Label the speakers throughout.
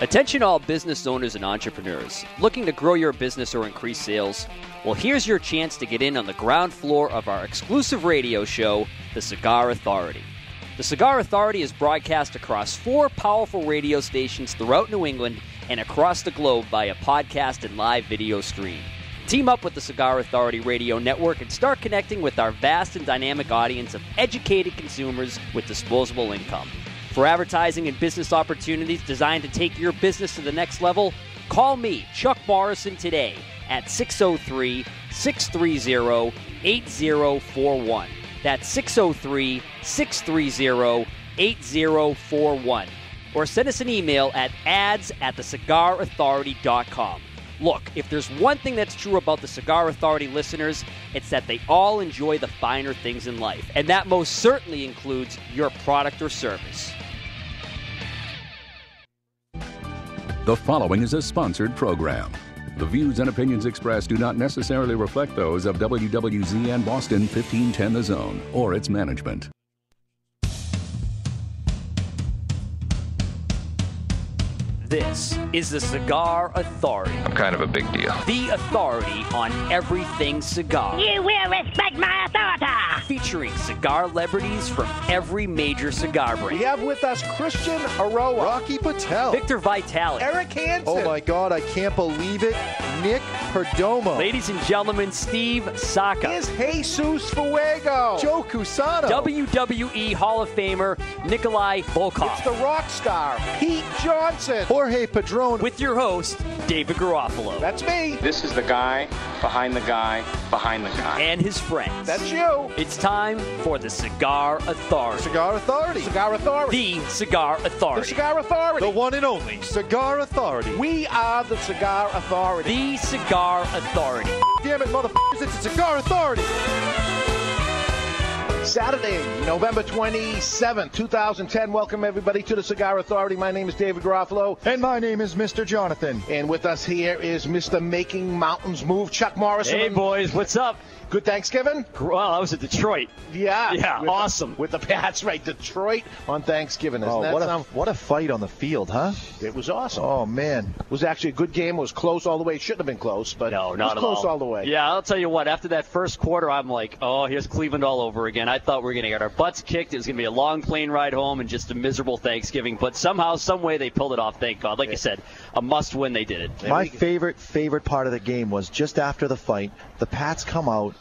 Speaker 1: Attention, all business owners and entrepreneurs looking to grow your business or increase sales. Well, here's your chance to get in on the ground floor of our exclusive radio show, The Cigar Authority. The Cigar Authority is broadcast across four powerful radio stations throughout New England and across the globe via podcast and live video stream. Team up with the Cigar Authority Radio Network and start connecting with our vast and dynamic audience of educated consumers with disposable income. For advertising and business opportunities designed to take your business to the next level, call me, Chuck Morrison, today at 603 630 8041. That's 603 630 8041. Or send us an email at ads at thecigarauthority.com. Look, if there's one thing that's true about the Cigar Authority listeners, it's that they all enjoy the finer things in life. And that most certainly includes your product or service.
Speaker 2: The following is a sponsored program. The views and opinions expressed do not necessarily reflect those of WWZN Boston 1510 The Zone or its management.
Speaker 1: This is the Cigar Authority,
Speaker 3: I'm kind of a big deal.
Speaker 1: the authority on everything cigar.
Speaker 4: You will respect my authority.
Speaker 1: Featuring cigar celebrities from every major cigar
Speaker 5: We
Speaker 1: brand.
Speaker 5: have with us Christian Aroa,
Speaker 6: Rocky Patel.
Speaker 1: Victor Vitale.
Speaker 5: Eric Hansen.
Speaker 6: Oh my God, I can't believe it. Nick Perdomo.
Speaker 1: Ladies and gentlemen, Steve Saka.
Speaker 5: Is Jesus Fuego.
Speaker 6: Joe Cusano.
Speaker 1: WWE E Hall of Famer Nikolai Volkov.
Speaker 5: It's the rock star, Pete Johnson.
Speaker 6: Jorge Padron.
Speaker 1: with your host, David Garofalo,
Speaker 5: That's me.
Speaker 7: This is the guy behind the guy behind the guy.
Speaker 1: and his friends.
Speaker 5: That's you.
Speaker 1: It's time for the Cigar Authority.
Speaker 6: Cigar Authority.
Speaker 5: Cigar Authority.
Speaker 1: The Cigar
Speaker 5: The
Speaker 1: Authority.
Speaker 5: Cigar Authority.
Speaker 6: The one and only Cigar Authority.
Speaker 5: we are the Cigar Authority.
Speaker 1: The Cigar Authority.
Speaker 6: Damn it, motherfuckers, it's the Cigar Authority.
Speaker 5: Saturday, November 27th, 2010. Welcome, everybody, to the Cigar Authority. My name is David Garofalo.
Speaker 6: And my name is Mr. Jonathan.
Speaker 5: And with us here is Mr. Making Mountains Move, Chuck Morrison.
Speaker 8: Hey boys, what's up?
Speaker 5: Good Thanksgiving?
Speaker 8: Well, I was at Detroit.
Speaker 5: Yeah.
Speaker 8: Yeah,
Speaker 5: With the-
Speaker 8: awesome.
Speaker 5: with the Pats, right? Detroit on Thanksgiving. Isn't
Speaker 6: Oh,
Speaker 5: that
Speaker 6: what a,
Speaker 5: some-
Speaker 6: what a fight on the field, huh?
Speaker 5: It was awesome.
Speaker 6: Oh, man.
Speaker 5: It was actually a good game. It was close all the way. It shouldn't have been close, but
Speaker 8: No,
Speaker 5: it
Speaker 8: not
Speaker 5: was
Speaker 8: at
Speaker 5: close
Speaker 8: all.
Speaker 5: the way.
Speaker 8: Yeah, I'll tell you what. After that first quarter, I'm like, oh, here's Cleveland all over again. I thought we were going to get our butts kicked. It was going to be a long plane ride home and just a miserable Thanksgiving. But somehow, some way, they pulled it off. Thank God. Like I said, a must-win. They did it.
Speaker 6: My favorite, favorite part of the game was just after the fight, the Pats come out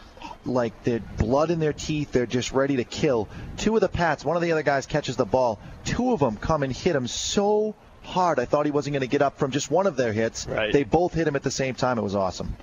Speaker 6: like they're blood in their teeth. They're just ready to kill. Two of the Pats, one of the other guys catches the ball. Two of them come and hit him so hard. I thought he wasn't going to get up from just one of their hits.
Speaker 8: Right.
Speaker 6: They both hit him at the same time. It was awesome.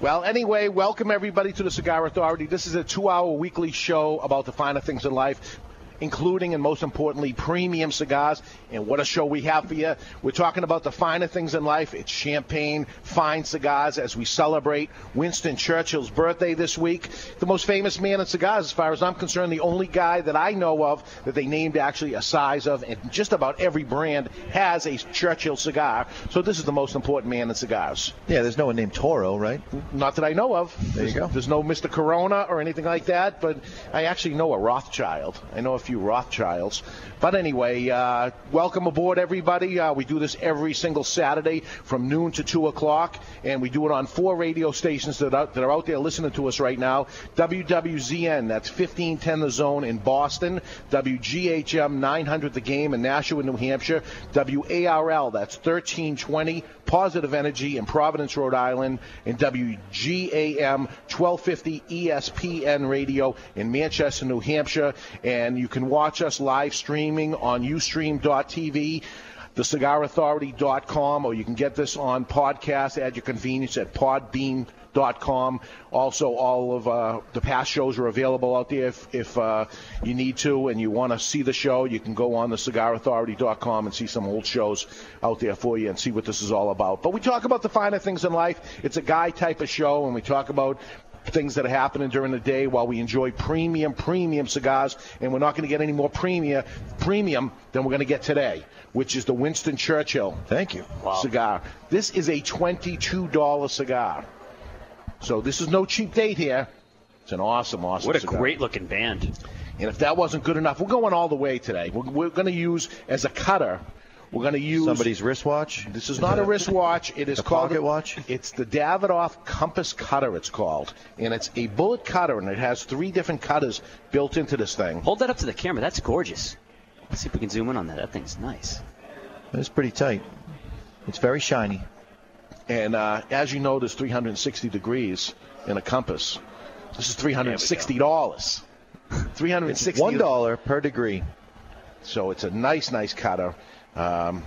Speaker 5: Well, anyway, welcome everybody to the Cigar Authority. This is a two-hour weekly show about the finer things in life, including and most importantly, premium cigars. And what a show we have for you! We're talking about the finer things in life. It's champagne, fine cigars as we celebrate Winston Churchill's birthday this week. The most famous man in cigars, as far as I'm concerned, the only guy that I know of that they named actually a size of, and just about every brand has a Churchill cigar. So this is the most important man in cigars.
Speaker 6: Yeah, there's no one named Toro, right?
Speaker 5: Not that I know of.
Speaker 6: There you
Speaker 5: there's,
Speaker 6: go.
Speaker 5: there's no Mr. Corona or anything like that, but I actually know a Rothschild. I know a few Rothschilds. But anyway, uh, welcome aboard, everybody. Uh, we do this every single Saturday from noon to 2 o'clock, and we do it on four radio stations that are, that are out there listening to us right now WWZN, that's 1510 The Zone in Boston, WGHM 900 The Game in Nashua, New Hampshire, WARL, that's 1320 Positive Energy in Providence, Rhode Island, and WGAM 1250 ESPN Radio in Manchester, New Hampshire. And you can watch us live streaming on Ustream.tv. TheCigarAuthority.com, or you can get this on podcast at your convenience at podbean.com. Also, all of uh, the past shows are available out there if, if uh, you need to and you want to see the show. You can go on thecigarauthority.com and see some old shows out there for you and see what this is all about. But we talk about the finer things in life. It's a guy type of show, and we talk about things that are happening during the day while we enjoy premium premium cigars and we're not going to get any more premium premium than we're going to get today which is the Winston Churchill
Speaker 6: Thank you.
Speaker 5: cigar this is a $22 cigar so this is no cheap date here it's an awesome awesome
Speaker 8: What a
Speaker 5: cigar.
Speaker 8: great looking band.
Speaker 5: And if that wasn't good enough, we're going all the way today. We're, we're going to use as a cutter. We're going to use
Speaker 6: somebody's wristwatch.
Speaker 5: This is not a wristwatch. It is
Speaker 6: A
Speaker 5: called
Speaker 6: pocket watch?
Speaker 5: It's the Davidoff Compass Cutter. It's called, and it's a bullet cutter, and it has three different cutters built into this thing.
Speaker 8: Hold that up to the camera. That's gorgeous. Let's see if we can zoom in on that. That thing's nice.
Speaker 6: It's pretty tight. It's very shiny.
Speaker 5: And uh, as you know, there's 360 degrees in a compass. This is 360 dollars. 360
Speaker 6: One dollar per degree.
Speaker 5: So it's a nice, nice cutter. Um,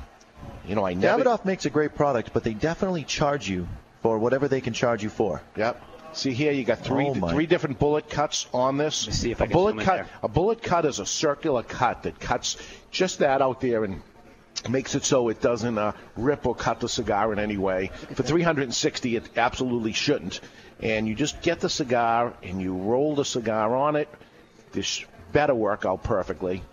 Speaker 5: you know, I never.
Speaker 6: Davidoff makes a great product, but they definitely charge you for whatever they can charge you for.
Speaker 5: Yep. See here, you got three
Speaker 6: Oh, my.
Speaker 5: three different bullet cuts on this.
Speaker 8: me see if
Speaker 5: a
Speaker 8: I can
Speaker 5: bullet
Speaker 8: zoom in
Speaker 5: cut.
Speaker 8: there.
Speaker 5: A bullet cut is a circular cut that cuts just that out there and makes it so it doesn't uh, rip or cut the cigar in any way. For 360, it absolutely shouldn't. And you just get the cigar and you roll the cigar on it. This better work out perfectly.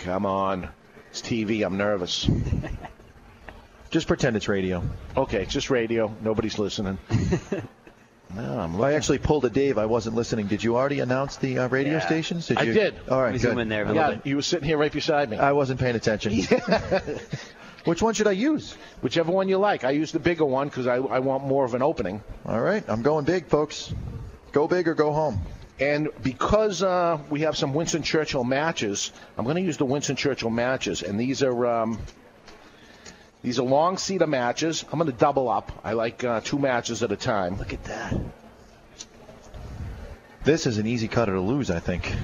Speaker 5: Come on, it's TV. I'm nervous.
Speaker 6: Just pretend it's radio.
Speaker 5: Okay, it's just radio. Nobody's listening. no, I'm
Speaker 6: I
Speaker 5: looking.
Speaker 6: actually pulled a Dave. I wasn't listening. Did you already announce the uh, radio
Speaker 8: Yeah.
Speaker 6: stations? Did
Speaker 5: I
Speaker 6: you?
Speaker 5: did.
Speaker 6: All
Speaker 8: Let
Speaker 6: right,
Speaker 8: me
Speaker 6: good.
Speaker 8: zoom in there. I love
Speaker 5: Yeah,
Speaker 8: it.
Speaker 5: he was sitting here right beside me.
Speaker 6: I wasn't paying attention. Which one should I use?
Speaker 5: Whichever one you like. I use the bigger one because I, I want more of an opening.
Speaker 6: All right, I'm going big, folks. Go big or go home.
Speaker 5: And because uh, we have some Winston Churchill matches, I'm going to use the Winston Churchill matches. And these are um, these are long seater matches. I'm going to double up. I like uh, two matches at a time.
Speaker 8: Look at that.
Speaker 6: This is an easy cutter to lose, I think.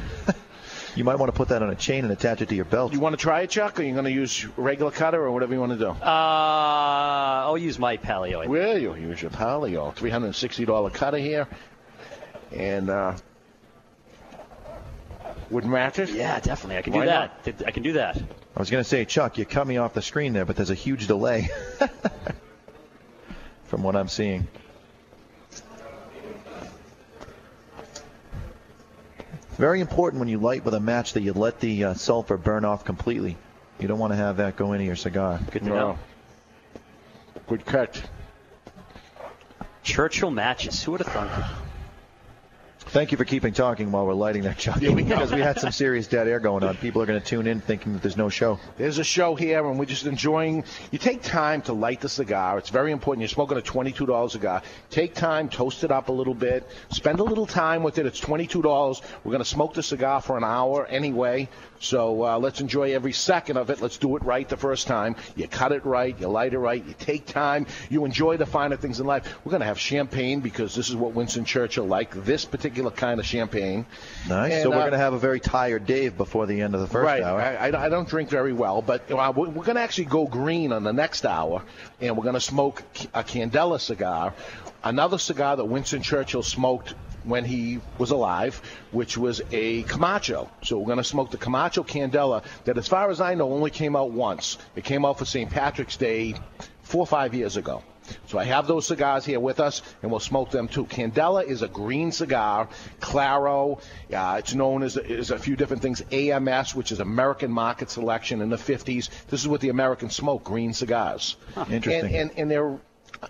Speaker 6: you might want to put that on a chain and attach it to your belt.
Speaker 5: You want to try it, Chuck, or you going to use regular cutter or whatever you want to do?
Speaker 8: Uh, I'll use my paleo. I think.
Speaker 5: Will you use your paleo? Three hundred and sixty dollar cutter here, and uh, would match it.
Speaker 8: Yeah, definitely. I can
Speaker 5: Why
Speaker 8: do that. Th- I can do that.
Speaker 6: I was going to say, Chuck, you cut me off the screen there, but there's a huge delay from what I'm seeing. Very important when you light with a match that you let the uh, sulfur burn off completely. You don't want to have that go into your cigar.
Speaker 8: Good to
Speaker 5: No.
Speaker 8: know.
Speaker 5: Good cut.
Speaker 8: Churchill matches. Who would have thunk? it?
Speaker 6: Thank you for keeping talking while we're lighting that, Chuck,
Speaker 5: Here we go.
Speaker 6: because we had some serious dead air going on. People are going to tune in thinking that there's no show.
Speaker 5: There's a show here, and we're just enjoying. You take time to light the cigar. It's very important. You're smoking a twenty-two dollar cigar. Take time, toast it up a little bit. Spend a little time with it. It's twenty-two dollars. We're gonna smoke the cigar for an hour anyway, so uh, let's enjoy every second of it. Let's do it right the first time. You cut it right. You light it right. You take time. You enjoy the finer things in life. We're gonna have champagne because this is what Winston Churchill liked. This particular kind of champagne.
Speaker 6: Nice.
Speaker 5: And,
Speaker 6: so we're
Speaker 5: uh,
Speaker 6: going to have a very tired Dave before the end of the first
Speaker 5: right.
Speaker 6: hour.
Speaker 5: I, I- I don't drink very well, but you know, we're going to actually go green on the next hour, and we're going to smoke a Candela cigar, another cigar that Winston Churchill smoked when he was alive, which was a Camacho. So we're going to smoke the Camacho Candela that, as far as I know, only came out once. It came out for St. Patrick's Day four or five years ago. So I have those cigars here with us, and we'll smoke them too. Candela is a green cigar. Claro, uh, it's known as, as a few different things. AMS, which is American Market Selection in the 50s. This is what the Americans smoke, green cigars.
Speaker 6: Interesting.
Speaker 5: And, and, and they're,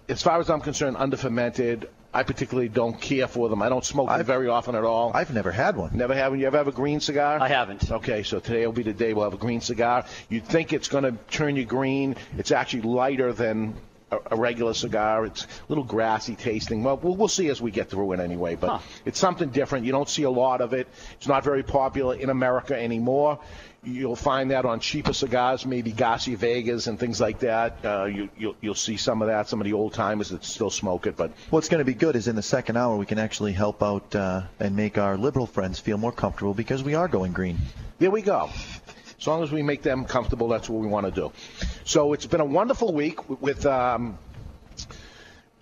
Speaker 5: as far as I'm concerned, under fermented. I particularly don't care for them. I don't smoke them
Speaker 6: I've-
Speaker 5: very often at all.
Speaker 6: I've never had one.
Speaker 5: Never have you ever have a green cigar?
Speaker 8: I haven't.
Speaker 5: Okay, so today will be the day we'll have a green cigar. You'd think it's going to turn you green. It's actually lighter than a, a regular cigar. It's a little grassy tasting. Well, we'll, we'll see as we get through it anyway, but
Speaker 8: Huh.
Speaker 5: it's something different. You don't see a lot of it. It's not very popular in America anymore. You'll find that on cheaper cigars, maybe Gassi Vegas and things like that. Uh, you, you'll, you'll see some of that. Some of the old timers that still smoke it, but
Speaker 6: What's going to be good is in the second hour we can actually help out uh, and make our liberal friends feel more comfortable because we are going green.
Speaker 5: There we go. As long as we make them comfortable, that's what we want to do. So it's been a wonderful week w- with um,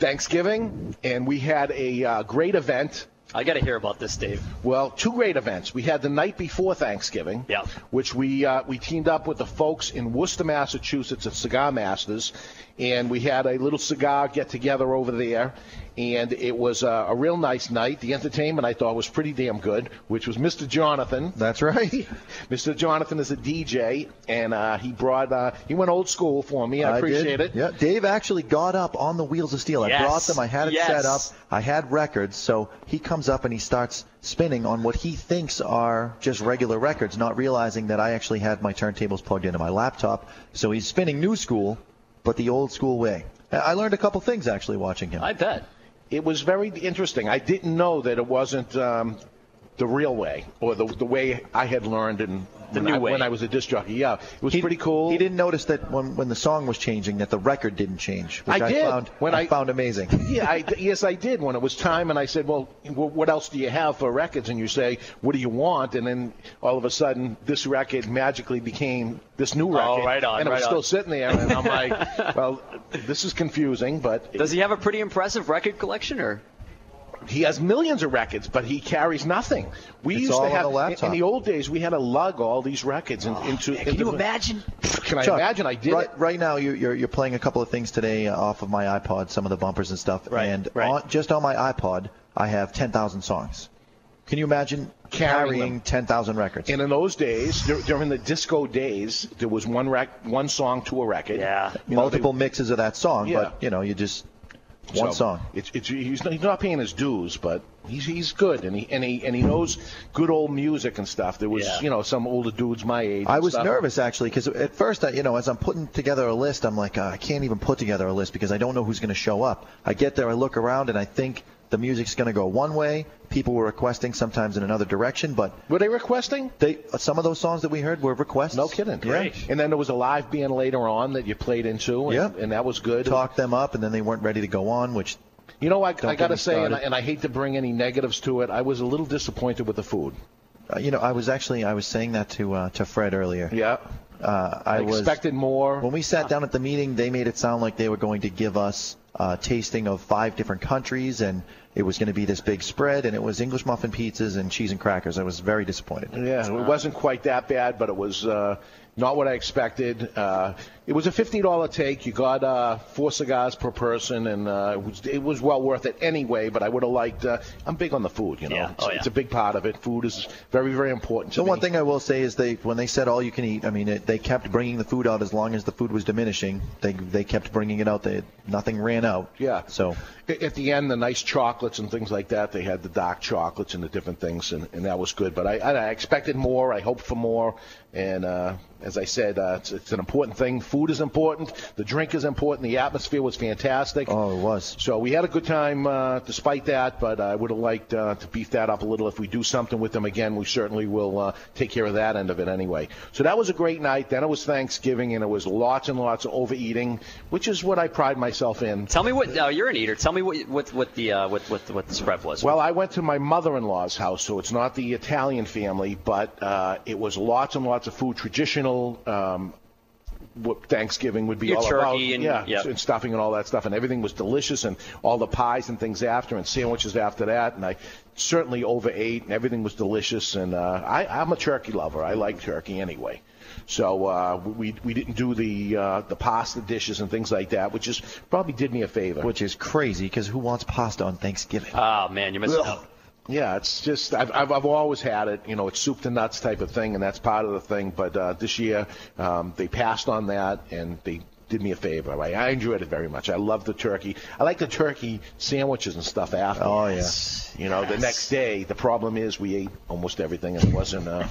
Speaker 5: Thanksgiving, and we had a uh, great event.
Speaker 8: I got to hear about this, Dave.
Speaker 5: Well, two great events. We had the night before Thanksgiving,
Speaker 8: Yeah.
Speaker 5: which we uh, we teamed up with the folks in Worcester, Massachusetts at Cigar Masters, and we had a little cigar get together over there, and it was uh, a real nice night. The entertainment I thought was pretty damn good, which was Mr. Jonathan.
Speaker 6: That's right.
Speaker 5: Mr. Jonathan is a DJ, and uh, he brought uh, he went old school for me. I,
Speaker 6: did.
Speaker 5: appreciate it.
Speaker 6: Yeah, Dave actually got up on the wheels of steel. I
Speaker 8: Yes.
Speaker 6: brought them. I had it
Speaker 8: Yes.
Speaker 6: set up. I had records, so he comes up and he starts spinning on what he thinks are just regular records, not realizing that I actually had my turntables plugged into my laptop. So he's spinning new school, but the old school way. I- I learned a couple things actually watching him.
Speaker 8: I bet.
Speaker 5: It was very interesting. I didn't know that it wasn't um, the real way or the, the way I had learned in,
Speaker 8: The
Speaker 5: when,
Speaker 8: new
Speaker 5: I,
Speaker 8: way.
Speaker 5: when I was a disc jockey. Yeah, it was
Speaker 6: He-
Speaker 5: pretty cool.
Speaker 6: He didn't notice that when, when the song was changing, that the record didn't change, which
Speaker 5: I
Speaker 6: I,
Speaker 5: did.
Speaker 6: found
Speaker 5: When
Speaker 6: I
Speaker 5: I-
Speaker 6: found amazing.
Speaker 5: yeah, I, yes, I did when it was time, and I said, "Well, wh- what else do you have for records?" And you say, "What do you want?" And then all of a sudden, this record magically became this new record,
Speaker 8: Oh, right on,
Speaker 5: and it was
Speaker 8: right
Speaker 5: still
Speaker 8: on.
Speaker 5: sitting there. And I'm like, "Well, this is confusing," but
Speaker 8: Does he have a pretty impressive record collection, or
Speaker 5: he has millions of records, but he carries nothing. We
Speaker 6: It's
Speaker 5: used
Speaker 6: all
Speaker 5: to
Speaker 6: on
Speaker 5: have
Speaker 6: the laptop.
Speaker 5: in, in the Oh, old days. We had to lug all these records in, into.
Speaker 8: can
Speaker 5: into
Speaker 8: you imagine?
Speaker 5: Can I
Speaker 6: Chuck,
Speaker 5: imagine? I did
Speaker 6: right,
Speaker 5: it.
Speaker 6: right now, you, you're, you're playing a couple of things today uh, off of my iPod, some of the bumpers and stuff.
Speaker 8: Right,
Speaker 6: and
Speaker 8: right.
Speaker 6: On, just on my iPod, I have 10,000 songs. Can you imagine
Speaker 5: Carrying
Speaker 6: carrying,
Speaker 5: them.
Speaker 6: 10,000 records?
Speaker 5: And in those days, dur- during the disco days, there was one rec- one song to a record.
Speaker 8: Yeah.
Speaker 5: You know, they-
Speaker 6: Multiple mixes of that song,
Speaker 5: Yeah.
Speaker 6: but you know, you just one
Speaker 5: So,
Speaker 6: song.
Speaker 5: It's, it's, he's, not, he's not paying his dues, but he's, he's good, and he and he and he knows good old music and stuff. There was
Speaker 8: Yeah.
Speaker 5: you know some older dudes my age.
Speaker 6: I
Speaker 5: and
Speaker 6: was
Speaker 5: stuff.
Speaker 6: nervous actually because at first, I, you know, as I'm putting together a list, I'm like, uh, I can't even put together a list because I don't know who's going to show up. I get there, I look around, and I think the music's going to go one way. People were requesting sometimes in another direction, but
Speaker 5: Were they requesting?
Speaker 6: they some of those songs that we heard were requests.
Speaker 5: No kidding.
Speaker 6: Yeah.
Speaker 5: And then there was a live band later on that you played into, and,
Speaker 6: Yep.
Speaker 5: and that was good.
Speaker 6: Talked them up, and then they weren't ready to go on, which
Speaker 5: You know, I, I
Speaker 6: get
Speaker 5: got to
Speaker 6: me
Speaker 5: say, and I,
Speaker 6: started.
Speaker 5: and I hate to bring any negatives to it, I was a little disappointed with the food.
Speaker 6: uh, you know, I was actually I was saying that to uh, to Fred earlier.
Speaker 5: Yeah.
Speaker 6: Uh, I,
Speaker 5: I,
Speaker 6: was
Speaker 5: expected more.
Speaker 6: When we sat down at the meeting, they made it sound like they were going to give us a tasting of five different countries, and it was going to be this big spread, and it was English muffin pizzas and cheese and crackers. I was very disappointed.
Speaker 5: Yeah, it wasn't quite that bad, but it was uh, not what I expected. Uh, it was a $50 take. You got uh, four cigars per person, and uh, it, was, it was well worth it anyway, but I would have liked uh, I'm big on the food, you know.
Speaker 8: Yeah.
Speaker 5: It's,
Speaker 8: Oh, yeah.
Speaker 5: it's a big part of it. Food is very, very important to
Speaker 6: The
Speaker 5: me.
Speaker 6: one thing I will say is they, when they said all you can eat, I mean it, they kept bringing the food out as long as the food was diminishing. They they kept bringing it out. They nothing ran out.
Speaker 5: Yeah.
Speaker 6: So
Speaker 5: A- At the end, the nice chocolates and things like that. They had the dark chocolates and the different things, and, and that was good. But I, I I expected more. I hoped for more. And uh, as I said, uh, it's, it's an important thing. Food is important. The drink is important. The atmosphere was fantastic.
Speaker 6: oh it was.
Speaker 5: So we had a good time uh, despite that, but I would have liked uh, to beef that up a little. If we do something with them again, we certainly will uh, take care of that end of it anyway. So that was a great night. Then it was Thanksgiving, and it was lots and lots of overeating, which is what I pride myself in.
Speaker 8: Tell me what. Now you're an eater. Tell me what what what the uh, what, what what the spread was.
Speaker 5: Well, I went to my mother-in-law's house, so it's not the Italian family, but uh, it was lots and lots of food, traditional. Um, what Thanksgiving would be
Speaker 8: Your
Speaker 5: all
Speaker 8: turkey
Speaker 5: about,
Speaker 8: and-
Speaker 5: yeah,
Speaker 8: yeah.
Speaker 5: and stuffing and all that stuff, and everything was delicious, and all the pies and things after, and sandwiches after that, and I certainly overate, and everything was delicious, and uh, I, I'm a turkey lover. I like turkey anyway. So uh, we we didn't do the uh, the pasta dishes and things like that, which is probably did me a favor.
Speaker 6: Which is crazy because who wants pasta on Thanksgiving?
Speaker 8: oh man, you're missing out.
Speaker 5: Yeah, it's just I've, I've I've always had it. You know, it's soup to nuts type of thing, and that's part of the thing. But uh, this year, um, they passed on that, and they did me a favor. I, I enjoyed it very much. I love the turkey. I like the turkey sandwiches and stuff after.
Speaker 6: Oh, yeah.
Speaker 5: You know, the next day. The problem is we ate almost everything, and it wasn't. Uh,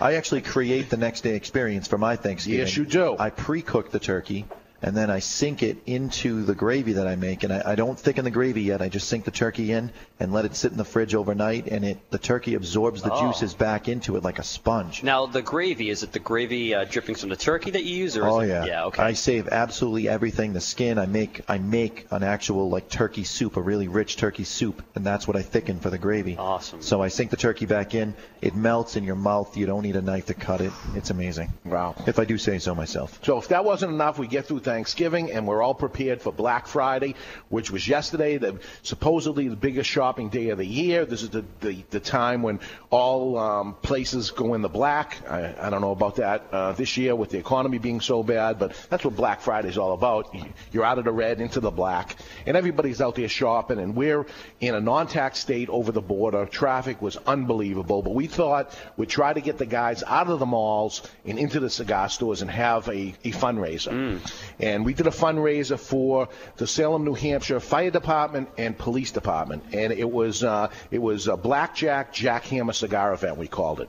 Speaker 6: I actually create the next day experience for my Thanksgiving.
Speaker 5: Yes, you do.
Speaker 6: I pre-cook the turkey and then I sink it into the gravy that I make, and I, I don't thicken the gravy yet. I just sink the turkey in and let it sit in the fridge overnight, and it the turkey absorbs the
Speaker 5: Oh.
Speaker 6: juices back into it like a sponge.
Speaker 8: Now the gravy is it the gravy uh, drippings from the turkey that you use, or is
Speaker 6: Oh
Speaker 8: it,
Speaker 6: yeah.
Speaker 8: yeah, okay.
Speaker 6: I save absolutely everything. The skin. I make. I make an actual like turkey soup, a really rich turkey soup, and that's what I thicken for the gravy.
Speaker 8: Awesome.
Speaker 6: So I sink the turkey back in. It melts in your mouth. You don't need a knife to cut it. It's amazing.
Speaker 5: Wow.
Speaker 6: If I do say so myself.
Speaker 5: So if that wasn't enough, we get through Thanksgiving and we're all prepared for Black Friday, which was yesterday, the supposedly the biggest shopping day of the year. This is the the, the time when all um, places go in the black. I, I don't know about that uh, this year with the economy being so bad, but that's what Black Friday is all about. You- You're out of the red into the black, and everybody's out there shopping. And we're in a non-tax state over the border. Traffic was unbelievable, but we thought we'd try to get the guys out of the malls and into the cigar stores and have a, a fundraiser. and we did a fundraiser for the Salem, New Hampshire Fire Department and Police Department, and it was uh, it was a blackjack jackhammer cigar event we called it,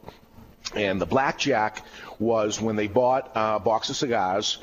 Speaker 5: and the blackjack was when they bought a box of cigars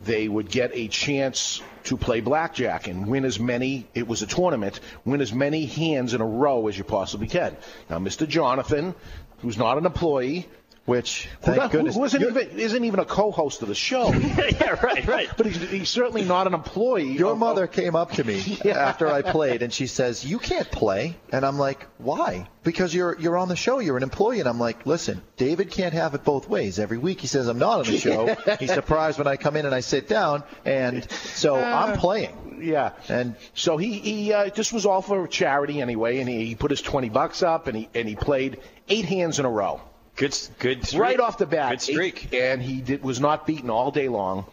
Speaker 5: they would get a chance to play blackjack and win as many, it was a tournament, win as many hands in a row as you possibly can. Now, Mr. Jonathan, who's not an employee,
Speaker 6: Which,
Speaker 5: who,
Speaker 6: thank
Speaker 5: not- who
Speaker 6: goodness,
Speaker 5: isn't,
Speaker 6: your,
Speaker 5: even, isn't even a co-host of the show,
Speaker 8: yeah, right, right.
Speaker 5: but he's, he's certainly not an employee.
Speaker 6: your
Speaker 5: of-
Speaker 6: mother came up to me after I played, and she says, "You can't play," and I'm like, "Why?" Because you're you're on the show, you're an employee, and I'm like, "Listen, David can't have it both ways. Every week he says I'm not on the show. He's surprised when I come in and I sit down, and so I'm playing."
Speaker 5: yeah.
Speaker 6: And
Speaker 5: So he, he uh, this was all for charity anyway, and he, he put his 20 bucks up and he, and he played eight hands in a row.
Speaker 8: Good, s- good. Streak.
Speaker 5: right off the bat.
Speaker 8: Good streak.
Speaker 5: and he did, was not beaten all day long.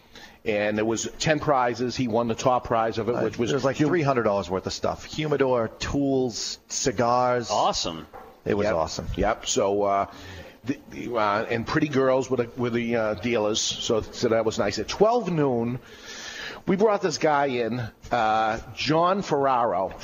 Speaker 5: And there was ten prizes. He won the top prize
Speaker 8: Uh,
Speaker 5: of it, which was
Speaker 6: There's like three hundred dollars worth of stuff: humidor, tools, cigars.
Speaker 8: Awesome.
Speaker 6: It was
Speaker 5: Yep.
Speaker 6: awesome.
Speaker 5: Yep. So, uh, the, the, uh, and pretty girls were the, were the uh, dealers. So, so that was nice. At 12 noon, we brought this guy in, uh, John Ferraro.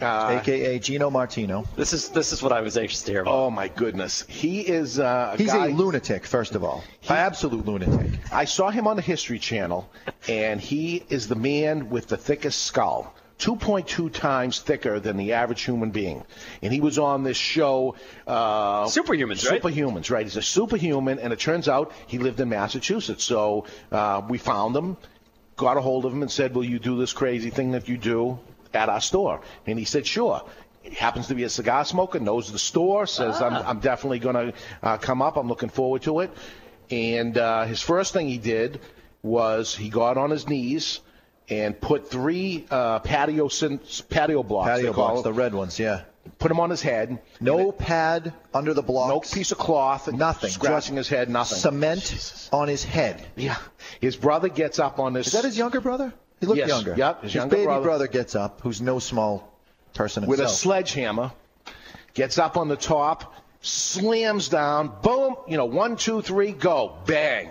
Speaker 5: Uh,
Speaker 6: AKA Gino Martino.
Speaker 8: This is this is what I was anxious to hear about.
Speaker 5: oh my goodness, he is. Uh,
Speaker 6: He's
Speaker 5: guy,
Speaker 6: a lunatic, first of all. An absolute lunatic.
Speaker 5: I saw him on the History Channel, and he is the man with the thickest skull. 2.2 times thicker than the average human being. And he was on this show. Uh,
Speaker 8: Superhumans, right?
Speaker 5: Superhumans, right? He's a superhuman, and it turns out he lived in Massachusetts. So uh, we found him, got a hold of him, and said, Will you do this crazy thing that you do at our store? And he said, Sure. He happens to be a cigar smoker, knows the store, says, I'm, I'm definitely going to uh, come up. I'm looking forward to it. And uh, his first thing he did was he got on his knees and put three uh, patio sin- patio blocks, they
Speaker 6: Patio
Speaker 5: call
Speaker 6: blocks, the
Speaker 5: them,
Speaker 6: red ones, yeah.
Speaker 5: put them on his head.
Speaker 6: No pad under the
Speaker 5: No
Speaker 6: blocks.
Speaker 5: piece of cloth,
Speaker 6: Nothing.
Speaker 5: Scratching his
Speaker 6: Just
Speaker 5: head, nothing.
Speaker 6: Cement on his head.
Speaker 5: Yeah. His brother gets up on this
Speaker 6: Is that his younger brother? He looked
Speaker 5: Yes,
Speaker 6: younger.
Speaker 5: yep, his
Speaker 6: His,
Speaker 5: younger
Speaker 6: baby
Speaker 5: brother.
Speaker 6: brother. gets up, who's no small person
Speaker 5: with a
Speaker 6: himself.
Speaker 5: sledgehammer, gets up on the top, slams down, boom, you know, one, two, three, go, bang.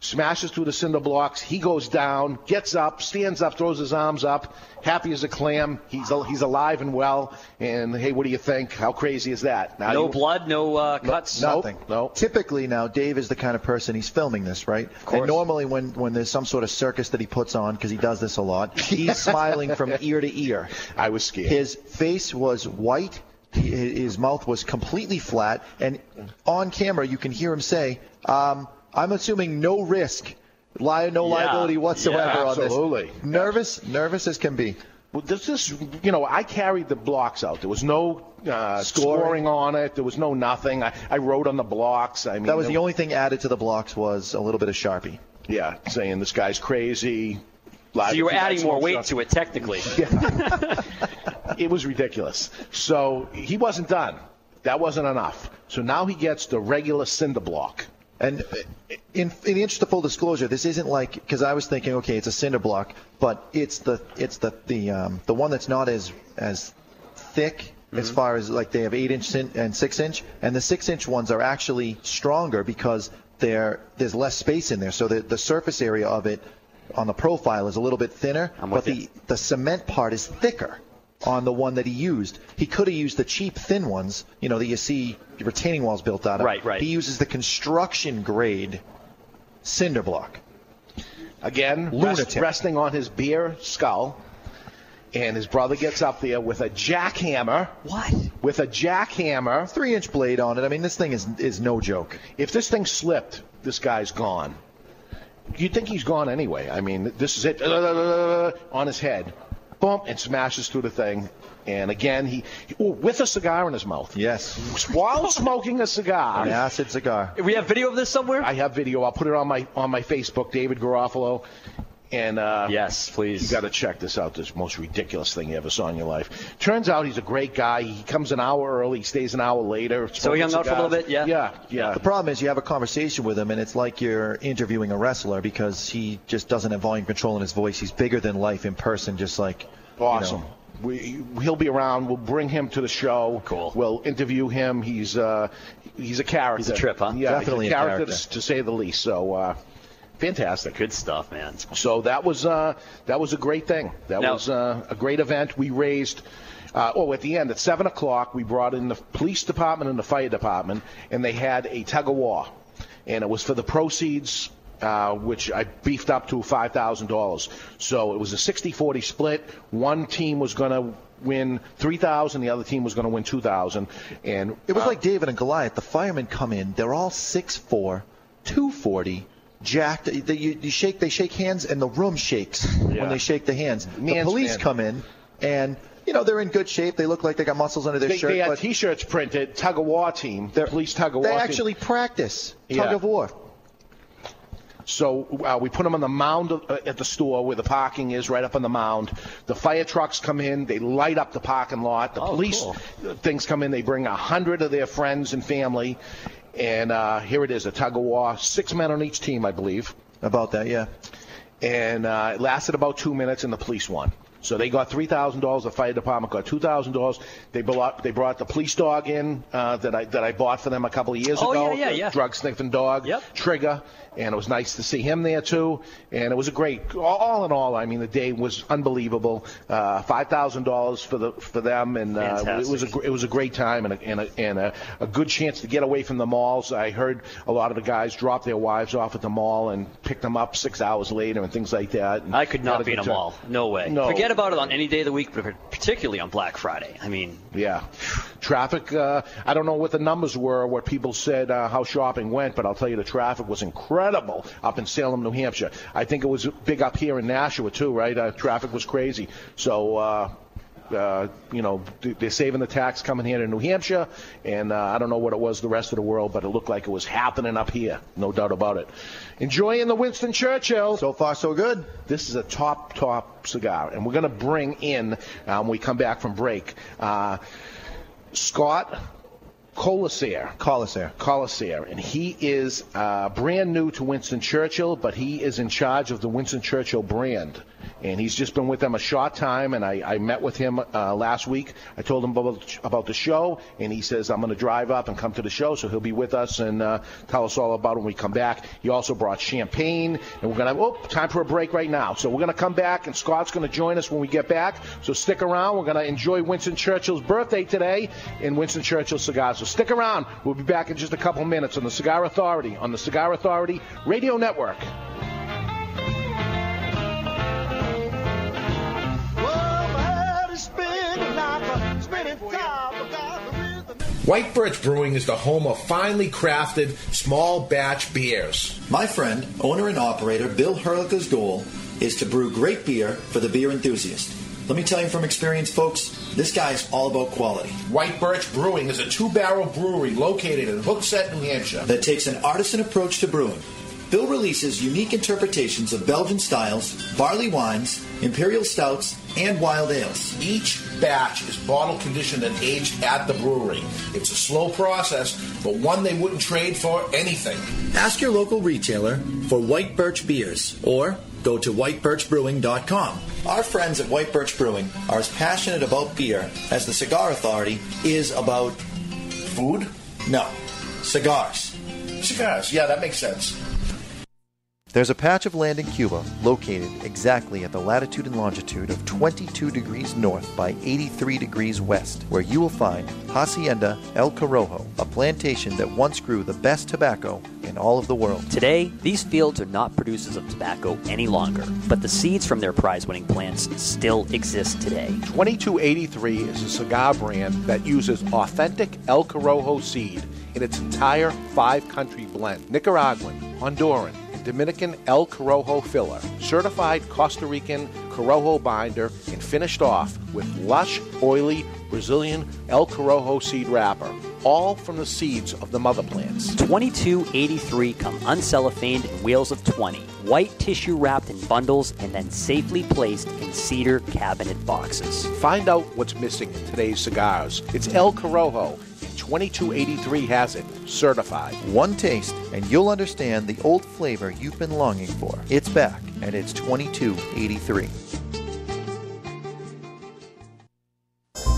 Speaker 5: Smashes through the cinder blocks. He goes down, gets up, stands up, throws his arms up, happy as a clam. He's al- he's alive and well. And hey, what do you think? How crazy is that? Now
Speaker 8: no
Speaker 5: you-
Speaker 8: blood, no uh, cuts.
Speaker 6: Nothing.
Speaker 5: no.
Speaker 6: Typically now, Dave is the kind of person he's filming this, right? Of
Speaker 8: course.
Speaker 6: And normally, when when there's some sort of circus that he puts on, because he does this a lot, he's smiling from ear to ear.
Speaker 5: I was scared.
Speaker 6: His face was white. He- His mouth was completely flat, and on camera you can hear him say, um, "I'm assuming no risk, li- no
Speaker 8: Yeah.
Speaker 6: liability whatsoever
Speaker 8: Yeah,
Speaker 6: on this."
Speaker 5: absolutely.
Speaker 6: Nervous, nervous as can be.
Speaker 5: Well, this is, you know, I carried the blocks out. There was no uh, scoring. on it. There was no nothing. I, I wrote on the blocks. I mean,
Speaker 6: That was
Speaker 5: there-
Speaker 6: the only thing added to the blocks was a little bit of sharpie.
Speaker 5: yeah, saying this guy's crazy.
Speaker 8: So you were adding more weight to it technically.
Speaker 5: It was ridiculous. So he wasn't done. That wasn't enough. So now he gets the regular cinder block.
Speaker 6: And in, in the interest of full disclosure, this isn't like because I was thinking, okay, it's a cinder block, but it's the it's the the um, the one that's not as as thick as
Speaker 8: Mm-hmm.
Speaker 6: far as like they have eight inch cin- and six inch, and the six inch ones are actually stronger because they're, there's less space in there, so the the surface area of it on the profile is a little bit thinner, but
Speaker 8: with
Speaker 6: the
Speaker 8: you.
Speaker 6: the cement part is thicker on the one that he used. He could have used the cheap thin ones, you know, that you see retaining walls built out of.
Speaker 8: Right, right.
Speaker 6: He uses the construction grade cinder block.
Speaker 5: Again, rest-
Speaker 6: Lunatic.
Speaker 5: resting on his beer skull. And his brother gets up there with a jackhammer.
Speaker 6: What?
Speaker 5: With a jackhammer.
Speaker 6: Three inch blade on it. I mean, this thing is is no joke.
Speaker 5: If this thing slipped, this guy's gone. You'd think he's gone anyway. I mean, this is it. On his head. Boom, and smashes through the thing. And again, he, he- ooh, with a cigar in his mouth.
Speaker 6: Yes.
Speaker 5: While smoking a cigar.
Speaker 6: An acid cigar.
Speaker 8: we have video of this somewhere.
Speaker 5: I have video. I'll put it on my on my Facebook, David Garofalo. And uh,
Speaker 8: yes, please.
Speaker 5: you got to check this out. This most ridiculous thing you ever saw in your life. Turns out he's a great guy. He comes an hour early. He stays an hour later.
Speaker 8: So he hung out for a little
Speaker 5: cigars.
Speaker 8: bit, yeah?
Speaker 5: Yeah. Yeah.
Speaker 6: The problem is you have a conversation with him, and it's like you're interviewing a wrestler because he just doesn't have volume control in his voice. He's bigger than life in person, just like you know.
Speaker 5: Awesome. We, he'll be around. We'll bring him to the show.
Speaker 8: Cool.
Speaker 5: We'll interview him. He's uh, he's a character.
Speaker 8: He's a trip, huh?
Speaker 5: Yeah, he's
Speaker 6: Definitely a
Speaker 5: character,
Speaker 6: character.
Speaker 5: to say the least. So uh, fantastic.
Speaker 2: Good stuff, man.
Speaker 5: So that was uh, that was a great thing. That
Speaker 2: Now-
Speaker 5: was uh, a great event. We raised. Uh, oh, at the end at seven o'clock, we brought in the police department and the fire department, and they had a tug of war, and it was for the proceeds, uh, which I beefed up to five thousand dollars. So it was a 60-40 split. One team was going to win three thousand, the other team was going to win two thousand, and
Speaker 9: It was
Speaker 5: uh,
Speaker 9: like David and Goliath. The firemen come in. They're all 6'4", 240, jacked. They, you, you shake. They shake hands, and the room shakes when they shake the hands. the
Speaker 5: Man's
Speaker 9: police
Speaker 5: man.
Speaker 9: come in, and you know they're in good shape. They look like they got muscles under their
Speaker 5: they,
Speaker 9: shirt.
Speaker 5: they had
Speaker 9: but
Speaker 5: T-shirts printed, tug of war team,
Speaker 9: they're-
Speaker 5: police tug of war.
Speaker 9: They
Speaker 5: team.
Speaker 9: actually practice tug
Speaker 5: Yeah.
Speaker 9: of war.
Speaker 5: So uh, we put them on the mound of, uh, at the store where the parking is, right up on the mound. The fire trucks come in, they light up the parking lot. The
Speaker 9: Oh,
Speaker 5: police
Speaker 2: cool.
Speaker 5: things come in, they bring a hundred of their friends and family, and uh, here it is, a tug of war, six men on each team, I believe,
Speaker 9: About that, yeah.
Speaker 5: and uh, it lasted about two minutes, and the police won. So they got three thousand dollars. The fire department got two thousand dollars. They brought they brought the police dog in uh, that I that I bought for them a couple of years
Speaker 2: Oh,
Speaker 5: ago.
Speaker 2: yeah, yeah, yeah.
Speaker 5: Drug sniffing dog.
Speaker 2: Yep.
Speaker 5: Trigger, and it was nice to see him there too. And it was a great, all- all in all, I mean, the day was unbelievable. Uh, Five thousand dollars for the for them, and uh, it was a
Speaker 2: Fantastic.
Speaker 5: gr- it was a great time and a, and, a, and a, a good chance to get away from the malls. I heard a lot of the guys drop their wives off at the mall and pick them up six hours later and things like that. And
Speaker 2: I could
Speaker 5: had
Speaker 2: not be in
Speaker 5: good
Speaker 2: a
Speaker 5: time.
Speaker 2: mall. No way.
Speaker 5: No.
Speaker 2: Forget about it on any day of the week, but particularly on Black Friday. I mean,
Speaker 5: Yeah, traffic. Uh, I don't know what the numbers were, what people said, uh, how shopping went, but I'll tell you the traffic was incredible up in Salem, New Hampshire. I think it was big up here in Nashua too, right? Uh, traffic was crazy. So. Uh, uh, you know, th- they're saving the tax coming here to New Hampshire, and uh, I don't know what it was the rest of the world, but it looked like it was happening up here, no doubt about it. Enjoying the Winston Churchill.
Speaker 9: So far, so good.
Speaker 5: This is a top, top cigar, and we're going to bring in um, when we come back from break. Uh, Scott Colasair.
Speaker 9: Call us there.
Speaker 5: Colasair, and he is uh, brand new to Winston Churchill, but he is in charge of the Winston Churchill brand. And he's just been with them a short time, and I, I met with him uh, last week. I told him about, about the show, and he says, I'm going to drive up and come to the show, so he'll be with us and uh, tell us all about it when we come back. He also brought champagne, and we're going to, oh, time for a break right now. So we're going to come back, and Scott's going to join us when we get back. So stick around. We're going to enjoy Winston Churchill's birthday today in Winston Churchill Cigars. So stick around. We'll be back in just a couple minutes on the Cigar Authority, on the Cigar Authority Radio Network.
Speaker 10: White Birch Brewing is the home of finely crafted, small batch beers.
Speaker 6: My friend, owner and operator Bill Herlica's goal is to brew great beer for the beer enthusiast. Let me tell you from experience, folks, this guy is all about quality.
Speaker 10: White Birch Brewing is a two barrel brewery located in Hooksett, New Hampshire.
Speaker 6: that takes an artisan approach to brewing. Bill releases unique interpretations of Belgian styles, barley wines, imperial stouts, and wild ales.
Speaker 10: Each batch is bottle conditioned and aged at the brewery. It's a slow process, but one they wouldn't trade for anything.
Speaker 6: Ask your local retailer for White Birch beers or go to whitebirchbrewing.com. Our friends at White Birch Brewing are as passionate about beer as the Cigar Authority is about food? No, cigars.
Speaker 10: Cigars, yeah, that makes sense.
Speaker 9: There's a patch of land in Cuba located exactly at the latitude and longitude of 22 degrees north by 83 degrees west, where you will find Hacienda El Corojo, a plantation that once grew the best tobacco in all of the world.
Speaker 1: Today, these fields are not producers of tobacco any longer, but the seeds from their prize winning plants still exist today.
Speaker 5: 2283 is a cigar brand that uses authentic El Corojo seed in its entire five country blend Nicaraguan, Honduran, and Dominican El Corojo filler, certified Costa Rican Corojo binder, and finished off with lush, oily Brazilian El Corojo seed wrapper, all from the seeds of the mother plants.
Speaker 1: 2283 come uncellophaned in wheels of 20, white tissue wrapped in bundles and then safely placed in cedar cabinet boxes.
Speaker 5: Find out what's missing in today's cigars. It's El Corojo, and 2283 has it, certified.
Speaker 9: One taste, and you'll understand the old flavor you've been longing for. It's back, and it's 2283.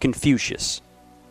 Speaker 11: Confucius.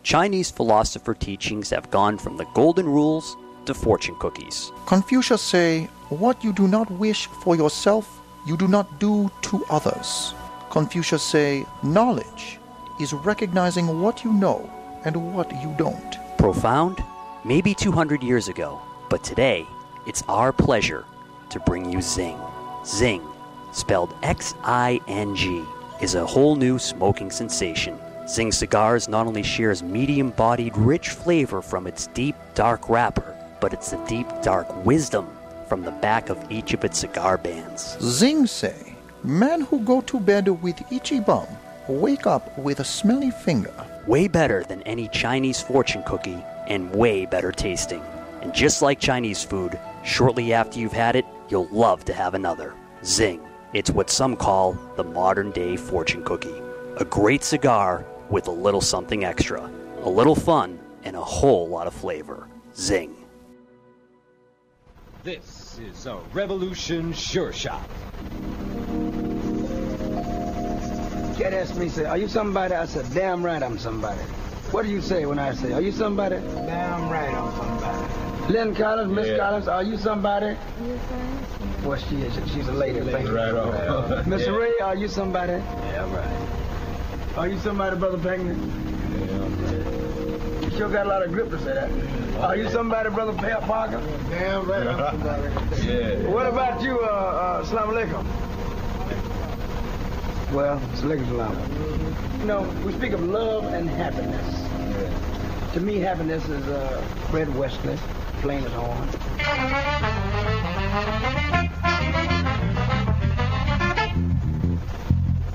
Speaker 11: Chinese philosopher teachings have gone from the golden rules to fortune cookies.
Speaker 12: Confucius say, What you do not wish for yourself, you do not do to others. Confucius say, Knowledge is recognizing what you know and what you don't.
Speaker 11: Profound? Maybe 200 years ago, but today, it's our pleasure to bring you Zing. Zing, spelled X I N G, is a whole new smoking sensation. Zing Cigars not only shares medium bodied, rich flavor from its deep, dark wrapper, but it's the deep, dark wisdom from the back of each of its cigar bands.
Speaker 12: Zing say, Men who go to bed with itchy bum wake up with a smelly finger.
Speaker 11: Way better than any Chinese fortune cookie, and way better tasting. And just like Chinese food, shortly after you've had it, you'll love to have another. Zing. It's what some call the modern day fortune cookie. A great cigar with a little something extra, a little fun, and a whole lot of flavor. Zing.
Speaker 13: This is a Revolution Sure Shot.
Speaker 10: Cat asked me, say, are you somebody? I said, damn right I'm somebody. What do you say when I say, are you somebody?
Speaker 14: Damn right I'm somebody.
Speaker 10: Lynn Collins, Miss
Speaker 14: Yeah.
Speaker 10: Collins, are you somebody? Well, she is. She's a lady. Thank you.
Speaker 14: Right on.
Speaker 10: Miss
Speaker 14: Yeah.
Speaker 10: Ray, are you somebody? Yeah, right. Are you somebody, Brother Pinckney? Yeah, You sure got a lot of grip to say that. Are you somebody, Brother Pa- Parker? Damn right I'm somebody.
Speaker 14: Yeah.
Speaker 10: What about you, uh, uh, Slum Alaikum? Well, it's Lakers You know, we speak of love and happiness. To me, happiness is uh, Fred Wesley, plain as horn.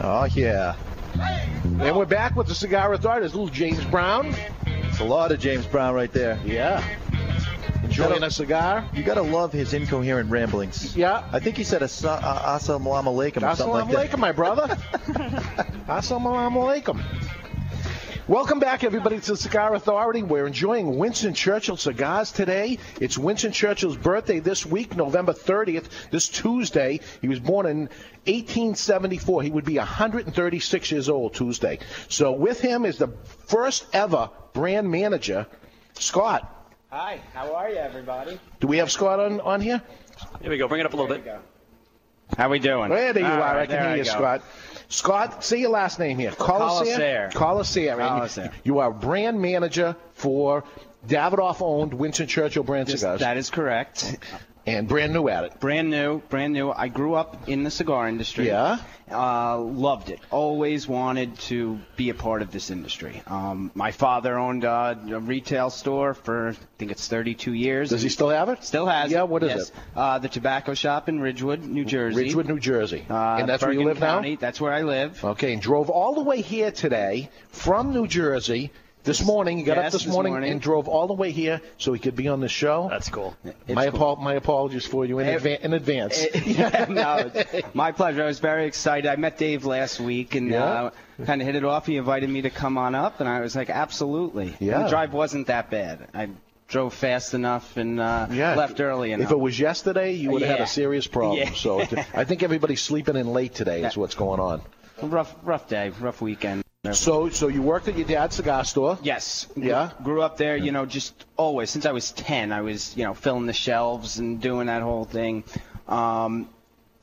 Speaker 5: Oh, yeah. And we're back with the Cigar Authority. There's little James Brown.
Speaker 6: It's a lot of James Brown right there.
Speaker 5: Yeah. Enjoying a cigar.
Speaker 6: You gotta love his incoherent ramblings.
Speaker 5: Yeah.
Speaker 6: I think he said "Assa- uh, assalamu alaikum or something like
Speaker 5: Assalamu
Speaker 6: that.
Speaker 5: alaikum, my brother. Assalamu alaikum. Welcome back, everybody, to the Cigar Authority. We're enjoying Winston Churchill cigars today. It's Winston Churchill's birthday this week, November 30th, this Tuesday. He was born in 1874. He would be 136 years old Tuesday. So, with him is the first ever brand manager, Scott.
Speaker 15: Hi, how are you, everybody?
Speaker 5: Do we have Scott on, on here?
Speaker 1: Here we go. Bring it up a little bit.
Speaker 15: How we doing?
Speaker 5: Where there you
Speaker 15: All
Speaker 5: are.
Speaker 15: right,
Speaker 5: I can
Speaker 15: there
Speaker 5: hear
Speaker 15: I
Speaker 5: you,
Speaker 15: go.
Speaker 5: Scott. Scott, say your last name here.
Speaker 15: Colasair.
Speaker 5: Colasair. Colasair. And
Speaker 15: Colasair.
Speaker 5: You are brand manager for Davidoff-owned Winston Churchill brand
Speaker 15: Just-
Speaker 5: cigars.
Speaker 15: that is correct.
Speaker 5: And brand new at it.
Speaker 15: Brand new, brand new. I grew up in the cigar industry.
Speaker 5: Yeah.
Speaker 15: Uh, loved it. Always wanted to be a part of this industry. Um, my father owned uh, a retail store for, I think it's 32 years.
Speaker 5: Does he still have it?
Speaker 15: Still has
Speaker 5: Yeah,
Speaker 15: it.
Speaker 5: what is
Speaker 15: yes.
Speaker 5: it?
Speaker 15: Uh, the tobacco shop in Ridgewood, New Jersey.
Speaker 5: Ridgewood, New Jersey.
Speaker 15: Uh,
Speaker 5: and that's where you
Speaker 15: Bergen
Speaker 5: live
Speaker 15: County,
Speaker 5: now?
Speaker 15: That's where I live.
Speaker 5: Okay, and drove all the way here today from New Jersey. This morning, you got
Speaker 15: Yes,
Speaker 5: up this
Speaker 15: this
Speaker 5: morning,
Speaker 15: morning.
Speaker 5: and drove all the way here so he could be on the show. That's
Speaker 1: cool.
Speaker 5: my,
Speaker 15: cool.
Speaker 5: apo- my apologies for you in,
Speaker 15: Ev-
Speaker 5: advan in advance.
Speaker 15: yeah, no, it's my pleasure. I was very excited. I met Dave last week and uh, kind of hit it off. He invited me to come on up, and I was like, absolutely.
Speaker 5: Yeah.
Speaker 15: And the drive wasn't that bad. I drove fast enough and uh,
Speaker 5: Yeah.
Speaker 15: left early enough.
Speaker 5: If it was yesterday, you would have had
Speaker 15: Yeah.
Speaker 5: a serious problem.
Speaker 15: Yeah.
Speaker 5: So it- I think everybody's sleeping in late today is what's going on.
Speaker 15: rough, rough day, rough weekend.
Speaker 5: So so you worked at your dad's cigar store?
Speaker 15: Yes.
Speaker 5: Yeah.
Speaker 15: Grew up there, you know, just always since I was 10, I was, you know, filling the shelves and doing that whole thing. Um,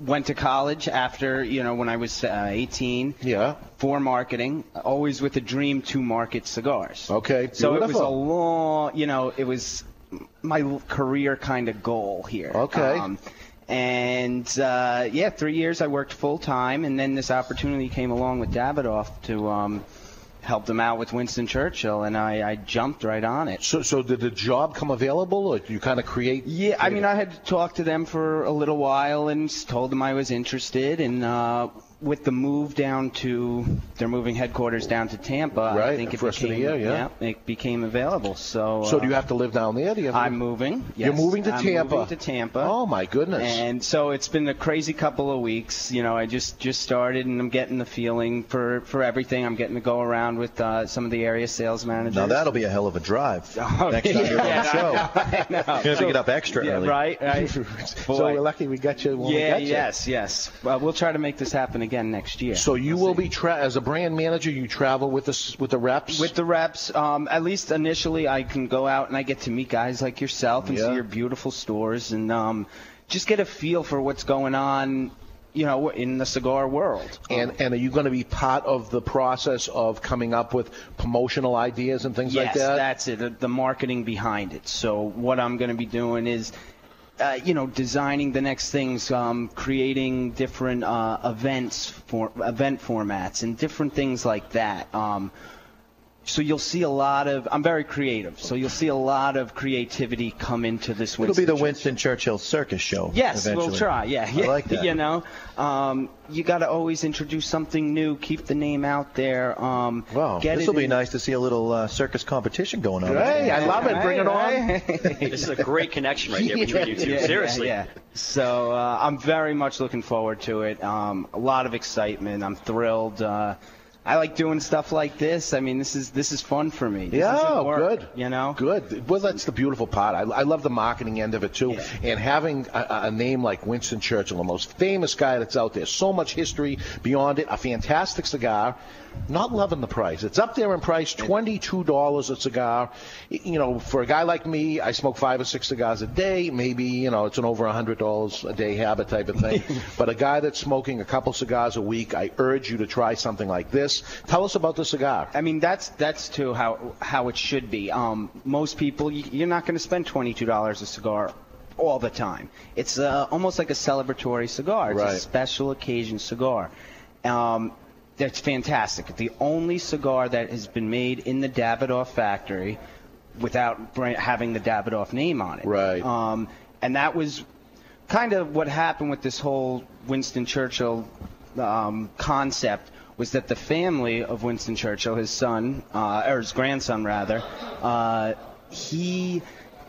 Speaker 15: went to college after, you know, when I was uh, 18.
Speaker 5: Yeah.
Speaker 15: For marketing, always with a dream to market cigars.
Speaker 5: Okay.
Speaker 15: So it was
Speaker 5: beautiful.
Speaker 15: a long, you know, it was my l- career kind of goal here. Um,
Speaker 5: Okay.
Speaker 15: and uh, yeah, three years I worked full time, and then this opportunity came along with Davidoff to um, help them out with Winston Churchill, and I, I jumped right on it.
Speaker 5: So, so did the job come available, or you kind of create?
Speaker 15: Yeah, I mean, I had talked to them for a little while and s- told them I was interested, and uh, with the move down to they're moving headquarters down to Tampa,
Speaker 5: Right,
Speaker 15: I think it
Speaker 5: first of the
Speaker 15: became
Speaker 5: year, yeah.
Speaker 15: it became available. So
Speaker 5: So
Speaker 15: uh,
Speaker 5: do you have to live down there? Do you have to
Speaker 15: I'm moving. Yes,
Speaker 5: You're moving to
Speaker 15: I'm
Speaker 5: Tampa.
Speaker 15: Moving to Tampa.
Speaker 5: Oh my goodness.
Speaker 15: And so it's been a crazy couple of weeks. You know, I just just started, and I'm getting the feeling for for everything. I'm getting to go around with uh, some of the area sales managers.
Speaker 6: Now that'll be a hell of a drive.
Speaker 5: Oh,
Speaker 6: Next time you're on
Speaker 15: Oh, Yeah,
Speaker 6: the show,
Speaker 15: I know.
Speaker 6: you're gonna have to get up extra
Speaker 15: Yeah,
Speaker 6: early.
Speaker 15: right, right.
Speaker 5: so we're lucky we got you. When we
Speaker 15: yeah,
Speaker 5: got you.
Speaker 15: yes, yes. Well, we'll try to make this happen again next year.
Speaker 5: So you will be tra- as a brand manager, you travel with us with the reps.
Speaker 15: With the reps, um, at least initially, I can go out and I get to meet guys like yourself and
Speaker 5: Yeah.
Speaker 15: see your beautiful stores and um, just get a feel for what's going on, you know, in the cigar world. Um,
Speaker 5: and and are you going to be part of the process of coming up with promotional ideas and things like
Speaker 15: yes,
Speaker 5: that?
Speaker 15: that's it. The, the marketing behind it. So what I'm going to be doing is, uh, you know, designing the next things, um, creating different uh, events for event formats and different things like that. Um, so you'll see a lot of. I'm very creative, so you'll see a lot of creativity come into this.
Speaker 6: It'll be
Speaker 15: Winston
Speaker 6: the
Speaker 15: Churchill.
Speaker 6: Winston Churchill Circus Show.
Speaker 15: Yes, we'll
Speaker 6: eventually.
Speaker 15: try. Yeah, yeah.
Speaker 6: I like that.
Speaker 15: You know, um, you got to always introduce something new. Keep the name out there. Um, wow, get
Speaker 6: This
Speaker 15: it
Speaker 6: will be
Speaker 15: in-
Speaker 6: nice to see a little uh, circus competition going on.
Speaker 8: this is a great connection right there between you two.
Speaker 15: Yeah,
Speaker 8: Seriously.
Speaker 15: yeah, yeah. So uh, I'm very much looking forward to it. Um, a lot of excitement. I'm thrilled. Uh, I like doing stuff like this. I mean, this is this is fun for me. This
Speaker 5: yeah,
Speaker 15: isn't work,
Speaker 5: good.
Speaker 15: You know,
Speaker 5: good. Well, that's the beautiful part. I, I love the marketing end of it too, and having a- a, a name like Winston Churchill, the most famous guy that's out there, so much history beyond it, a fantastic cigar. Not loving the price. It's up there in price, twenty-two dollars a cigar. Y- You know, for a guy like me, I smoke five or six cigars a day. Maybe you know it's an over a hundred dollars a day habit type of thing. but a guy that's smoking a couple cigars a week, I urge you to try something like this. Tell us about the cigar.
Speaker 15: I mean that's that's too how how it should be. Um, most people, you, you're not going to spend twenty two dollars a cigar all the time. It's uh, almost like a celebratory cigar. It's a
Speaker 16: Right.
Speaker 15: special occasion cigar. Um, that's fantastic. The only cigar that has been made in the Davidoff factory without bra- having the Davidoff name on it. Right. Um, and that was kind of what happened with this whole Winston Churchill um, concept was that the family of Winston Churchill, his son uh, or his grandson rather, uh, he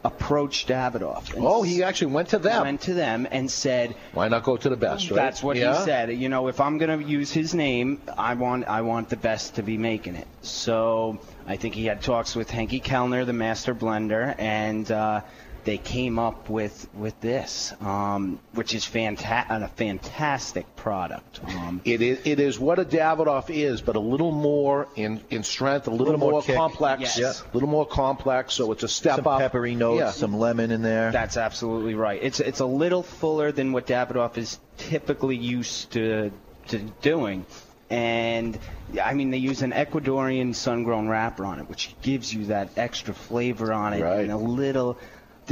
Speaker 15: approached Davidoff. And
Speaker 5: Oh, he actually went to them.
Speaker 15: Went to them and said,
Speaker 5: "Why not go to the best?" Right?
Speaker 15: That's what
Speaker 5: Yeah.
Speaker 15: he said. You know, if I'm going to use his name, I want I want the best to be making it. So I think he had talks with Henke Kellner, the master blender, and uh, they came up with with this, um, which is fanta- a fantastic product. Um,
Speaker 5: It is, it is what a Davidoff is, but a little more in, in strength, a little,
Speaker 6: Little more
Speaker 5: more,
Speaker 6: kick.
Speaker 5: complex, a
Speaker 6: Yes.
Speaker 5: little more complex. So it's a step
Speaker 6: Some
Speaker 5: up.
Speaker 6: peppery notes, some lemon in there.
Speaker 15: That's absolutely right. It's it's a little fuller than what Davidoff is typically used to to doing. And I mean, they use an Ecuadorian sun-grown wrapper on it, which gives you that extra flavor on it and a little.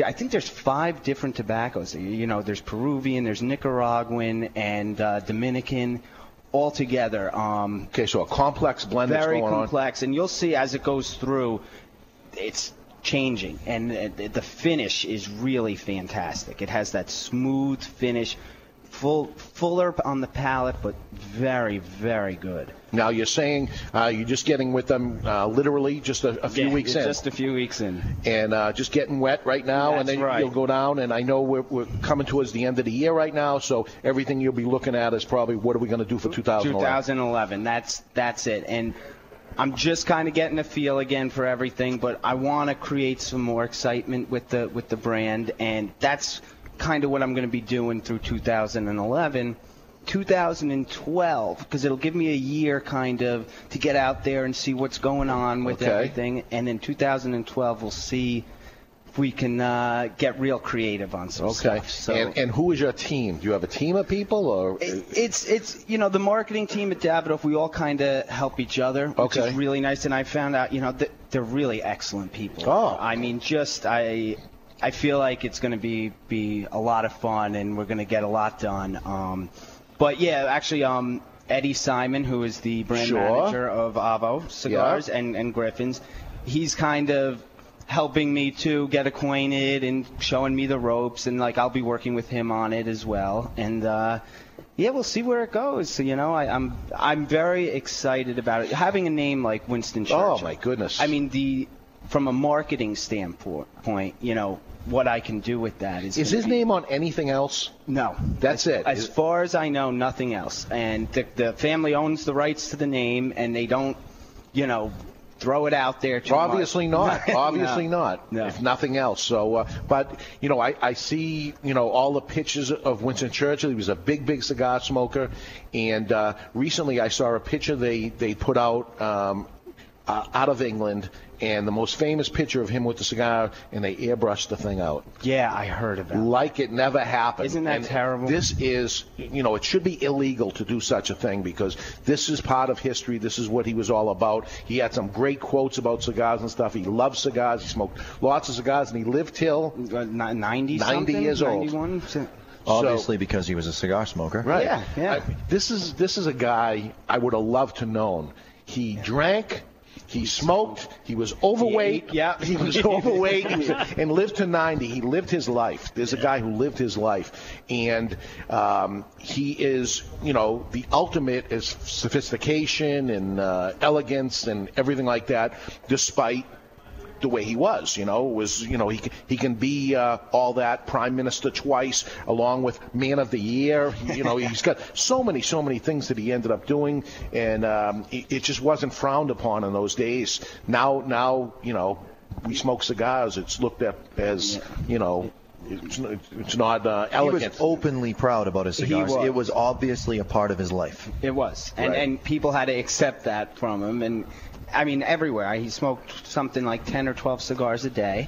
Speaker 15: I think there's five different tobaccos. You know, there's Peruvian, there's Nicaraguan, and uh, Dominican, all together. Um,
Speaker 5: okay, so a complex blend that's
Speaker 15: Very
Speaker 5: going on.
Speaker 15: complex, and you'll see as it goes through, it's changing and uh, the finish is really fantastic it has that smooth finish full fuller on the palate but very very good
Speaker 5: Now you're saying uh, you're just getting with them uh, literally just a, a few
Speaker 15: Yeah,
Speaker 5: weeks
Speaker 15: you're
Speaker 5: in,
Speaker 15: just a few weeks in
Speaker 5: and uh, just getting wet right now, and
Speaker 15: That's
Speaker 5: then
Speaker 15: right.
Speaker 5: you'll go down. And I know we're, we're coming towards the end of the year right now, so everything you'll be looking at is probably what are we going to do for 2011?
Speaker 15: 2011. That's that's it. And I'm just kind of getting a feel again for everything, but I want to create some more excitement with the with the brand, and that's kind of what I'm going to be doing through 2011. 2012 because it'll give me a year kind of to get out there and see what's going on with
Speaker 5: Okay.
Speaker 15: everything and in 2012 we'll see if we can uh, get real creative on some
Speaker 5: Okay.
Speaker 15: stuff so
Speaker 5: And, and who is your team? Do you have a team of people, or
Speaker 15: it's it's you know the marketing team at Davidoff. We all kind of help each other, which
Speaker 5: Okay.
Speaker 15: is really nice. And I found out you know th- they're really excellent people. Oh, I mean, just I I feel like it's going to be be a lot of fun, and we're going to get a lot done. Um, but yeah, actually, um, Eddie Simon, who is the brand
Speaker 5: Sure.
Speaker 15: manager of Avo Cigars and and Griffins, he's kind of helping me to get acquainted and showing me the ropes, and like I'll be working with him on it as well. And uh, yeah, we'll see where it goes. So, you know, I, I'm I'm very excited about it. Having a name like Winston Churchill.
Speaker 5: Oh my goodness!
Speaker 15: I mean the from a marketing standpoint, point, you know what I can do with that is.
Speaker 5: Is his name on anything else?
Speaker 15: No,
Speaker 5: that's it.
Speaker 15: As far as I know, nothing else. And the, the family owns the rights to the name, and they don't, you know, throw it out there too
Speaker 5: Obviously
Speaker 15: much.
Speaker 5: not. Obviously
Speaker 15: No.
Speaker 5: not.
Speaker 15: No.
Speaker 5: If nothing else. So, uh, but you know, I, I see you know all the pictures of Winston Churchill. He was a big, big cigar smoker, and uh, recently I saw a picture they they put out. Um, uh, out of England, and the most famous picture of him with the cigar, and they airbrushed the thing out.
Speaker 15: Yeah, I heard about.
Speaker 5: Like it never happened.
Speaker 15: Isn't that
Speaker 5: And
Speaker 15: terrible?
Speaker 5: This is, you know, it should be illegal to do such a thing because this is part of history. This is what he was all about. He had some great quotes about cigars and stuff. He loved cigars. He smoked lots of cigars, and he lived till
Speaker 15: 90
Speaker 5: 90
Speaker 15: something,
Speaker 5: years old.
Speaker 15: 91? So-
Speaker 6: Obviously, because he was a cigar smoker.
Speaker 5: Right.
Speaker 15: Yeah, yeah.
Speaker 5: I- this is this is a guy I would have loved to known. He drank. He smoked. He was overweight.
Speaker 15: Yeah.
Speaker 5: he was overweight he was- and lived to 90. He lived his life. There's a guy who lived his life, and um, he is, you know, the ultimate is sophistication and uh, elegance and everything like that, despite the way he was. You know, was you know he c- he can be uh, all that prime minister twice, along with man of the year. He- You know, he's got so many so many things that he ended up doing, and um, it, it just wasn't frowned upon in those days. Now now you know we smoke cigars. It's looked at as you know. It's, n- it's not uh,
Speaker 6: He was
Speaker 5: elegant.
Speaker 6: openly proud about his
Speaker 5: He
Speaker 6: cigars.
Speaker 5: was.
Speaker 6: It was obviously a part of his life.
Speaker 15: It was, and
Speaker 6: Right.
Speaker 15: and people had to accept that from him, and I mean everywhere. He smoked something like ten or twelve cigars a day,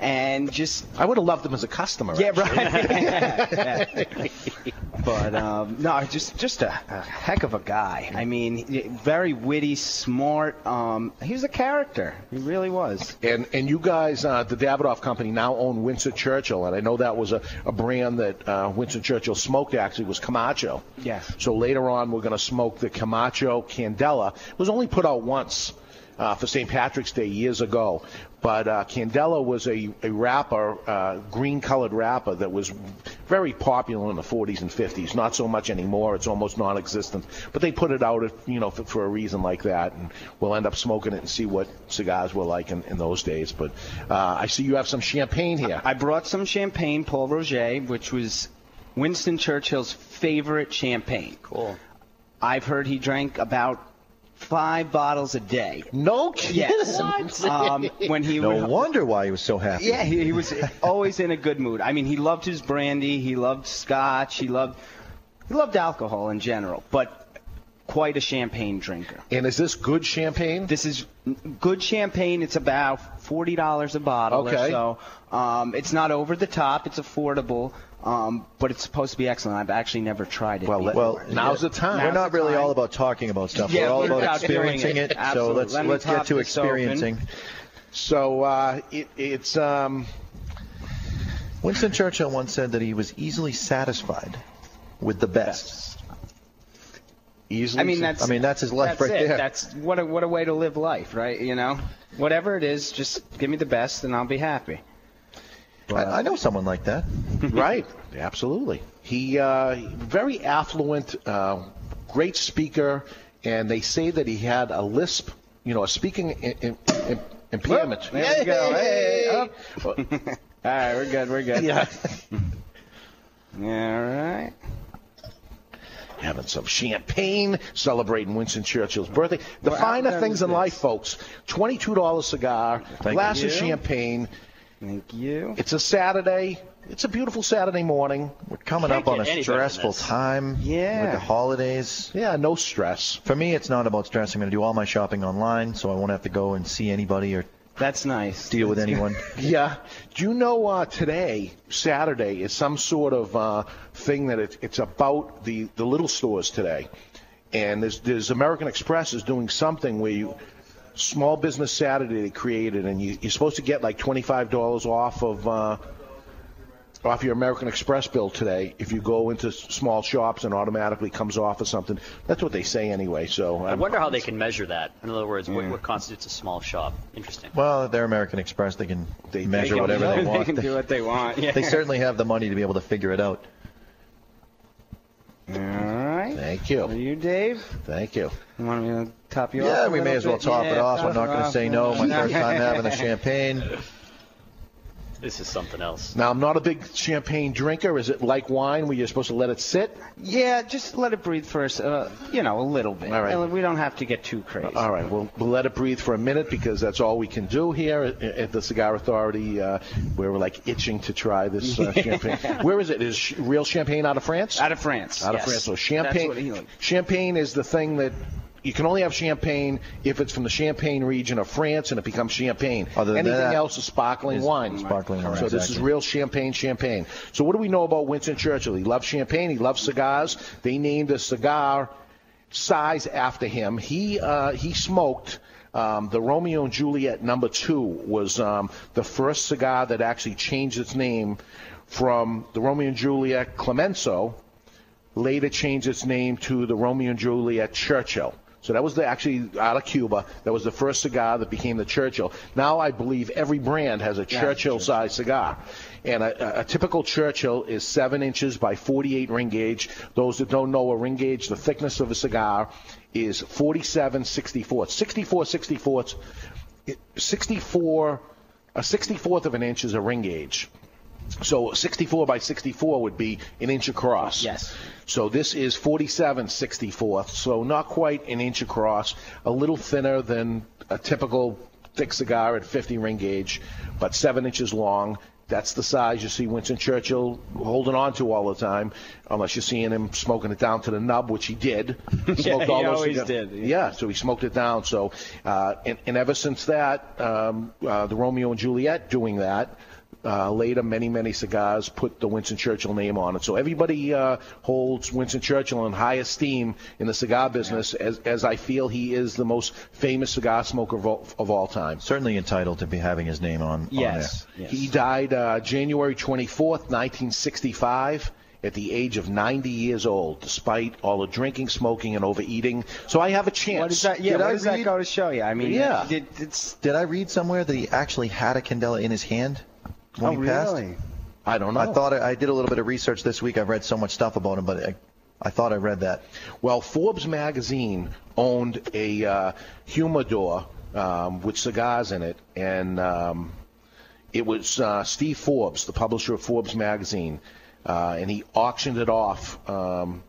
Speaker 15: and just
Speaker 5: I would have loved him as a customer.
Speaker 15: Yeah, right. Yeah. but um, no, just just a, a heck of a guy. I mean, very witty, smart. Um, he was a character. He really was.
Speaker 5: And and you guys, uh, the Davidoff Company now own Winston Churchill, and I know that was a, a brand that uh, Winston Churchill smoked. Actually, was Camacho.
Speaker 15: Yes.
Speaker 5: So later on, we're going to smoke the Camacho Candela. It was only put out once uh, for St. Patrick's Day years ago. But uh, Candela was a, a wrapper, uh, green colored wrapper that was very popular in the 40s and 50s. Not so much anymore. It's almost non existent. But they put it out you know, for, for a reason like that. And we'll end up smoking it and see what cigars were like in, in those days. But uh, I see you have some champagne here.
Speaker 15: I brought some champagne, Paul Roger, which was Winston Churchill's favorite champagne. Cool. I've heard he drank about five bottles a day.
Speaker 5: No
Speaker 15: Yes. Um, when he
Speaker 6: no
Speaker 15: would,
Speaker 6: wonder why he was so happy.
Speaker 15: yeah, he, he was always in a good mood. I mean, he loved his brandy, he loved scotch, he loved he loved alcohol in general, but quite a champagne drinker.
Speaker 5: And is this good champagne?
Speaker 15: This is good champagne. It's about forty dollars a bottle
Speaker 5: Okay.
Speaker 15: or so. Um, it's not over the top. It's affordable, um, but it's supposed to be excellent. I've actually never tried it. Well,
Speaker 6: Well, We're not really all about talking about stuff.
Speaker 15: Yeah,
Speaker 6: we're all
Speaker 15: we're
Speaker 6: about
Speaker 15: about doing
Speaker 6: experiencing
Speaker 15: it.
Speaker 6: it. So
Speaker 15: Absolutely.
Speaker 6: let's
Speaker 15: Let me
Speaker 6: let's get
Speaker 15: pop
Speaker 6: to
Speaker 15: this open.
Speaker 6: experiencing.
Speaker 5: So uh, it, it's. Um,
Speaker 6: Winston Churchill once said that he was easily satisfied with the best.
Speaker 5: Easily.
Speaker 15: I mean, that's
Speaker 6: I mean that's his life
Speaker 15: that's
Speaker 6: right
Speaker 15: it.
Speaker 6: there.
Speaker 15: That's what a what a way to live life, right? You know, whatever it is, just give me the best, and I'll be happy.
Speaker 6: I, I know someone like that.
Speaker 5: right. Absolutely. He uh, very affluent, uh, great speaker, and they say that he had a lisp, you know, a speaking i i i- impairment.
Speaker 15: There we go. Hey, up. All right, we're good. We're good.
Speaker 5: Yeah.
Speaker 15: All right.
Speaker 5: Having some champagne, celebrating Winston Churchill's birthday. The
Speaker 15: Well, how
Speaker 5: finer
Speaker 15: done
Speaker 5: things
Speaker 15: is
Speaker 5: in
Speaker 15: this?
Speaker 5: life, folks. Twenty-two dollar cigar, glass of
Speaker 15: you.
Speaker 5: champagne.
Speaker 15: Thank you.
Speaker 5: It's a Saturday. It's a beautiful Saturday morning.
Speaker 6: We're coming
Speaker 5: Can't
Speaker 6: up on
Speaker 5: get any better
Speaker 6: a
Speaker 5: than
Speaker 6: stressful
Speaker 5: this.
Speaker 6: time.
Speaker 15: Yeah.
Speaker 6: With the holidays.
Speaker 5: Yeah, no stress.
Speaker 6: For me, it's not about stress. I'm going to do all my shopping online, so I won't have to go and see anybody or
Speaker 15: That's nice.
Speaker 6: deal with anyone.
Speaker 5: Yeah. Do you know uh, today, Saturday, is some sort of uh, thing that it, it's about the, the little stores today. And there's, there's American Express is doing something where you, Small Business Saturday they created, and you, you're supposed to get like $25 off of uh, off your American Express bill today if you go into s- small shops and automatically comes off or something. That's what they say anyway. So
Speaker 8: I wonder how they can measure that. In other words, what, what constitutes a small shop? Interesting.
Speaker 6: Well, they're American Express. They can measure
Speaker 15: can-
Speaker 6: whatever they
Speaker 15: they
Speaker 6: want.
Speaker 15: can do what they want, yeah.
Speaker 6: They certainly have the money to be able to figure it out.
Speaker 15: All right.
Speaker 5: Thank you.
Speaker 15: you, Dave?
Speaker 5: Thank you.
Speaker 15: You want me to top you off?
Speaker 6: yeah,
Speaker 15: a
Speaker 6: we
Speaker 15: little
Speaker 6: may as well
Speaker 15: bit?
Speaker 6: top it
Speaker 15: Yeah,
Speaker 6: off.
Speaker 15: top
Speaker 6: I'm not
Speaker 15: it
Speaker 6: going to
Speaker 15: off.
Speaker 6: say no. My
Speaker 15: Yeah.
Speaker 6: first time having a champagne.
Speaker 8: This is something else.
Speaker 5: Now, I'm not a big champagne drinker. Is it like wine where you're supposed to let it sit?
Speaker 15: Yeah, just let it breathe first. Uh, you know, a little bit.
Speaker 5: All right.
Speaker 15: We don't have to get too crazy.
Speaker 5: All right, we'll, we'll let it breathe for a minute because that's all we can do here at, at the Cigar Authority. Uh, we're like itching to try this uh, champagne. Where is it? Is sh- real champagne out of France? Out
Speaker 15: of France.
Speaker 5: Out of
Speaker 15: yes.
Speaker 5: France. So
Speaker 15: That's
Speaker 5: champagne.
Speaker 15: what he likes.
Speaker 5: champagne is the thing that. You can only have champagne if it's from the Champagne region of France, and it becomes champagne.
Speaker 6: Other than
Speaker 5: Anything
Speaker 6: that-
Speaker 5: else is sparkling
Speaker 6: Is
Speaker 5: wine.
Speaker 6: sparkling wine,
Speaker 5: So this is
Speaker 6: exactly.
Speaker 5: real champagne, champagne. So what do we know about Winston Churchill? He loved champagne. He loved cigars. They named a cigar size after him. He uh, he smoked. Um, the Romeo and Juliet number two was um, the first cigar that actually changed its name from the Romeo and Juliet Clemenceau. Later changed its name to the Romeo and Juliet Churchill. So that was the, actually out of Cuba. That was the first cigar that became the Churchill. Now I believe every brand has a Churchill-sized cigar, and a, a- a typical Churchill is seven inches by 48 ring gauge. Those that don't know a ring gauge, the thickness of a cigar is 47 64 64 64 64 a 64th of an inch is a ring gauge. So 64 by 64 would be an inch across. Yes. So this is 47 64th, so not quite an inch across, a little thinner than a typical thick cigar at 50 ring gauge, but seven inches long. That's the size you see Winston Churchill holding on to all the time, unless you're seeing him smoking it down to the nub, which he did. Smoked
Speaker 15: Yeah, he always
Speaker 5: cigar-
Speaker 15: did.
Speaker 5: yeah, so he smoked it down. So, uh, and, and ever since that, um, uh, the Romeo and Juliet doing that. Uh, later, many, many cigars put the Winston Churchill name on it. So everybody uh, holds Winston Churchill in high esteem in the cigar business, as, as I feel he is the most famous cigar smoker of all, of all time.
Speaker 6: Certainly entitled to be having his name on. on there.
Speaker 5: He died uh, January 24th, 1965, at the age of 90 years old, despite all the drinking, smoking, and overeating. So I have a chance.
Speaker 15: What is that? Yeah,
Speaker 5: Did
Speaker 15: what
Speaker 5: I
Speaker 15: does that
Speaker 5: read-
Speaker 15: go to show you? I mean,
Speaker 5: Yeah.
Speaker 15: it- it- it's
Speaker 6: Did I read somewhere that he actually had a candela in his hand when
Speaker 15: Oh,
Speaker 6: he passed?
Speaker 15: really?
Speaker 5: I don't know.
Speaker 6: I thought I, I did a little bit of research this week. I've read so much stuff about him, but I, I thought I read that.
Speaker 5: Well, Forbes magazine owned a uh, humidor um, with cigars in it, and um, it was uh, Steve Forbes, the publisher of Forbes magazine, uh, and he auctioned it off. Um,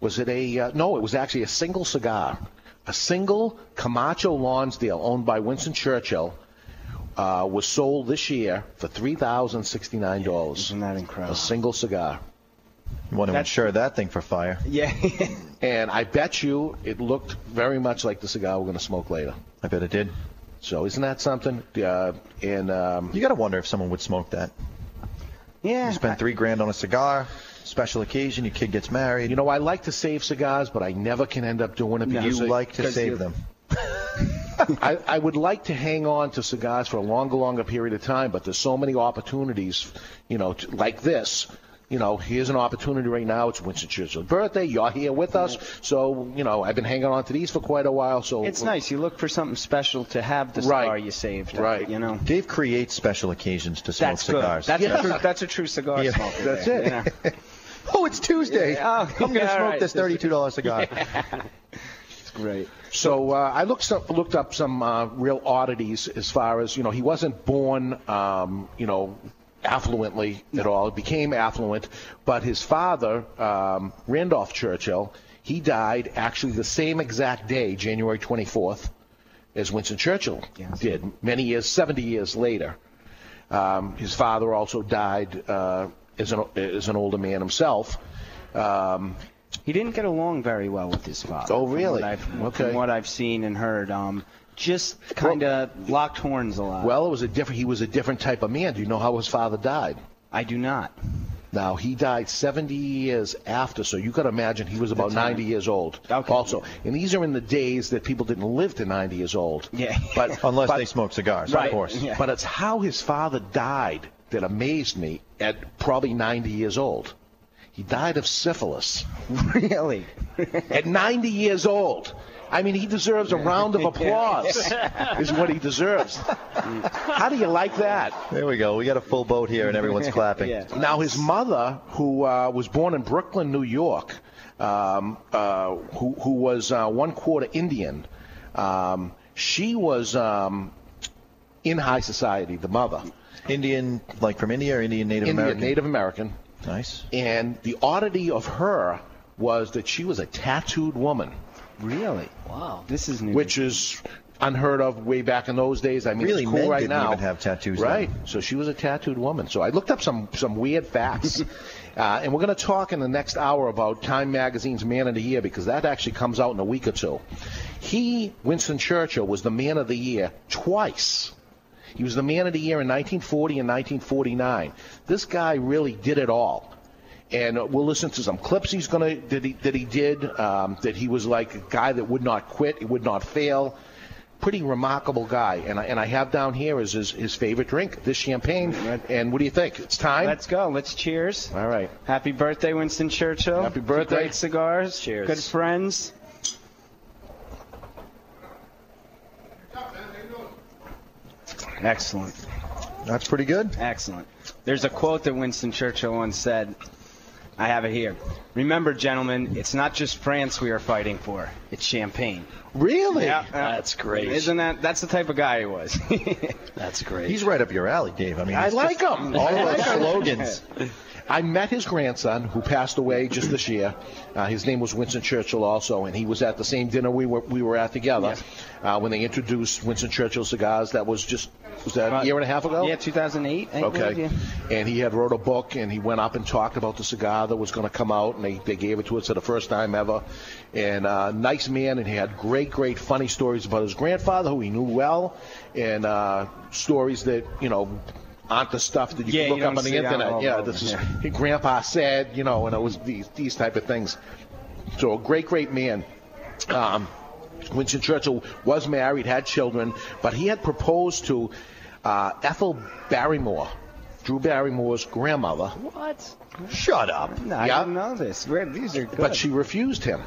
Speaker 5: was it a uh, no? It was actually a single cigar, a single Camacho Lonsdale owned by Winston Churchill. Uh, was sold this year for three thousand sixty-nine dollars. Isn't
Speaker 15: that incredible?
Speaker 5: A single cigar.
Speaker 6: You want to insure that thing for fire.
Speaker 15: Yeah.
Speaker 5: and I bet you it looked very much like the cigar we're going to smoke later.
Speaker 6: I bet it did.
Speaker 5: So isn't that something? Uh, and um,
Speaker 6: you got to wonder if someone would smoke that.
Speaker 15: Yeah.
Speaker 6: You spend three grand on a cigar, special occasion, your kid gets married. You
Speaker 5: know, I like to save cigars, but I never can end up doing it. because
Speaker 6: you
Speaker 5: I-
Speaker 6: like to
Speaker 5: because
Speaker 6: save
Speaker 5: you-
Speaker 6: them.
Speaker 5: I, I would like to hang on to cigars for a longer, longer period of time, but there's so many opportunities, you know, to, like this. You know, here's an opportunity right now. It's Winston Churchill's birthday. You're here with us, so you know I've been hanging on to these for quite a while. So
Speaker 15: it's nice. You look for something special to have the
Speaker 5: Right.
Speaker 15: cigar you saved.
Speaker 5: Right.
Speaker 15: You know.
Speaker 6: Dave creates special occasions to smoke
Speaker 15: That's good.
Speaker 6: cigars.
Speaker 15: That's, a true, that's a true cigar
Speaker 6: Yeah,
Speaker 15: smoker.
Speaker 6: that's
Speaker 15: there,
Speaker 6: it.
Speaker 15: you know.
Speaker 6: Oh, it's Tuesday.
Speaker 15: Yeah.
Speaker 6: I'm going to
Speaker 15: All
Speaker 6: smoke
Speaker 15: right.
Speaker 6: this $32 cigar.
Speaker 5: It's
Speaker 15: great.
Speaker 5: So uh, I looked up, looked up some uh, real oddities as far as you know. He wasn't born, um, you know, affluently at all. He became affluent, but his father, um, Randolph Churchill, he died actually the same exact day, January 24th, as Winston Churchill did. Many years, 70 years later. Um, his father also died uh, as an as an older man himself. Um,
Speaker 15: he didn't get along very well with his father.
Speaker 5: Oh,
Speaker 15: From
Speaker 5: really?
Speaker 15: what I've,
Speaker 5: Okay.
Speaker 15: From what I've seen and heard, um, just kind of locked horns a lot.
Speaker 5: Well, it was a different. He was a different type of man. Do you know how his father died?
Speaker 15: I do not.
Speaker 5: Now he died 70 years after, so you got to imagine he was about 90 years old. Also, and these are in the days that people didn't live to 90 years old.
Speaker 15: Yeah.
Speaker 5: But
Speaker 6: Unless they smoke cigars, of
Speaker 5: right.
Speaker 6: course.
Speaker 5: But it's how his father died that amazed me. at probably 90 years old. He died of syphilis.
Speaker 15: Really?
Speaker 5: at 90 years old. I mean, he deserves a round of applause, is what he deserves. How do you like that?
Speaker 6: There we go. We got a full boat here, and everyone's clapping.
Speaker 5: Now, his mother, who uh, was born in Brooklyn, New York, um, uh, who, who was uh, one quarter Indian, um, she was um, in high society, the mother.
Speaker 6: Indian, like from India or Indian Native
Speaker 5: Indian,
Speaker 6: American?
Speaker 5: Native American.
Speaker 6: Nice.
Speaker 5: And the oddity of her was that she was a tattooed woman.
Speaker 15: Really? Wow. This is new.
Speaker 5: Which is unheard of way back in those days. I mean,
Speaker 6: Really,
Speaker 5: it's cool
Speaker 6: men
Speaker 5: right
Speaker 6: didn't
Speaker 5: now.
Speaker 6: even have tattoos then.
Speaker 5: Right. So she was a tattooed woman. So I looked up some some weird facts. Uh, and we're going to talk in the next hour about Time Magazine's Man of the Year because that actually comes out in a week or two. He, Winston Churchill, was the Man of the Year twice. He was the Man of the Year in 1940 and 1949. This guy really did it all and uh, we'll listen to some clips he's gonna that he that he did um, that he was like a guy that would not quit, would not fail. Pretty remarkable guy, and I, and I have down here is his, his favorite drink, this champagne. And what do you think? It's time.
Speaker 15: Let's go. Let's cheers.
Speaker 5: All right.
Speaker 15: Happy birthday, Winston Churchill. Happy
Speaker 5: birthday.
Speaker 15: Great cigars.
Speaker 5: Cheers.
Speaker 15: Good friends. Excellent.
Speaker 6: That's pretty good.
Speaker 15: Excellent. There's a quote that Winston Churchill once said. I have it here. Remember, gentlemen, it's not just France we are fighting for. It's champagne.
Speaker 5: Really?
Speaker 15: Yeah.
Speaker 8: That's great.
Speaker 15: Isn't that? That's the type of guy he was.
Speaker 8: that's great.
Speaker 6: He's right up your alley, Dave. I mean,
Speaker 5: I
Speaker 6: it's
Speaker 5: like
Speaker 6: just-
Speaker 5: him.
Speaker 6: All
Speaker 5: I
Speaker 6: those
Speaker 5: like him.
Speaker 6: slogans.
Speaker 5: I met his grandson, who passed away just this year. Uh, his name was Winston Churchill, also, and he was at the same dinner we were we were at together uh, when they introduced Winston Churchill cigars. That was just was that a year and a half ago?
Speaker 15: Yeah, 2008. I
Speaker 5: Okay.
Speaker 15: believe, yeah.
Speaker 5: And he had wrote a book, and he went up and talked about the cigar that was going to come out, and they, they gave it to us for the first time ever. And uh, nice man, and he had great, great funny stories about his grandfather, who he knew well, and uh, stories that you know aren't the stuff that you
Speaker 15: Yeah,
Speaker 5: can look
Speaker 15: you
Speaker 5: up
Speaker 15: don't
Speaker 5: on
Speaker 15: see
Speaker 5: the
Speaker 15: that
Speaker 5: internet.
Speaker 15: all
Speaker 5: Yeah,
Speaker 15: over,
Speaker 5: this is
Speaker 15: yeah.
Speaker 5: Grandpa said, you know, and it was these these type of things. So a great, great man. Um, Winston Churchill was married, had children, but he had proposed to uh, Ethel Barrymore, Drew Barrymore's grandmother.
Speaker 8: What?
Speaker 5: Shut up.
Speaker 15: No, I
Speaker 5: Yeah.
Speaker 15: don't know this. Where- These are good.
Speaker 5: But she refused him.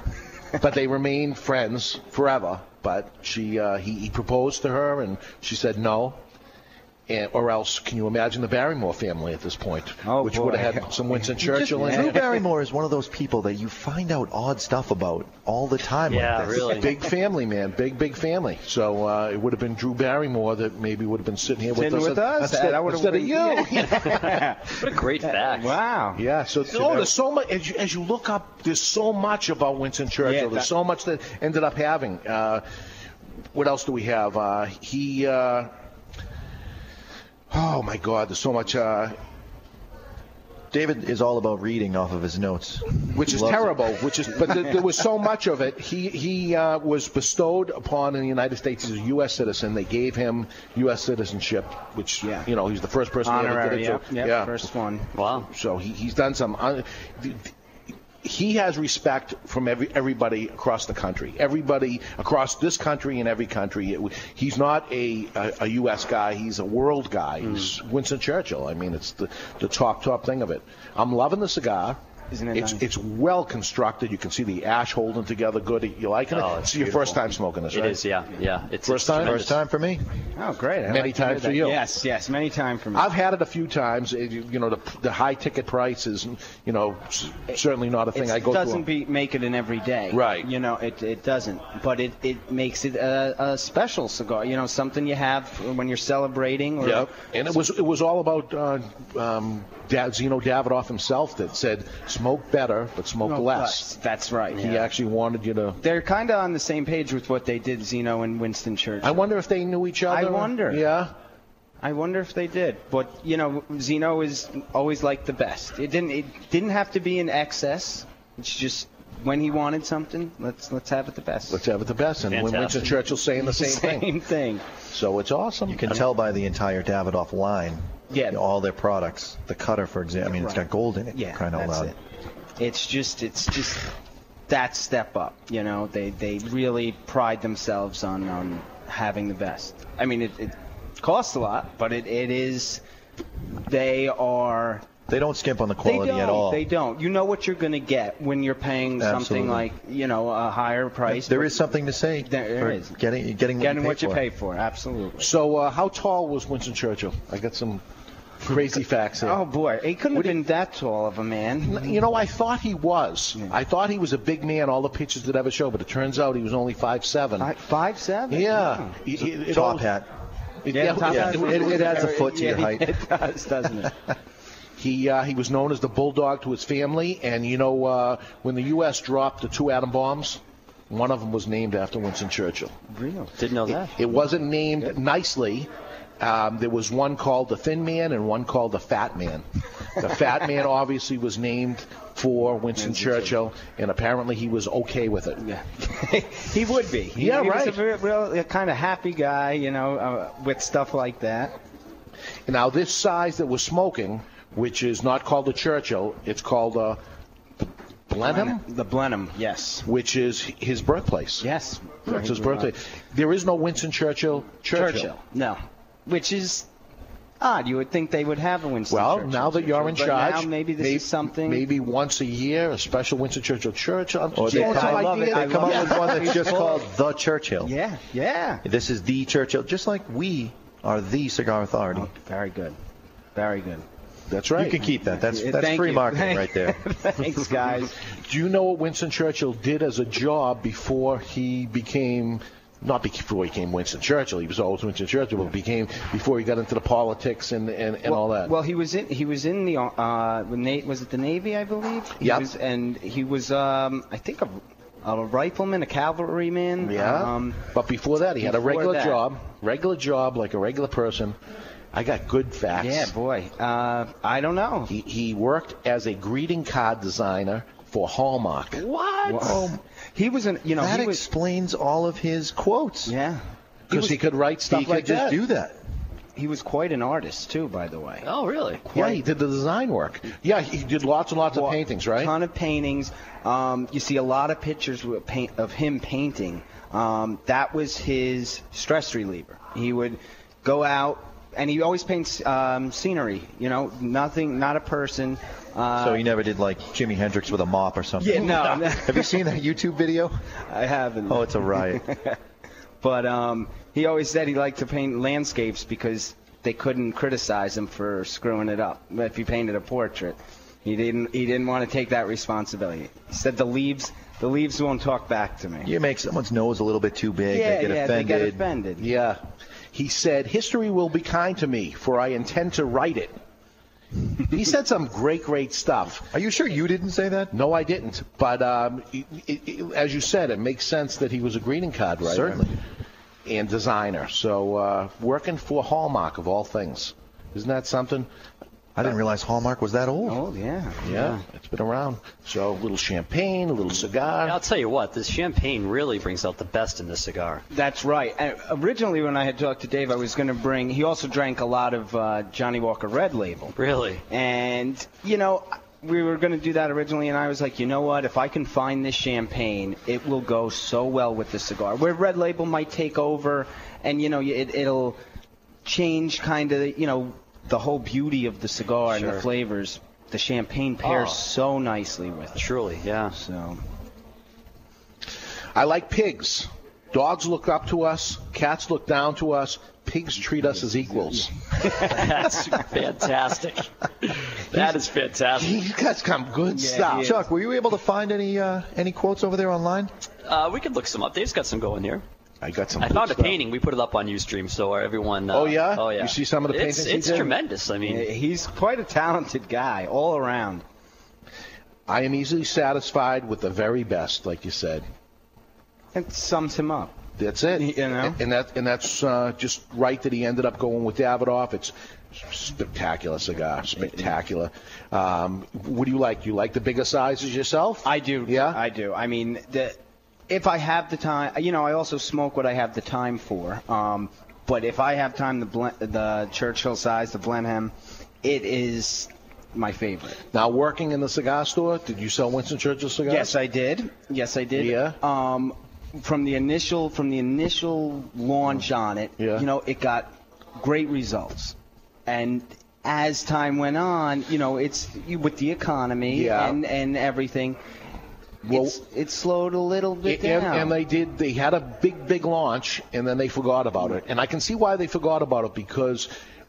Speaker 5: but they remained friends forever. But she, uh, he, he proposed to her, and she said no. And, or else, can you imagine the Barrymore family at this point,
Speaker 15: Oh,
Speaker 5: which
Speaker 15: boy.
Speaker 5: would have had some Winston
Speaker 6: You just-
Speaker 5: Churchill in
Speaker 6: Drew
Speaker 5: it.
Speaker 6: Barrymore is one of those people that you find out odd stuff about all the time. like this.
Speaker 5: Big family, man. Big, big family. So uh, it would have been Drew Barrymore that maybe would have been sitting here with
Speaker 15: Sitting
Speaker 5: us,
Speaker 15: with us.
Speaker 5: instead,
Speaker 15: That would've
Speaker 5: instead of
Speaker 15: been-
Speaker 5: you.
Speaker 8: What a great fact.
Speaker 15: Wow.
Speaker 5: Yeah. So oh, there's so much as you, as you look up. There's so much about Winston Churchill.
Speaker 15: Yeah, that-
Speaker 5: there's so much that ended up having. Uh, what else do we have? Uh, he. Uh, oh my God. There's so much. Uh,
Speaker 6: David is all about reading off of his notes,
Speaker 5: which is
Speaker 6: Loves it.
Speaker 5: terrible. Which is, but th- there was so much of it. He he uh, was bestowed upon in the United States as a U.S. citizen. They gave him U.S. citizenship, which
Speaker 15: Yeah.
Speaker 5: you know he's the first person to ever
Speaker 15: Honorary.
Speaker 5: get
Speaker 15: Yeah.
Speaker 5: it. to.
Speaker 15: yeah.
Speaker 5: yeah.
Speaker 15: First one.
Speaker 8: Wow.
Speaker 5: So he, he's done some. uh, un- th- th- he has respect from every everybody across the country, everybody across this country and every country. It, w- he's not a, a a U.S. guy; he's a world guy. He's
Speaker 15: Hmm.
Speaker 5: Winston Churchill. I mean, it's the the top top thing of it. I'm loving the cigar.
Speaker 15: Isn't it
Speaker 5: It's
Speaker 15: nice?
Speaker 5: it's well constructed. You can see the ash holding together good. You liking it?
Speaker 8: Oh, it's
Speaker 5: it's your first time smoking this,
Speaker 8: It
Speaker 5: right?
Speaker 8: is, yeah, yeah. It's
Speaker 5: First
Speaker 8: it's
Speaker 5: time?
Speaker 8: tremendous.
Speaker 6: First time for me.
Speaker 15: Oh, great. I like
Speaker 5: Many
Speaker 15: to hear
Speaker 5: times for
Speaker 15: that.
Speaker 5: you.
Speaker 15: Yes. Yes. Many times for me.
Speaker 5: I've had it a few times. It- you know, the, the high ticket price is, you know, s- certainly not a thing
Speaker 15: It
Speaker 5: I go
Speaker 15: doesn't
Speaker 5: through.
Speaker 15: be, make it an everyday.
Speaker 5: Right.
Speaker 15: You know, it, it doesn't. But it, it makes it a, a special cigar. You know, something you have when you're celebrating. Or,
Speaker 5: Yep. And it was it was all about uh, um, da- Zeno Davidoff himself that said, "Smoke better, but smoke
Speaker 15: Well,
Speaker 5: less."
Speaker 15: That's right.
Speaker 5: He actually wanted you to.
Speaker 15: They're kind of on the same page with what they did, Zeno and Winston Churchill.
Speaker 5: I wonder if they knew each other.
Speaker 15: I wonder.
Speaker 5: Yeah.
Speaker 15: I wonder if they did, but you know, Zeno is always like the best. It didn't. It didn't have to be in excess. It's just when he wanted something, let's let's have it the best.
Speaker 5: Let's have it the best. And when Winston
Speaker 8: Fantastic.
Speaker 5: Churchill's saying the same, thing,
Speaker 15: Same thing.
Speaker 5: so it's awesome.
Speaker 6: You can tell by the entire Davidoff line.
Speaker 15: Yeah.
Speaker 6: you know, all their products. The cutter, for example. I mean, it's
Speaker 15: Right.
Speaker 6: got gold in it.
Speaker 15: Yeah,
Speaker 6: crying out
Speaker 15: that's
Speaker 6: loud.
Speaker 15: it. It's just it's just that step up. You know, they they really pride themselves on on having the best. I mean, it, it costs a lot, but it, it is. They are
Speaker 6: They don't skimp on the
Speaker 15: They
Speaker 6: quality
Speaker 15: don't.
Speaker 6: at all.
Speaker 15: They don't. You know what you're going to get when you're paying
Speaker 6: Absolutely.
Speaker 15: something like you know a higher price.
Speaker 6: there is something to say.
Speaker 15: There
Speaker 6: for
Speaker 15: is.
Speaker 6: Getting, getting what
Speaker 15: Getting
Speaker 6: you pay
Speaker 15: what you
Speaker 6: for.
Speaker 15: pay for. Absolutely.
Speaker 5: So, uh, how tall was Winston Churchill? I got some crazy facts here.
Speaker 15: Oh boy, he couldn't have been that tall of a man.
Speaker 5: You know, I thought he was. I thought he was a big man. All the pictures that ever show, but it turns out he was only five seven.
Speaker 15: Five seven.
Speaker 5: Yeah. He- he- it
Speaker 6: top
Speaker 5: all-
Speaker 6: hat.
Speaker 5: It,
Speaker 6: Yeah, top hat. It- it adds a foot to your
Speaker 5: Yeah,
Speaker 6: height.
Speaker 5: It
Speaker 15: does, doesn't it?
Speaker 5: He, uh, he was known as the bulldog to his family, and you know uh, when the U.S. dropped the two atom bombs, one of them was named after Winston Churchill.
Speaker 15: Real. Didn't know that.
Speaker 5: It wasn't named nicely. Um, there was one called the Thin Man and one called the Fat Man. The Fat Man obviously was named for Winston, Churchill, and apparently he was okay with it.
Speaker 15: Yeah, he would be. He,
Speaker 5: yeah,
Speaker 15: he
Speaker 5: right.
Speaker 15: Was a real, kind of happy guy, you know, uh, with stuff like that.
Speaker 5: Now this size that we're smoking, which is not called a Churchill, it's called a Blenheim.
Speaker 15: The Blenheim, yes.
Speaker 5: Which is his birthplace.
Speaker 15: Yes,
Speaker 5: that's his
Speaker 15: He grew up.
Speaker 5: birthplace. There is no Winston Churchill. Churchill.
Speaker 15: No, which is odd. You would think they would have a Winston.
Speaker 5: Well,
Speaker 15: Churchill.
Speaker 5: now that you're in
Speaker 15: But
Speaker 5: charge,
Speaker 15: now maybe this
Speaker 5: may-
Speaker 15: is something.
Speaker 5: Maybe once a year, a special Winston Churchill church. I'm
Speaker 6: Or they,
Speaker 5: throwing some
Speaker 6: I love it.
Speaker 5: ideas.
Speaker 6: They come up with one that's just called the Churchill.
Speaker 15: Yeah, yeah.
Speaker 6: This is the Churchill, just like we are the Cigar Authority.
Speaker 15: very good, very good.
Speaker 5: That's right.
Speaker 6: You can keep that. That's
Speaker 5: Yeah,
Speaker 6: that's
Speaker 5: thank
Speaker 6: free
Speaker 5: you.
Speaker 6: marketing right there.
Speaker 15: Thanks, guys.
Speaker 5: Do you know what Winston Churchill did as a job before he became? Not before he became Winston Churchill. He was always Winston Churchill, but became before he got into the politics and, and, and all that.
Speaker 15: Well, he was in he was in the uh, na- was it the Navy, I believe. He
Speaker 5: Yep.
Speaker 15: was- and he was um, I think a, a rifleman, a cavalryman.
Speaker 5: Yeah.
Speaker 15: Um,
Speaker 5: but before that, he had a
Speaker 15: before
Speaker 5: regular
Speaker 15: that-
Speaker 5: job, regular job like a regular person. I got good facts.
Speaker 15: Yeah, boy. Uh, I don't know.
Speaker 5: He, he worked as a greeting card designer for Hallmark.
Speaker 15: What?
Speaker 5: Wow.
Speaker 15: He was an you know
Speaker 6: that
Speaker 15: he was,
Speaker 6: explains all of his quotes.
Speaker 15: Yeah.
Speaker 5: Because he, could write stuff
Speaker 6: he could
Speaker 5: like
Speaker 6: just
Speaker 5: that.
Speaker 6: do that.
Speaker 15: He was quite an artist too, by the way.
Speaker 1: Oh, really?
Speaker 5: Yeah, he did the design work. Yeah, he did lots and lots of paintings, right?
Speaker 15: ton of paintings. Um, you see a lot of pictures with paint, of him painting. Um, that was his stress reliever. He would go out, and he always paints um, scenery. You know, nothing, not a person. Uh,
Speaker 6: So he never did like Jimi Hendrix with a mop or something.
Speaker 15: Yeah, no.
Speaker 6: Have you seen that YouTube video?
Speaker 15: I haven't.
Speaker 6: Oh, it's a riot.
Speaker 15: But um, he always said he liked to paint landscapes because they couldn't criticize him for screwing it up. But if he painted a portrait, he didn't. He didn't want to take that responsibility. He said the leaves, the leaves won't talk back to me.
Speaker 6: You make someone's nose a little bit too big. they get offended.
Speaker 15: they get offended.
Speaker 5: Yeah. He said, History will be kind to me, for I intend to write it. he said some great, great stuff.
Speaker 6: Are you sure you didn't say that?
Speaker 5: No, I didn't. But um, it, it, it- as you said, it makes sense that he was a greeting card writer.
Speaker 6: Certainly.
Speaker 5: And designer. So uh, working for Hallmark, of all things. Isn't that something?
Speaker 6: I didn't realize Hallmark was that old.
Speaker 15: Oh yeah.
Speaker 5: Yeah, it's been around. So a little champagne, a little cigar.
Speaker 1: I'll tell you what, this champagne really brings out the best in this cigar.
Speaker 15: That's right. And originally, when I had talked to Dave, I was going to bring. He also drank a lot of uh, Johnny Walker Red Label.
Speaker 1: Really?
Speaker 15: And, you know, we were going to do that originally, and I was like, you know what? If I can find this champagne, it will go so well with this cigar. Where Red Label might take over, and, you know, it, it'll change kind of, you know, the whole beauty of the cigar and the
Speaker 1: Sure.
Speaker 15: flavors. The champagne pairs
Speaker 1: Oh.
Speaker 15: so nicely with it.
Speaker 1: Truly, yeah.
Speaker 15: So,
Speaker 5: I like pigs. Dogs look up to us. Cats look down to us. Pigs treat us as equals.
Speaker 1: That's fantastic. That is fantastic.
Speaker 5: He's got some good stuff.
Speaker 6: Chuck, were you able to find any uh, any quotes over there online?
Speaker 1: Uh, we could look some up. Dave's got some going here.
Speaker 5: I got some.
Speaker 1: I
Speaker 5: good
Speaker 1: found a
Speaker 5: stuff.
Speaker 1: painting. We put it up on Ustream, so everyone. Uh,
Speaker 5: Oh, yeah?
Speaker 1: Oh yeah.
Speaker 5: You see some of the
Speaker 1: It's-
Speaker 5: paintings he
Speaker 1: It's,
Speaker 5: did?
Speaker 1: tremendous. I mean,
Speaker 15: he's quite a talented guy all around.
Speaker 5: I am easily satisfied with the very best, like you said.
Speaker 15: It sums him up.
Speaker 5: That's it.
Speaker 15: You know?
Speaker 5: And that and that's uh, just right that he ended up going with Davidoff. It's spectacular cigar, spectacular. Um, what do you like? You like the bigger sizes yourself?
Speaker 15: I do.
Speaker 5: Yeah.
Speaker 15: I do. I mean, the, if I have the time, you know, I also smoke what I have the time for. Um, but if I have time, the Blen, the Churchill size, the Blenheim, it is my favorite.
Speaker 5: now working in the cigar store, did you sell Winston Churchill cigars?
Speaker 15: Yes, I did. Yes, I did.
Speaker 5: Yeah.
Speaker 15: Um, from the initial from the initial launch on it,
Speaker 5: Mm. Yeah.
Speaker 15: you know, it got great results, and as time went on, you know, it's you, with the economy
Speaker 5: Yeah.
Speaker 15: and and everything.
Speaker 5: Well-
Speaker 15: it's, it slowed a little bit
Speaker 5: and,
Speaker 15: down.
Speaker 5: and they did. They had a big, big launch, and then they forgot about it. And I can see why they forgot about it because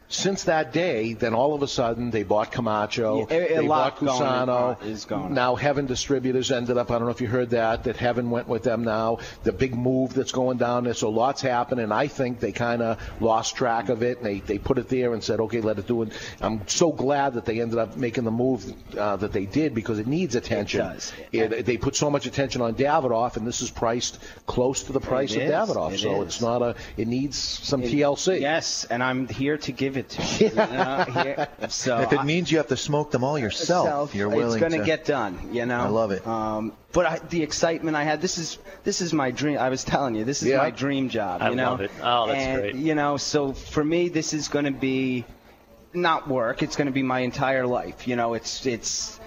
Speaker 5: since that day, then all of a sudden they bought Camacho,
Speaker 15: Yeah, a- a
Speaker 5: they
Speaker 15: lot
Speaker 5: bought
Speaker 15: going on-
Speaker 5: Cusano.
Speaker 15: is going on.
Speaker 5: Now Heaven Distributors ended up. I don't know if you heard that that Heaven went with them now. The big move that's going down there. So lots happening. I think they kind of lost track of it, and they they put it there and said, okay, let it do it. I'm so glad that they ended up making the move uh, that they did because it needs attention. It
Speaker 15: does.
Speaker 5: they put so much attention on Davidoff, and this is priced close to the price
Speaker 15: It
Speaker 5: of
Speaker 15: is,
Speaker 5: Davidoff.
Speaker 15: it
Speaker 5: so
Speaker 15: is.
Speaker 5: it's not a. It needs some
Speaker 15: It-
Speaker 5: TLC.
Speaker 15: Yes, and I'm here to give it to you. you know, Uh, here- so
Speaker 6: if it
Speaker 15: I-
Speaker 6: means you have to smoke them all yourself,
Speaker 15: Self,
Speaker 6: you're
Speaker 15: it's
Speaker 6: willing
Speaker 15: going
Speaker 6: to
Speaker 15: get done, you know.
Speaker 6: I love it.
Speaker 15: Um, but I, the excitement I had, this is this is my dream. I was telling you, this is
Speaker 8: Yeah.
Speaker 15: my dream job.
Speaker 8: I
Speaker 15: you know?
Speaker 8: love it. Oh, that's
Speaker 15: And,
Speaker 8: great.
Speaker 15: You know, so for me, this is going to be not work. It's going to be my entire life. You know, it's it's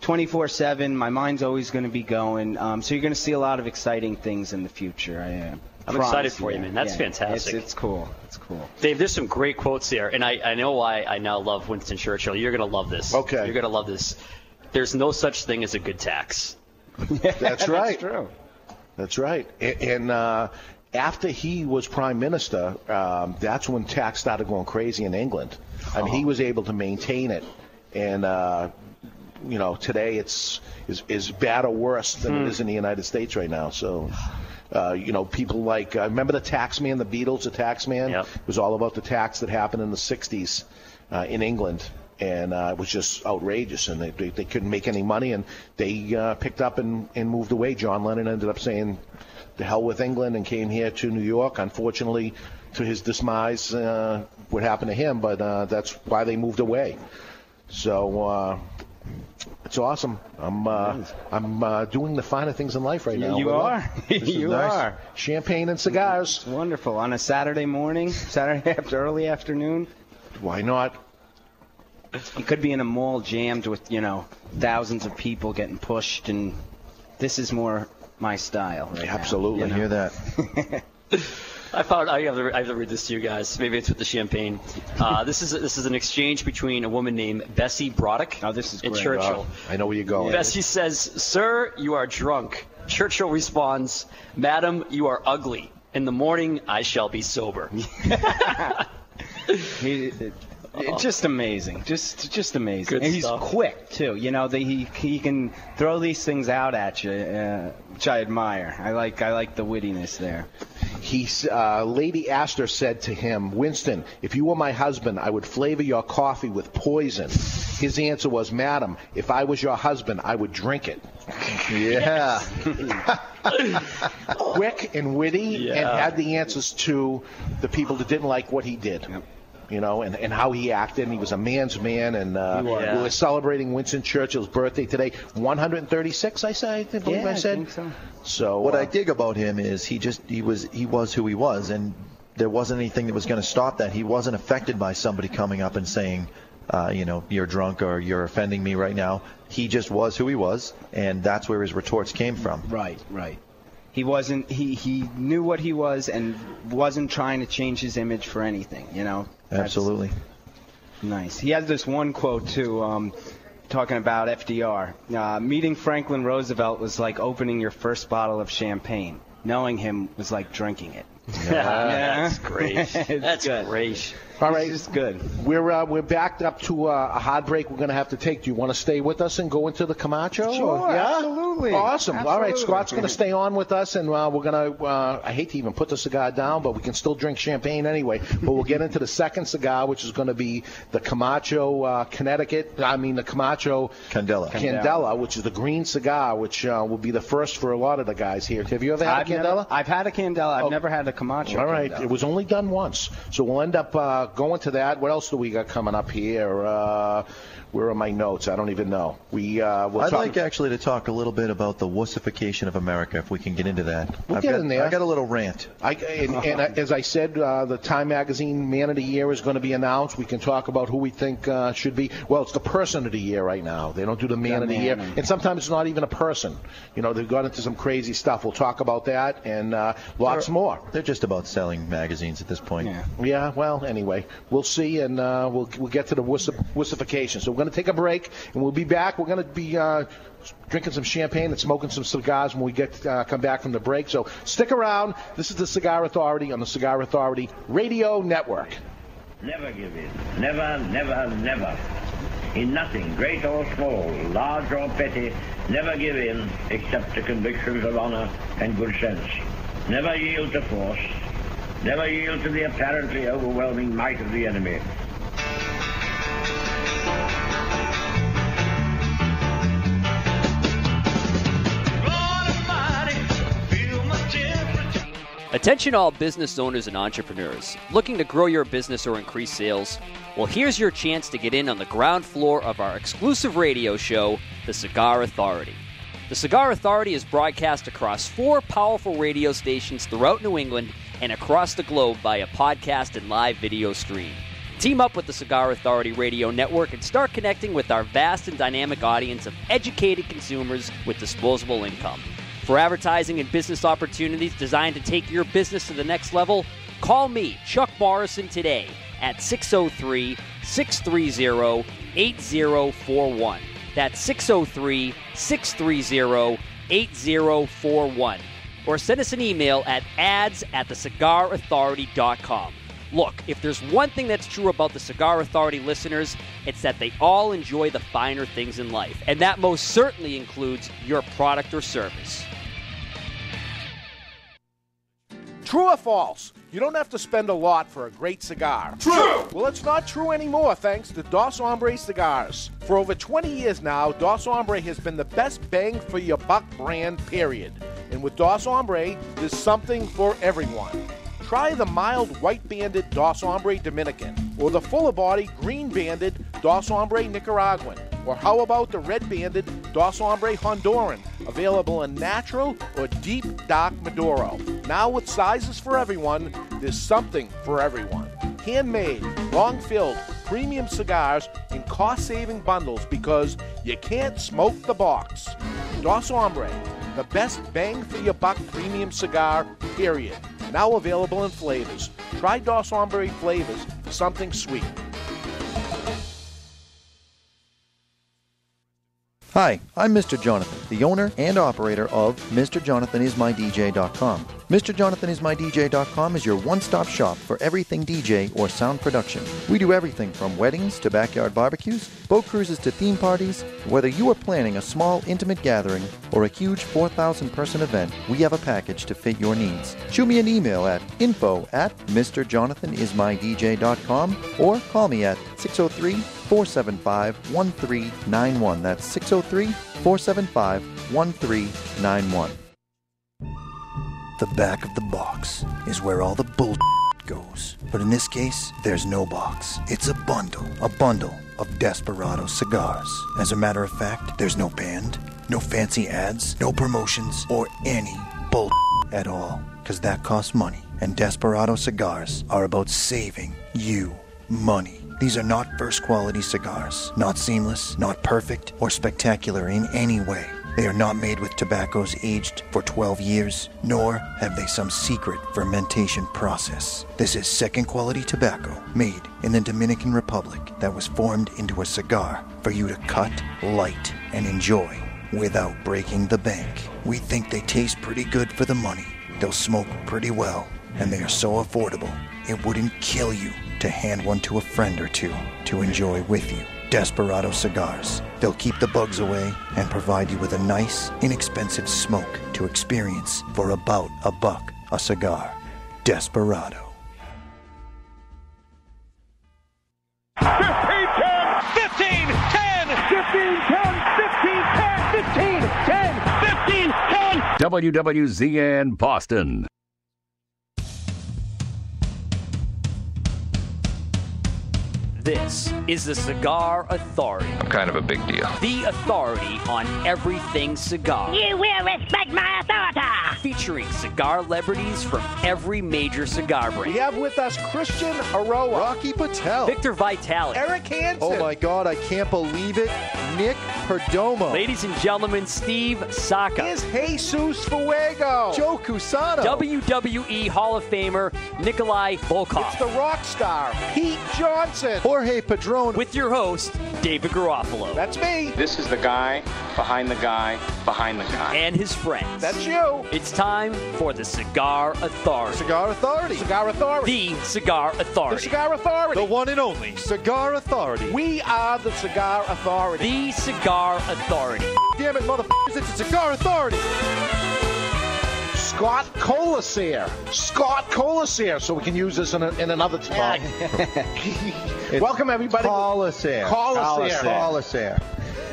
Speaker 15: 24/7. My mind's always going to be going. Um, so you're going to see a lot of exciting things in the future. I am.
Speaker 8: I'm
Speaker 15: Promise
Speaker 8: excited for you,
Speaker 15: that.
Speaker 8: man. That's
Speaker 15: Yeah.
Speaker 8: fantastic.
Speaker 15: It's, it's cool. It's cool.
Speaker 8: Dave, there's some great quotes there, and I, I know why I now love Winston Churchill. You're going to love this. Okay. You're going to love this. There's no such thing as a good tax.
Speaker 5: That's right. That's true. That's right. A- And uh, after he was prime minister, um, that's when tax started going crazy in England. I mean, he was able to maintain it, and uh, you know, today it's is, is bad or worse than
Speaker 16: Hmm.
Speaker 5: it is in the United States right now. So. Uh, you know, people like uh, remember the tax man, the Beatles, the tax man. It was all about the tax that happened in the '60s uh, in England, and uh, it was just outrageous, and they, they, they couldn't make any money, and they uh, picked up and, and moved away. John Lennon ended up saying, "The hell with England," and came here to New York. Unfortunately, to his demise, uh, what happened to him, but uh, that's why they moved away. So. Uh, it's awesome. I'm uh, I'm uh, doing the finer things in life right
Speaker 15: You-
Speaker 5: now.
Speaker 15: you
Speaker 5: Well,
Speaker 15: are.
Speaker 5: this is
Speaker 15: You
Speaker 5: nice.
Speaker 15: are.
Speaker 5: Champagne and cigars.
Speaker 15: wonderful on a Saturday morning, Saturday after early afternoon.
Speaker 5: Why not?
Speaker 15: You could be in a mall jammed with you know thousands of people getting pushed, and this is more my style. Right
Speaker 5: Absolutely,
Speaker 15: now, you
Speaker 6: hear that.
Speaker 8: I found I have, to, I have to read this to you guys. Maybe it's with the champagne. Uh, this is this is an exchange between a woman named Bessie Broddick and
Speaker 5: Great.
Speaker 8: Churchill.
Speaker 5: Uh, I know where you're going.
Speaker 8: Bessie says, "Sir, you are drunk." Churchill responds, "Madam, you are ugly. In the morning, I shall be sober."
Speaker 15: He- it- it's just amazing, just just amazing.
Speaker 8: Good
Speaker 15: and he's
Speaker 8: stuff.
Speaker 15: quick too. You know, the, he he can throw these things out at you, uh, which I admire. I like I like the wittiness there.
Speaker 5: He, uh, Lady Astor said to him, Winston, if you were my husband, I would flavor your coffee with poison. His answer was, Madam, if I was your husband, I would drink it. Yeah. Quick and witty and had the answers to the people that didn't like what he did. You know, and, and how he acted, and he was a man's man, and uh,
Speaker 15: He was.
Speaker 5: we were celebrating Winston Churchill's birthday today, 136, I say, I believe
Speaker 15: Yeah,
Speaker 5: I
Speaker 15: I
Speaker 5: said.
Speaker 15: think so.
Speaker 5: So
Speaker 6: what
Speaker 5: uh,
Speaker 6: I dig about him is he just he was he was who he was, and there wasn't anything that was going to stop that. He wasn't affected by somebody coming up and saying, uh, you know, you're drunk or you're offending me right now. He just was who he was, and that's where his retorts came from.
Speaker 15: Right, right. He wasn't. He he knew what he was and wasn't trying to change his image for anything. You know. That's-
Speaker 6: Absolutely.
Speaker 15: Nice. He has this one quote too, um, talking about FDR. Uh, meeting Franklin Roosevelt was like opening your first bottle of champagne. Knowing him was like drinking it.
Speaker 8: That's great. That's great.
Speaker 5: All right,
Speaker 15: it's good.
Speaker 5: We're uh, we're backed up to uh, a hard break. We're going to have to take. Do you want to stay with us and go into the Camacho?
Speaker 15: Sure,
Speaker 5: yeah?
Speaker 15: absolutely.
Speaker 5: Awesome. All right,
Speaker 15: Absolutely.
Speaker 5: Scott's going to stay on with us, and uh, we're going to. Uh, I hate to even put the cigar down, but we can still drink champagne anyway. But we'll get into the second cigar, which is going to be the Camacho uh, Connecticut. I mean the Camacho
Speaker 6: Candela.
Speaker 5: Candela, which is the green cigar, which uh, will be the first for a lot of the guys here. Have you ever had
Speaker 15: I've
Speaker 5: a Candela? Oh.
Speaker 15: never- I've had a Candela. I've never had a Camacho.
Speaker 5: All right,
Speaker 15: Candela.
Speaker 5: it was only done once, so we'll end up uh, going to that. What else do we got coming up here? Uh, Where are my notes? I don't even know. We uh, we'll
Speaker 6: I'd
Speaker 5: talk-
Speaker 6: like actually to talk a little bit about the wussification of America, if we can get into that.
Speaker 5: We'll
Speaker 6: I've
Speaker 5: get
Speaker 6: got,
Speaker 5: in there.
Speaker 6: I got a little rant.
Speaker 5: I, and, and I- as I said, uh, the Time Magazine Man of the Year is going to be announced. We can talk about who we think uh, should be. Well, it's the Person of the Year right now. They don't do the Man
Speaker 15: The
Speaker 5: of the
Speaker 15: man.
Speaker 5: Year, and sometimes it's not even a person. You know, they've gone into some crazy stuff. We'll talk about that and uh, lots more.
Speaker 6: They're just about selling magazines at this point. Yeah.
Speaker 5: Yeah, well, anyway, we'll see, and uh, we'll, we'll get to the wussif- wussification. So we're going to take a break, and we'll be back. We're going to be uh, drinking some champagne and smoking some cigars when we get uh, come back from the break. So stick around. This is the Cigar Authority on the Cigar Authority Radio Network.
Speaker 16: Never give in. Never, never, never. In nothing, great or small, large or petty, never give in except to convictions of honor and good sense. Never yield to force. Never yield to the apparently overwhelming might of the enemy.
Speaker 1: Attention all business owners and entrepreneurs looking to grow your business or increase sales. Well, here's your chance to get in on the ground floor of our exclusive radio show, The Cigar Authority. The Cigar Authority is broadcast across four powerful radio stations throughout New England and across the globe via podcast and live video stream. Team up with the Cigar Authority Radio Network and start connecting with our vast and dynamic audience of educated consumers with disposable income. For advertising and business opportunities designed to take your business to the next level, call me, Chuck Morrison, today at 603 630 8041. That's 603 630 8041. Or send us an email at ads at thecigarauthority.com. Look, if there's one thing that's true about the Cigar Authority listeners, it's that they all enjoy the finer things in life. And that most certainly includes your product or service.
Speaker 5: True or false? You don't have to spend a lot for a great cigar. True! Well, it's not true anymore thanks to Dos Ombre cigars. For over 20 years now, Dos Ombre has been the best bang for your buck brand, period. And with Dos Ombre, there's something for everyone. Try the mild white banded Dos Ombre Dominican, or the fuller body green banded Dos Ombre Nicaraguan, or how about the red banded Dos Ombre Honduran, available in natural or deep dark Maduro. Now with sizes for everyone, there's something for everyone. Handmade, long filled, premium cigars in cost saving bundles because you can't smoke the box. Dos Ombre, the best bang for your buck premium cigar, period. Now available in flavors. Try Dos Ombre flavors for something sweet.
Speaker 9: Hi, I'm Mr. Jonathan, the owner and operator of MrJonathanIsMyDJ.com. MrJonathanIsMyDJ.com is your one-stop shop for everything DJ or sound production. We do everything from weddings to backyard barbecues, boat cruises to theme parties. Whether you are planning a small, intimate gathering or a huge 4,000-person event, we have a package to fit your needs. Shoot me an email at info at MrJonathanIsMyDJ.com or call me at 603- 475 1391. That's 603 475 1391.
Speaker 17: The back of the box is where all the bull goes. But in this case, there's no box. It's a bundle. A bundle of Desperado cigars. As a matter of fact, there's no band, no fancy ads, no promotions, or any bull at all. Because that costs money. And Desperado cigars are about saving you money. These are not first quality cigars. Not seamless, not perfect, or spectacular in any way. They are not made with tobaccos aged for 12 years, nor have they some secret fermentation process. This is second quality tobacco made in the Dominican Republic that was formed into a cigar for you to cut, light, and enjoy without breaking the bank. We think they taste pretty good for the money. They'll smoke pretty well, and they are so affordable it wouldn't kill you to hand one to a friend or two to enjoy with you. Desperado cigars. They'll keep the bugs away and provide you with a nice, inexpensive smoke to experience for about a buck a cigar. Desperado.
Speaker 18: 15, 10, 15, 10, 15, 10, 15, 10, 15, 10.
Speaker 2: WWZN Boston.
Speaker 1: This is the Cigar Authority,
Speaker 11: I'm kind of a big deal.
Speaker 1: the authority on everything cigar.
Speaker 4: You will respect my authority.
Speaker 1: Featuring cigar celebrities from every major cigar brand.
Speaker 5: We have with us Christian Aroa,
Speaker 6: Rocky Patel,
Speaker 1: Victor Vitale,
Speaker 5: Eric Hansen.
Speaker 6: Oh my God, I can't believe it. Nick Perdomo.
Speaker 1: Ladies and gentlemen, Steve Saka.
Speaker 5: Here's Jesus Fuego.
Speaker 6: Joe Cusano.
Speaker 1: WWE E Hall of Famer Nikolai Volkov.
Speaker 5: It's the rock star, Pete Johnson.
Speaker 6: Jorge Padron.
Speaker 1: With your host, David Garofalo.
Speaker 5: That's me.
Speaker 7: This is the guy behind the guy behind the guy.
Speaker 1: And his friends.
Speaker 5: That's you.
Speaker 1: It's time for the Cigar Authority.
Speaker 6: Cigar Authority.
Speaker 5: Cigar Authority.
Speaker 1: The Cigar Authority.
Speaker 5: The Cigar Authority.
Speaker 6: The one and only Cigar Authority.
Speaker 5: We are the Cigar Authority.
Speaker 1: The Cigar Authority.
Speaker 6: Damn it, motherfuckers, it's a Cigar Authority.
Speaker 5: Scott Colasare. Scott Colasare. So we can use this in, a, in another time. Welcome, everybody.
Speaker 6: Call us here.
Speaker 5: Call us here.
Speaker 6: Call us here.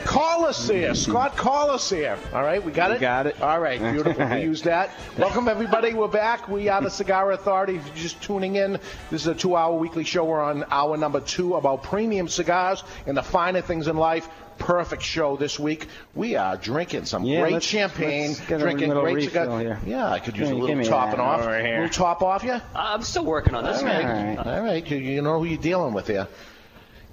Speaker 5: Call us here. Scott, call us here. All right, we got
Speaker 15: You
Speaker 5: it?
Speaker 15: got it.
Speaker 5: All right, beautiful. we used that. Welcome, everybody. We're back. We are the Cigar Authority. If you're just tuning in, this is a two hour weekly show. We're on hour number two about premium cigars and the finer things in life. Perfect show this week. We are drinking some
Speaker 15: Yeah,
Speaker 5: great
Speaker 15: let's-
Speaker 5: champagne,
Speaker 15: let's get a
Speaker 5: drinking
Speaker 15: little
Speaker 5: great
Speaker 15: refill
Speaker 5: cigar.
Speaker 15: here.
Speaker 5: Yeah, I could use
Speaker 15: Hey,
Speaker 5: a
Speaker 15: give
Speaker 5: little
Speaker 15: me
Speaker 5: topping
Speaker 15: that
Speaker 5: off.
Speaker 15: over here.
Speaker 5: little top off, yeah.
Speaker 1: I'm still working on this,
Speaker 5: All
Speaker 1: man.
Speaker 5: right. All right. You, you know who you're dealing with here.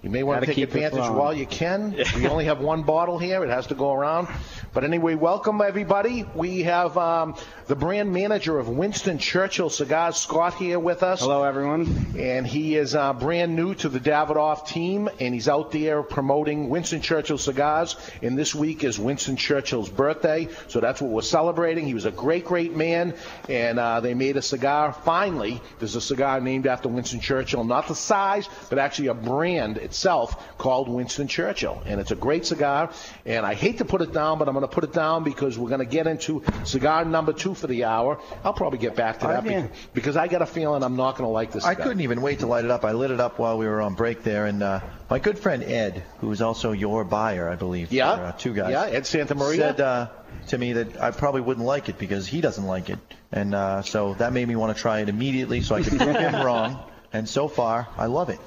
Speaker 5: You may want
Speaker 15: Gotta
Speaker 5: to take
Speaker 15: keep it
Speaker 5: advantage
Speaker 15: flowing.
Speaker 5: while you can. We only have one bottle here. It has to go around. But anyway, welcome everybody. We have um, the brand manager of Winston Churchill Cigars, Scott, here with us.
Speaker 15: Hello, everyone.
Speaker 5: And he is uh, brand new to the Davidoff team, and he's out there promoting Winston Churchill cigars. And this week is Winston Churchill's birthday, so that's what we're celebrating. He was a great, great man, and uh, they made a cigar. Finally, there's a cigar named after Winston Churchill, not the size, but actually a brand itself called Winston Churchill. And it's a great cigar, and I hate to put it down, but I'm going to put it down because we're going to get into cigar number two for the hour. I'll probably get back to
Speaker 6: Oh,
Speaker 5: that
Speaker 6: yeah.
Speaker 5: beca- because I got a feeling I'm not going to like this.
Speaker 6: I
Speaker 5: cigar.
Speaker 6: couldn't even wait to light it up. I lit it up while we were on break there, and uh, my good friend Ed, who is also your buyer, I believe,
Speaker 5: Yeah.
Speaker 6: for, uh, two guys,
Speaker 5: Yeah, Ed Santa Maria.
Speaker 6: said uh, to me that I probably wouldn't like it because he doesn't like it, and uh, so that made me want to try it immediately so I could prove him wrong. And so far, I love it.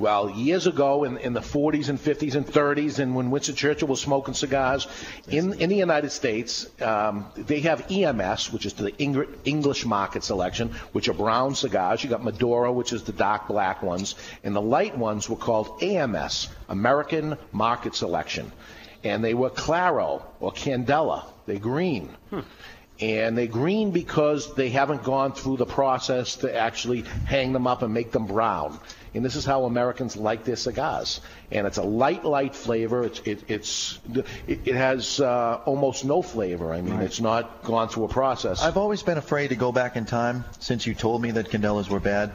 Speaker 5: Well, years ago in, in the 40s and 50s and 30s, and when Winston Churchill was smoking cigars in, in the United States, um, they have EMS, which is the Eng- English market selection, which are brown cigars. You got Maduro, which is the dark black ones, and the light ones were called AMS, American Market Selection. And they were Claro or Candela, they green
Speaker 6: Hmm.
Speaker 5: and they're green because they haven't gone through the process to actually hang them up and make them brown. And this is how Americans like their cigars. And it's a light, light flavor. It's it, it's it, it has uh, almost no flavor. I mean, it's not gone through a process.
Speaker 6: I've always been afraid to go back in time since you told me that Candelas were bad,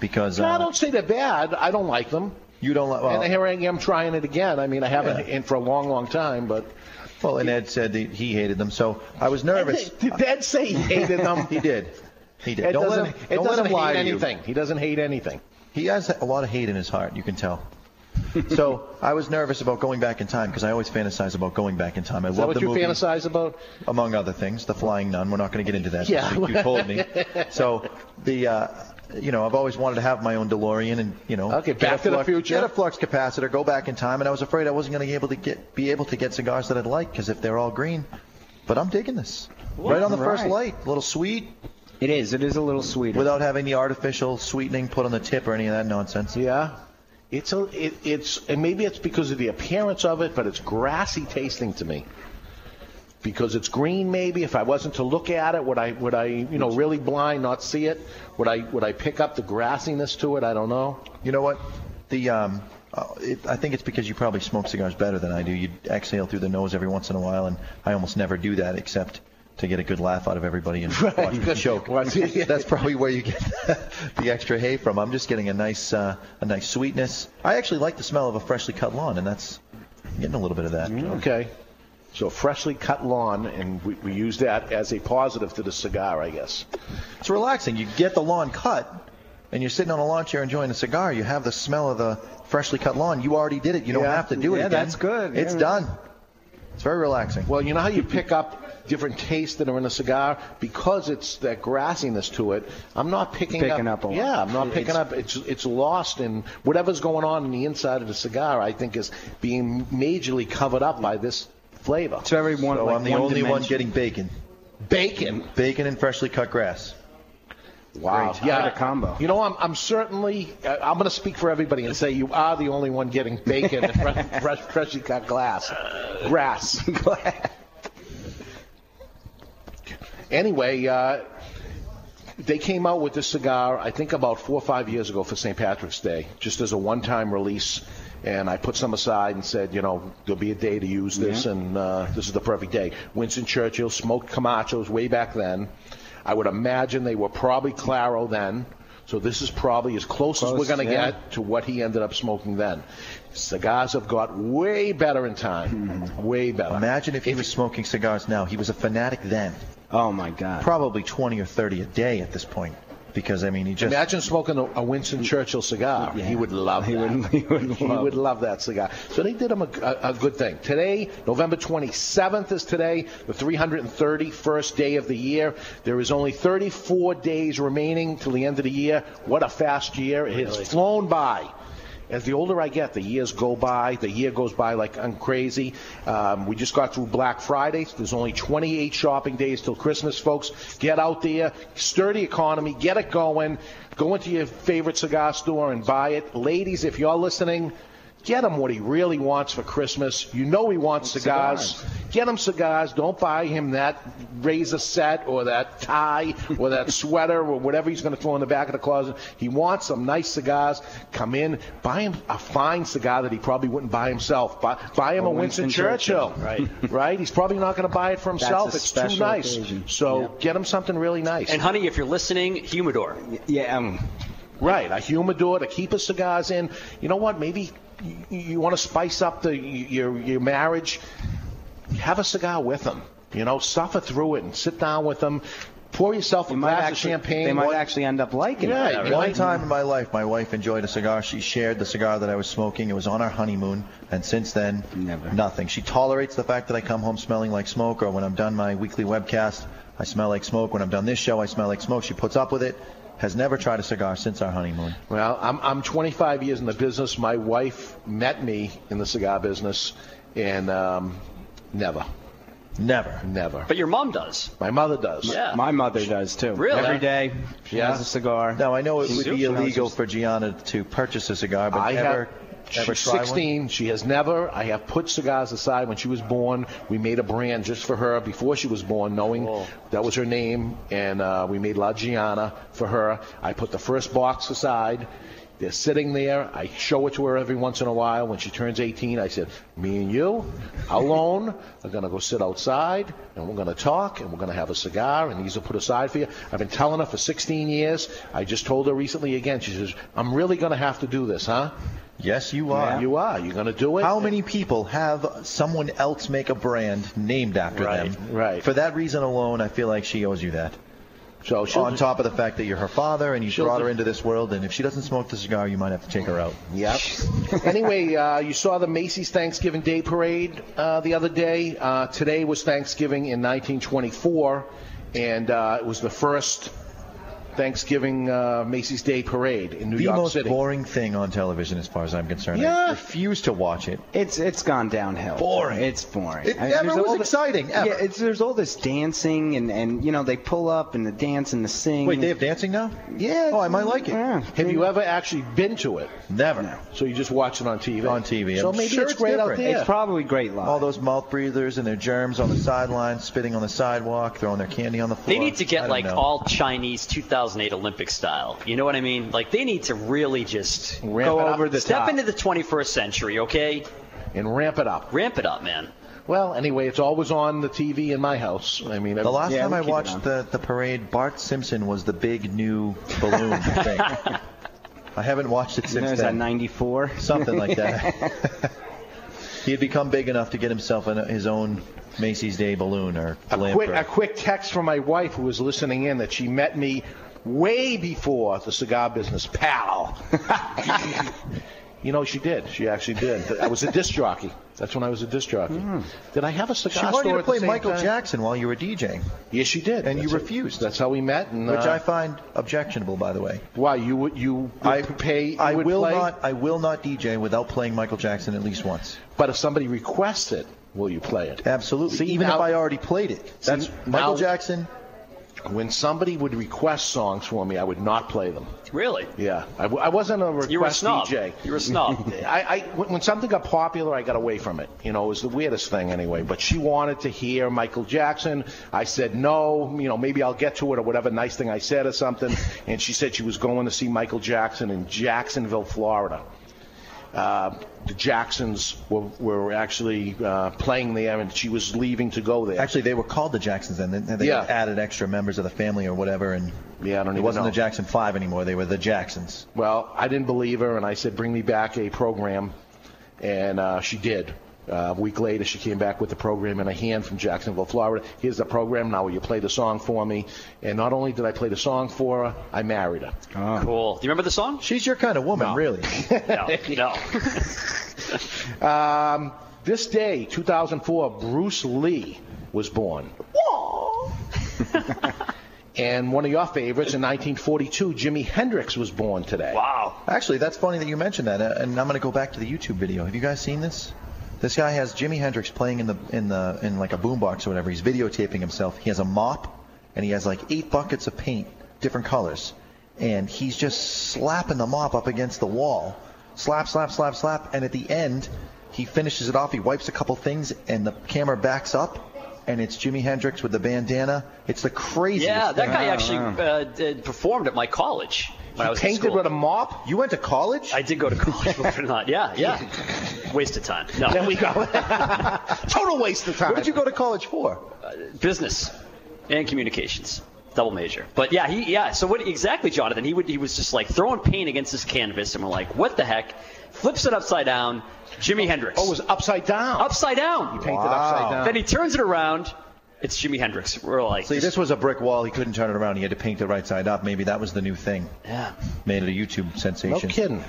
Speaker 6: because
Speaker 5: No, I
Speaker 6: uh,
Speaker 5: don't say they're bad. I don't like them.
Speaker 6: you don't like. Well,
Speaker 5: and here I am trying it again. I mean, I haven't
Speaker 6: Yeah.
Speaker 5: in for a long, long time. But
Speaker 6: well, and Ed said that he hated them, so I was nervous.
Speaker 5: did Ed say he hated them?
Speaker 6: He did. He did.
Speaker 5: Ed
Speaker 6: don't let
Speaker 5: doesn't,
Speaker 6: him,
Speaker 5: Ed
Speaker 6: don't let
Speaker 5: doesn't
Speaker 6: him lie
Speaker 5: hate
Speaker 6: to you.
Speaker 5: anything. He doesn't hate anything.
Speaker 6: He has a lot of hate in his heart, you can tell. so I was nervous about going back in time because I always fantasize about going back in time. I
Speaker 5: Is that
Speaker 6: love
Speaker 5: what
Speaker 6: the
Speaker 5: you
Speaker 6: movie,
Speaker 5: fantasize about?
Speaker 6: among other things. The Flying Nun. We're not going to get into that.
Speaker 5: Yeah.
Speaker 6: since You, you told me. So the. Uh, you know, I've always wanted to have my own DeLorean, and you know,
Speaker 5: Okay,
Speaker 6: get
Speaker 5: Back
Speaker 6: a
Speaker 5: to the
Speaker 6: flux-
Speaker 5: Future.
Speaker 6: get a flux capacitor, go back in time, and I was afraid I wasn't going to be able to get be able to get cigars that I'd like because if they're all green, but I'm digging this. Right on the first
Speaker 15: Right.
Speaker 6: light, a little sweet,
Speaker 15: It is. It is a little sweeter.
Speaker 6: without having the artificial sweetening put on the tip or any of that nonsense.
Speaker 5: Yeah. It's a, it, it's and maybe it's because of the appearance of it, but it's grassy tasting to me. Because it's green, maybe. If I wasn't to look at it, would I would I you know really blind not see it? Would I would I pick up the grassiness to it? I don't know.
Speaker 6: You know what? The um, uh, it, I think it's because you probably smoke cigars better than I do. You exhale through the nose every once in a while, and I almost never do that except to get a good laugh out of everybody and watch me choke. That's probably where you get the extra hay from. I'm just getting a nice uh, a nice sweetness. I actually like the smell of a freshly cut lawn, and that's I'm getting a little bit of that.
Speaker 5: Mm, Okay. So freshly cut lawn, and we, we use that as a positive to the cigar, I guess.
Speaker 6: It's relaxing. You get the lawn cut, and you're sitting on a lawn chair enjoying a cigar. You have the smell of the freshly cut lawn. You already did it. You don't
Speaker 5: Yeah.
Speaker 6: have to do it
Speaker 15: Yeah,
Speaker 6: again.
Speaker 15: that's good.
Speaker 6: It's
Speaker 15: Yeah.
Speaker 6: done. It's very relaxing.
Speaker 5: Well, you know how you pick up different tastes that are in a cigar because it's that grassiness to it. I'm not picking,
Speaker 15: Picking up a lot.
Speaker 5: Yeah, I'm not picking
Speaker 15: It's-
Speaker 5: up. It's it's lost in whatever's going on in the inside of the cigar. I think is being majorly covered up by this flavor.
Speaker 15: So everyone,
Speaker 6: So I'm the only one getting bacon.
Speaker 5: Bacon.
Speaker 6: Bacon and freshly cut grass.
Speaker 5: Wow.
Speaker 6: Great. What a combo.
Speaker 5: You know, I'm, I'm certainly, uh, I'm going to speak for everybody and say you are the only one getting bacon and fresh, fresh, freshly cut glass. Grass. anyway, uh, they came out with this cigar, I think about four or five years ago for St. Patrick's Day, just as a one time release. And I put some aside and said, you know, there'll be a day to use this,
Speaker 11: Yeah.
Speaker 6: Mm-hmm.
Speaker 5: and uh, this is the perfect day. Winston Churchill smoked Camachos way back then. I would imagine they were probably Claro then. So this is probably as close, as we're
Speaker 6: Close,
Speaker 5: going to
Speaker 6: yeah.
Speaker 5: get to what he ended up smoking then. Cigars have got way better in time. Way better.
Speaker 6: Mm-hmm. Imagine if he was smoking cigars now. He was a fanatic then.
Speaker 15: Oh my God.
Speaker 6: Probably 20 or 30 a day at this point, because I mean, he just
Speaker 5: Imagine smoking a, a Winston Churchill cigar. He would love he Would, he would, love. that cigar. So they did him a, a- a good thing. Today, November 27th is today, the 331st day of the year. There is only 34 days remaining till the end of the year. What a fast year. It has flown by. As the older I get, the years go by. The year goes by like I'm crazy. Um, we just got through Black Friday. There's only 28 shopping days till Christmas, folks. Get out there, sturdy economy, get it going. Go into your favorite cigar store and buy it. Ladies, if you're listening, get him what he really wants for Christmas. You know he wants cigars. Get him cigars. Don't buy him that razor set or that tie or that sweater or whatever he's going to throw in the back of the closet. He wants some nice cigars. Come in, buy him a fine cigar that he probably wouldn't buy himself. Buy, buy him a,
Speaker 6: A
Speaker 5: Winston,
Speaker 6: Winston
Speaker 5: Churchill.
Speaker 6: Churchill.
Speaker 5: Right. right? He's probably not going to buy it for
Speaker 8: That's
Speaker 5: himself.
Speaker 8: a
Speaker 5: It's too
Speaker 8: special
Speaker 5: nice.
Speaker 8: occasion.
Speaker 5: So get him something really nice.
Speaker 8: And honey, if you're listening, humidor.
Speaker 15: Yeah. um,
Speaker 5: Right, a humidor to keep his cigars in. You know what? Maybe you, you want to spice up the your your marriage. Have a cigar with them. You know, suffer through it and sit down with them. Pour yourself a glass
Speaker 15: actually-
Speaker 5: of champagne.
Speaker 15: They might
Speaker 5: One-
Speaker 15: actually end up liking
Speaker 5: Yeah,
Speaker 15: it.
Speaker 5: you
Speaker 6: One time in my life, my wife enjoyed a cigar. She shared the cigar that I was smoking. It was on our honeymoon, and since then, Never. nothing. She tolerates the fact that I come home smelling like smoke, or when I'm done my weekly webcast, I smell like smoke. When I'm done this show, I smell like smoke. She puts up with it. Has never tried a cigar since our honeymoon.
Speaker 5: Well, I'm, I'm 25 years in the business. My wife met me in the cigar business, and um, never.
Speaker 6: Never.
Speaker 5: Never.
Speaker 8: But your mom does.
Speaker 5: My mother does.
Speaker 8: Yeah.
Speaker 15: My mother does too.
Speaker 8: Really?
Speaker 15: Every day she
Speaker 5: Yeah.
Speaker 15: has a cigar.
Speaker 6: Now I know it would be
Speaker 15: Super.
Speaker 6: illegal for Gianna to purchase a cigar, but
Speaker 5: I
Speaker 6: ever,
Speaker 5: have.
Speaker 6: ever
Speaker 5: she's
Speaker 6: try one?
Speaker 5: 16. She has never. I have put cigars aside when she was born. We made a brand just for her before she was born, knowing
Speaker 6: Oh.
Speaker 5: that was her name, and uh, we made La Gianna for her. I put the first box aside. They're sitting there. I show it to her every once in a while. When she turns 18, I said, "Me and you, alone, are gonna go sit outside, and we're gonna talk, and we're gonna have a cigar, and these are put aside for you." I've been telling her for 16 years. I just told her recently again. She says, "I'm really gonna have to do this, huh?"
Speaker 6: Yes, you are.
Speaker 5: You are. You're going to do it.
Speaker 6: How many people have someone else make a brand named after them? Right. For that reason alone, I feel like she owes you that.
Speaker 5: So
Speaker 6: on top of the fact that you're her father and you
Speaker 5: she'll
Speaker 6: brought
Speaker 5: do-
Speaker 6: her into this world, and if she doesn't smoke the cigar, you might have to take her out.
Speaker 5: Yep. anyway, uh, you saw the Macy's Thanksgiving Day Parade uh, the other day. Uh, today was Thanksgiving in 1924, and uh, it was the first Thanksgiving uh, Macy's Day Parade in New
Speaker 6: the
Speaker 5: York
Speaker 6: most
Speaker 5: City.
Speaker 6: boring thing on television, as far as I'm concerned. I
Speaker 5: Yeah.
Speaker 6: refuse to watch it.
Speaker 15: It's it's gone downhill.
Speaker 6: Boring.
Speaker 15: It's boring.
Speaker 6: It
Speaker 15: I mean,
Speaker 6: never
Speaker 15: there's
Speaker 6: was
Speaker 15: all the-
Speaker 6: exciting, ever.
Speaker 15: Yeah, it's there's all this dancing and and you know they pull up and the dance and the sing.
Speaker 6: Wait, they have dancing now?
Speaker 15: Yeah.
Speaker 6: Oh, I might like it.
Speaker 5: Have you ever actually been to it?
Speaker 6: Never.
Speaker 5: So you just watch it on TV.
Speaker 6: On TV.
Speaker 5: So
Speaker 6: I'm
Speaker 5: maybe
Speaker 6: sure
Speaker 5: it's great out
Speaker 6: different.
Speaker 5: there.
Speaker 15: probably great live.
Speaker 6: All those mouth breathers and their germs on the sideline, spitting on the sidewalk, throwing their candy on the floor.
Speaker 8: They need to
Speaker 6: I
Speaker 8: get
Speaker 6: don't
Speaker 8: like
Speaker 6: know.
Speaker 8: all Chinese 2008 Olympic style. You know what I mean? Like they need to really just
Speaker 5: Ramp it
Speaker 8: go
Speaker 5: up.
Speaker 8: over the step
Speaker 5: top.
Speaker 8: into the 21st century, okay?
Speaker 5: and ramp it up.
Speaker 8: Ramp it up, man.
Speaker 5: Well, anyway, it's always on the TV in my house. I mean,
Speaker 6: The last time I watched the, the parade, Bart Simpson was the big new balloon thing. I haven't watched it since
Speaker 15: was that
Speaker 6: then.
Speaker 15: 94?
Speaker 6: Something like that. he had become big enough to get himself an, his own Macy's Day balloon or blimp.
Speaker 5: quick,
Speaker 6: or-
Speaker 5: a quick text from my wife who was listening in that she met me way before the cigar business, pal. you know, she did. She actually did. I was a disc jockey. That's when I was a disc jockey. Did I have a
Speaker 6: Hmm. She
Speaker 5: cigar
Speaker 6: wanted
Speaker 5: store
Speaker 6: you
Speaker 5: at
Speaker 6: to
Speaker 5: the
Speaker 6: play
Speaker 5: same
Speaker 6: Michael
Speaker 5: time?
Speaker 6: Jackson while you were DJing.
Speaker 5: Yes, she did.
Speaker 6: And
Speaker 5: That's
Speaker 6: you
Speaker 5: it.
Speaker 6: refused.
Speaker 5: That's how we met. And,
Speaker 6: Which
Speaker 5: uh,
Speaker 6: I find objectionable, by the way.
Speaker 5: Why you would you I pay?
Speaker 6: I
Speaker 5: you would
Speaker 6: will
Speaker 5: play?
Speaker 6: not. I will not DJ without playing Michael Jackson at least once.
Speaker 5: But if somebody requests it, will you play it?
Speaker 6: Absolutely. even if I already played it. That's Michael Jackson.
Speaker 5: When somebody would request songs for me, I would not play them.
Speaker 8: Really?
Speaker 5: Yeah, I, w- I wasn't a request
Speaker 8: You were a snob.
Speaker 5: DJ.
Speaker 8: You were a snob.
Speaker 5: I, I when when something got popular, I got away from it. You know, it was the weirdest thing anyway. But she wanted to hear Michael Jackson. I said no. You know, maybe I'll get to it or whatever nice thing I said or something. And she said she was going to see Michael Jackson in Jacksonville, Florida. Uh, the Jacksons were, were actually uh, playing there, and she was leaving to go there.
Speaker 6: Actually, they were called the Jacksons then. They, they
Speaker 5: Yeah.
Speaker 6: added extra members of the family or whatever, and
Speaker 5: yeah, I don't
Speaker 6: it
Speaker 5: even
Speaker 6: wasn't
Speaker 5: know.
Speaker 6: the Jackson Five anymore. They were the Jacksons.
Speaker 5: Well, I didn't believe her, and I said, "Bring me back a program," and uh, she did. Uh, a week later, she came back with the program in a hand from Jacksonville, Florida. Here's the program. Now, will you play the song for me? And not only did I play the song for her, I married her.
Speaker 8: Cool. Do you remember the song?
Speaker 6: She's your kind of woman, really.
Speaker 8: no, no.
Speaker 5: Um, this day, 2004, Bruce Lee was born. and one of your favorites in 1942, Jimi Hendrix was born today.
Speaker 8: Wow.
Speaker 6: Actually, that's funny that you mentioned that, uh, and I'm going to go back to the YouTube video. Have you guys seen this? This guy has Jimi Hendrix playing in the in the in like a boombox or whatever. He's videotaping himself. He has a mop, and he has like eight buckets of paint, different colors, and he's just slapping the mop up against the wall, slap, slap, slap, slap, and at the end, he finishes it off. He wipes a couple things, and the camera backs up. And it's Jimi Hendrix with the bandana. It's the craziest.
Speaker 8: Yeah, that
Speaker 6: thing.
Speaker 8: guy actually uh, did, performed at my college when I was in
Speaker 6: painted
Speaker 8: school.
Speaker 6: with
Speaker 5: a mop.
Speaker 6: You went to college?
Speaker 8: I did go to college, believe it or not. Yeah, yeah. Waste of time. No.
Speaker 5: There we go. Total waste of time.
Speaker 6: What did you go to college for?
Speaker 8: Uh, business and communications double major but yeah he yeah so what exactly jonathan he would he was just like throwing paint against this canvas and we're like what the heck flips it upside down jimi hendrix oh it
Speaker 5: was upside down
Speaker 8: upside down he
Speaker 5: painted upside down.
Speaker 8: then he turns it around it's jimi hendrix we're like
Speaker 6: See, this was a brick wall. He couldn't turn it around. He had to paint it right side up. Maybe that was the new thing.
Speaker 8: Yeah.
Speaker 6: Made it a YouTube sensation.
Speaker 5: No kidding.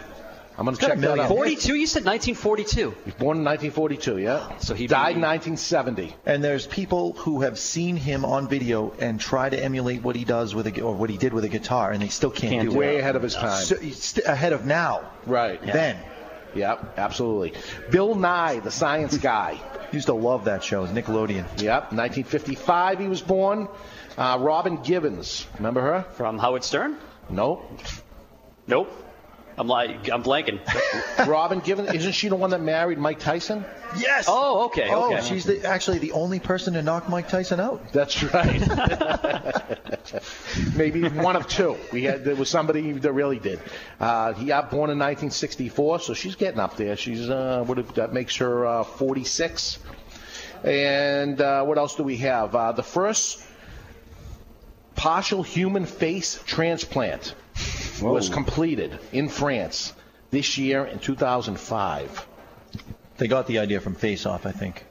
Speaker 5: I'm going to
Speaker 6: Got
Speaker 5: check
Speaker 6: a
Speaker 5: that
Speaker 6: million.
Speaker 5: out.
Speaker 8: 42 you said 1942
Speaker 5: He was born in 1942, yeah. So he died in 1970.
Speaker 6: And there's people who have seen him on video and try to emulate what he does with a, gu- or what he did with a guitar, and they still can't,
Speaker 5: Can't
Speaker 6: do
Speaker 5: do
Speaker 6: it.
Speaker 5: it. Way ahead of his time.
Speaker 6: So, he's st- ahead of now.
Speaker 5: Right.
Speaker 6: Then.
Speaker 5: Yep, absolutely. Bill Nye, the science guy.
Speaker 6: Used to love that show. It was Nickelodeon.
Speaker 5: Yep, 1955 he was born. Uh, Robin Gibbons, remember her?
Speaker 8: From Howard Stern?
Speaker 5: Nope.
Speaker 8: nope i'm like i'm blanking
Speaker 5: Robin Gibbons, isn't she the one that married Mike Tyson?
Speaker 8: yes oh okay
Speaker 6: oh,
Speaker 8: okay
Speaker 6: she's the, actually the only person to knock Mike Tyson out.
Speaker 5: That's right. Maybe one of two. We had there was somebody that really did. Uh, he got born in 1964, so she's getting up there. She's uh, what if that makes her uh, 46. And uh, what else do we have? Uh, the first partial human face transplant was completed in France this year in 2005.
Speaker 6: They got the idea from Face Off, I think.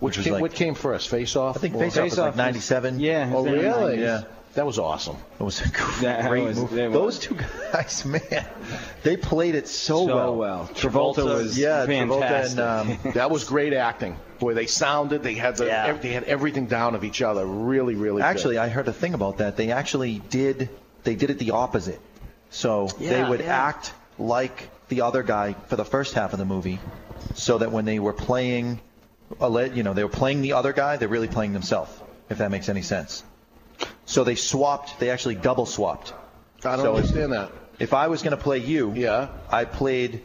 Speaker 5: Which,
Speaker 6: was
Speaker 5: came,
Speaker 6: like-
Speaker 5: what came first, Face Off?
Speaker 6: I think Face Off was like 97. Yeah.
Speaker 5: Oh, really?
Speaker 6: Yeah.
Speaker 5: That was awesome.
Speaker 6: It was a great
Speaker 5: was-
Speaker 6: movie.
Speaker 5: that was-
Speaker 6: Those two guys, man, they played it so,
Speaker 5: So
Speaker 6: well.
Speaker 5: well.
Speaker 6: Travolta, was yeah, Travolta and um,
Speaker 5: that was great acting. Boy, they sounded. They had the,
Speaker 6: Yeah.
Speaker 5: ev- they had everything down of each other. Really, really.
Speaker 6: actually,
Speaker 5: good.
Speaker 6: I heard a thing about that. They actually did they did it the opposite. So they
Speaker 5: Yeah,
Speaker 6: would
Speaker 5: yeah.
Speaker 6: act like the other guy for the first half of the movie, so that when they were playing, a le- you know, they were playing the other guy. They're really playing themselves, if that makes any sense. So they swapped. They actually double swapped.
Speaker 5: I don't
Speaker 6: So if-
Speaker 5: understand that.
Speaker 6: If I was going to play you, yeah, I played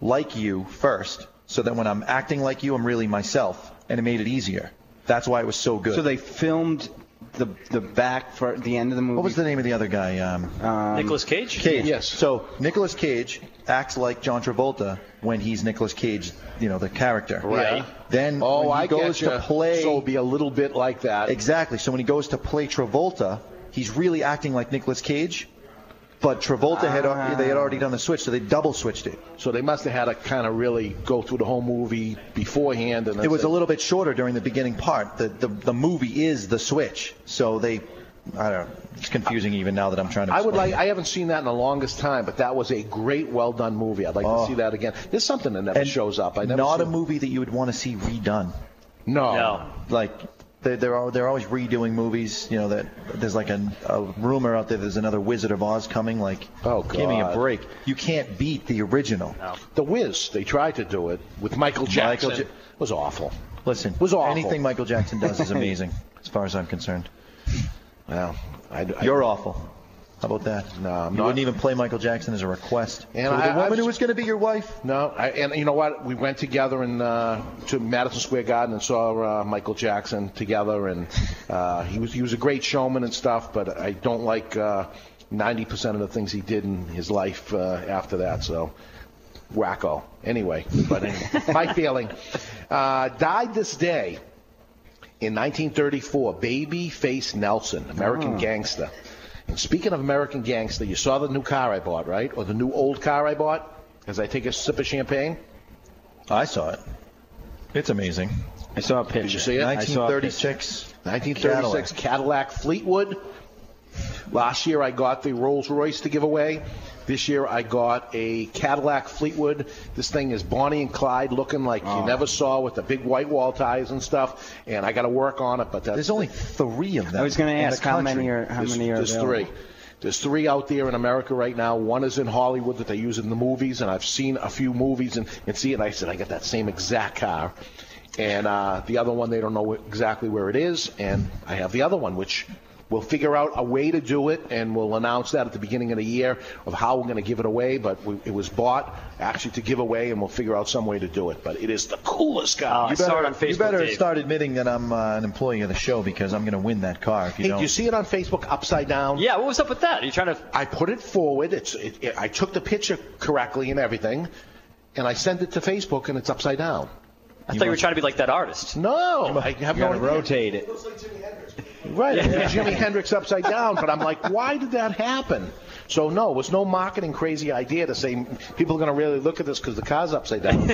Speaker 6: like you first, so that when I'm acting like you, I'm really myself, and it made it easier. That's why it was so good.
Speaker 15: So they filmed the the back for the end of the movie.
Speaker 6: What was the name of the other guy? Um,
Speaker 8: Nicolas Cage?
Speaker 6: Cage.
Speaker 8: Yes.
Speaker 6: So Nicolas Cage acts like John Travolta when he's Nicolas Cage, you know, the character.
Speaker 5: Right. Yeah.
Speaker 6: Then
Speaker 5: Oh,
Speaker 6: when he
Speaker 5: I
Speaker 6: goes
Speaker 5: getcha.
Speaker 6: to play.
Speaker 5: So it'll be a little bit like that.
Speaker 6: Exactly. So when he goes to play Travolta, he's really acting like Nicolas Cage, but Travolta had they had
Speaker 5: Ah.
Speaker 6: already done the switch, so they double switched it.
Speaker 5: so they must have had to kind of really go through the whole movie beforehand, and
Speaker 6: It was a little bit shorter during the beginning part. The, the the movie is the switch, so they I don't. It's confusing even now that I'm trying to.
Speaker 5: I would
Speaker 6: explain
Speaker 5: like. I haven't seen that in the longest time, but that was a great, well done movie. I'd like
Speaker 6: Oh.
Speaker 5: to see that again. There's something that never shows up. I never
Speaker 6: not
Speaker 5: see
Speaker 6: a movie that you would want to see redone.
Speaker 5: No. No.
Speaker 6: Like they, they're al- they're always redoing movies. You know that there's like a, a rumor out there. There's another Wizard of Oz coming. Like, oh give me a
Speaker 5: God.
Speaker 6: break. You can't beat the original.
Speaker 5: The Wiz. They tried to do it with Michael Jackson.
Speaker 6: Michael Ja-
Speaker 5: it was awful.
Speaker 6: Listen,
Speaker 5: was awful.
Speaker 6: anything Michael Jackson does is amazing, as far as I'm concerned.
Speaker 5: Wow,
Speaker 6: you're awful. How about that? No, you
Speaker 5: not-
Speaker 6: wouldn't even play Michael Jackson as a request.
Speaker 5: And
Speaker 6: So the
Speaker 5: I,
Speaker 6: woman
Speaker 5: was,
Speaker 6: who was going to be your wife?
Speaker 5: No, I, and you know what? We went together in, uh, to Madison Square Garden and saw uh, Michael Jackson together, and uh, he was he was a great showman and stuff. But I don't like uh, ninety percent of the things he did in his life uh, after that. So wacko. Anyway, but anyway, my feeling uh, died this day. In 1934, Babyface Nelson, American
Speaker 6: Hmm.
Speaker 11: Oh.
Speaker 5: gangster. And speaking of American gangster, you saw the new car I bought, right? Or the new old car I bought? As I take a sip of champagne.
Speaker 6: I saw it. It's amazing.
Speaker 15: I saw a picture.
Speaker 5: Did you see it?
Speaker 6: I saw a 1936.
Speaker 5: 1936 Cadillac Fleetwood. Last year I got the Rolls Royce to give away. This year I got a Cadillac Fleetwood. This thing is Bonnie and Clyde looking like you never saw with the big white wall ties and stuff. And I got to work on it, but that's, there's
Speaker 6: only three of them.
Speaker 15: I was gonna in the ask how country. many are- how
Speaker 5: there's,
Speaker 15: many are
Speaker 5: There's
Speaker 15: available.
Speaker 5: three. There's three out there in America right now. One is in Hollywood that they use in the movies, and I've seen a few movies and, and see it. And I said, I got that same exact car. And uh, the other one, they don't know wh- exactly where it is. And I have the other one, which we'll figure out a way to do it, and we'll announce that at the beginning of the year of how we're going to give it away. But we, it was bought actually to give away, and we'll figure out some way to do it. But it is the coolest car.
Speaker 6: you better, you better start admitting that I'm uh, an employee of the show because I'm going to win that car if you
Speaker 5: Hey,
Speaker 6: don't.
Speaker 5: do you see it on Facebook upside down?
Speaker 8: Yeah, what was up with that? Are you trying to?
Speaker 5: I put it forward. It's. It, it, I took the picture correctly and everything, and I sent it to Facebook, and it's upside down.
Speaker 8: I thought you were trying to be like that artist.
Speaker 5: No, I have no idea.
Speaker 15: it.
Speaker 5: Right,
Speaker 8: Yeah.
Speaker 5: it's Jimi Hendrix upside down. But I'm like, why did that happen? So no, it was no marketing crazy idea to say people are going to really look at this because the car's upside down.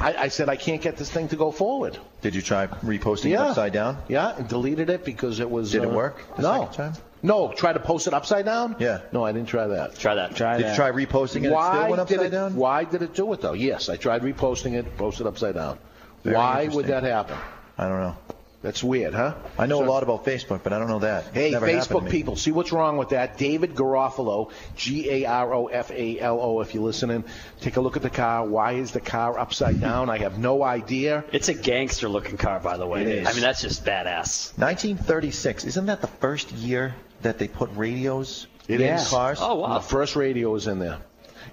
Speaker 5: I, I said I can't get this thing to go forward.
Speaker 6: Did you try reposting
Speaker 5: Yeah.
Speaker 6: it upside down?
Speaker 5: Yeah, and deleted it because it was.
Speaker 6: Did it
Speaker 5: uh,
Speaker 6: work the
Speaker 5: no.
Speaker 6: second time?
Speaker 5: No, try to post it upside down.
Speaker 6: Yeah.
Speaker 5: No, I didn't try that.
Speaker 8: Try that. Try
Speaker 6: Did you try reposting it?
Speaker 5: Why
Speaker 6: it still went upside
Speaker 5: did it,
Speaker 6: down?
Speaker 5: Why did it do it though? Yes, I tried reposting it, posted upside down.
Speaker 6: Very
Speaker 5: why
Speaker 6: interesting.
Speaker 5: would that happen?
Speaker 6: I don't know.
Speaker 5: That's weird, huh?
Speaker 6: I know
Speaker 5: So-
Speaker 6: a lot about Facebook, but I don't know that. It's
Speaker 5: Hey,
Speaker 6: never happened to
Speaker 5: Facebook
Speaker 6: me.
Speaker 5: people, see what's wrong with that. David Garofalo, G A R O F A L O, if you're listening, take a look at the car. Why is the car upside down? I have no idea.
Speaker 8: It's a gangster looking car, by the way.
Speaker 6: It is.
Speaker 8: I mean, that's just badass.
Speaker 6: 1936. Isn't that the first year that they put radios
Speaker 5: It
Speaker 6: in
Speaker 5: is.
Speaker 6: cars?
Speaker 5: The first radio was in there.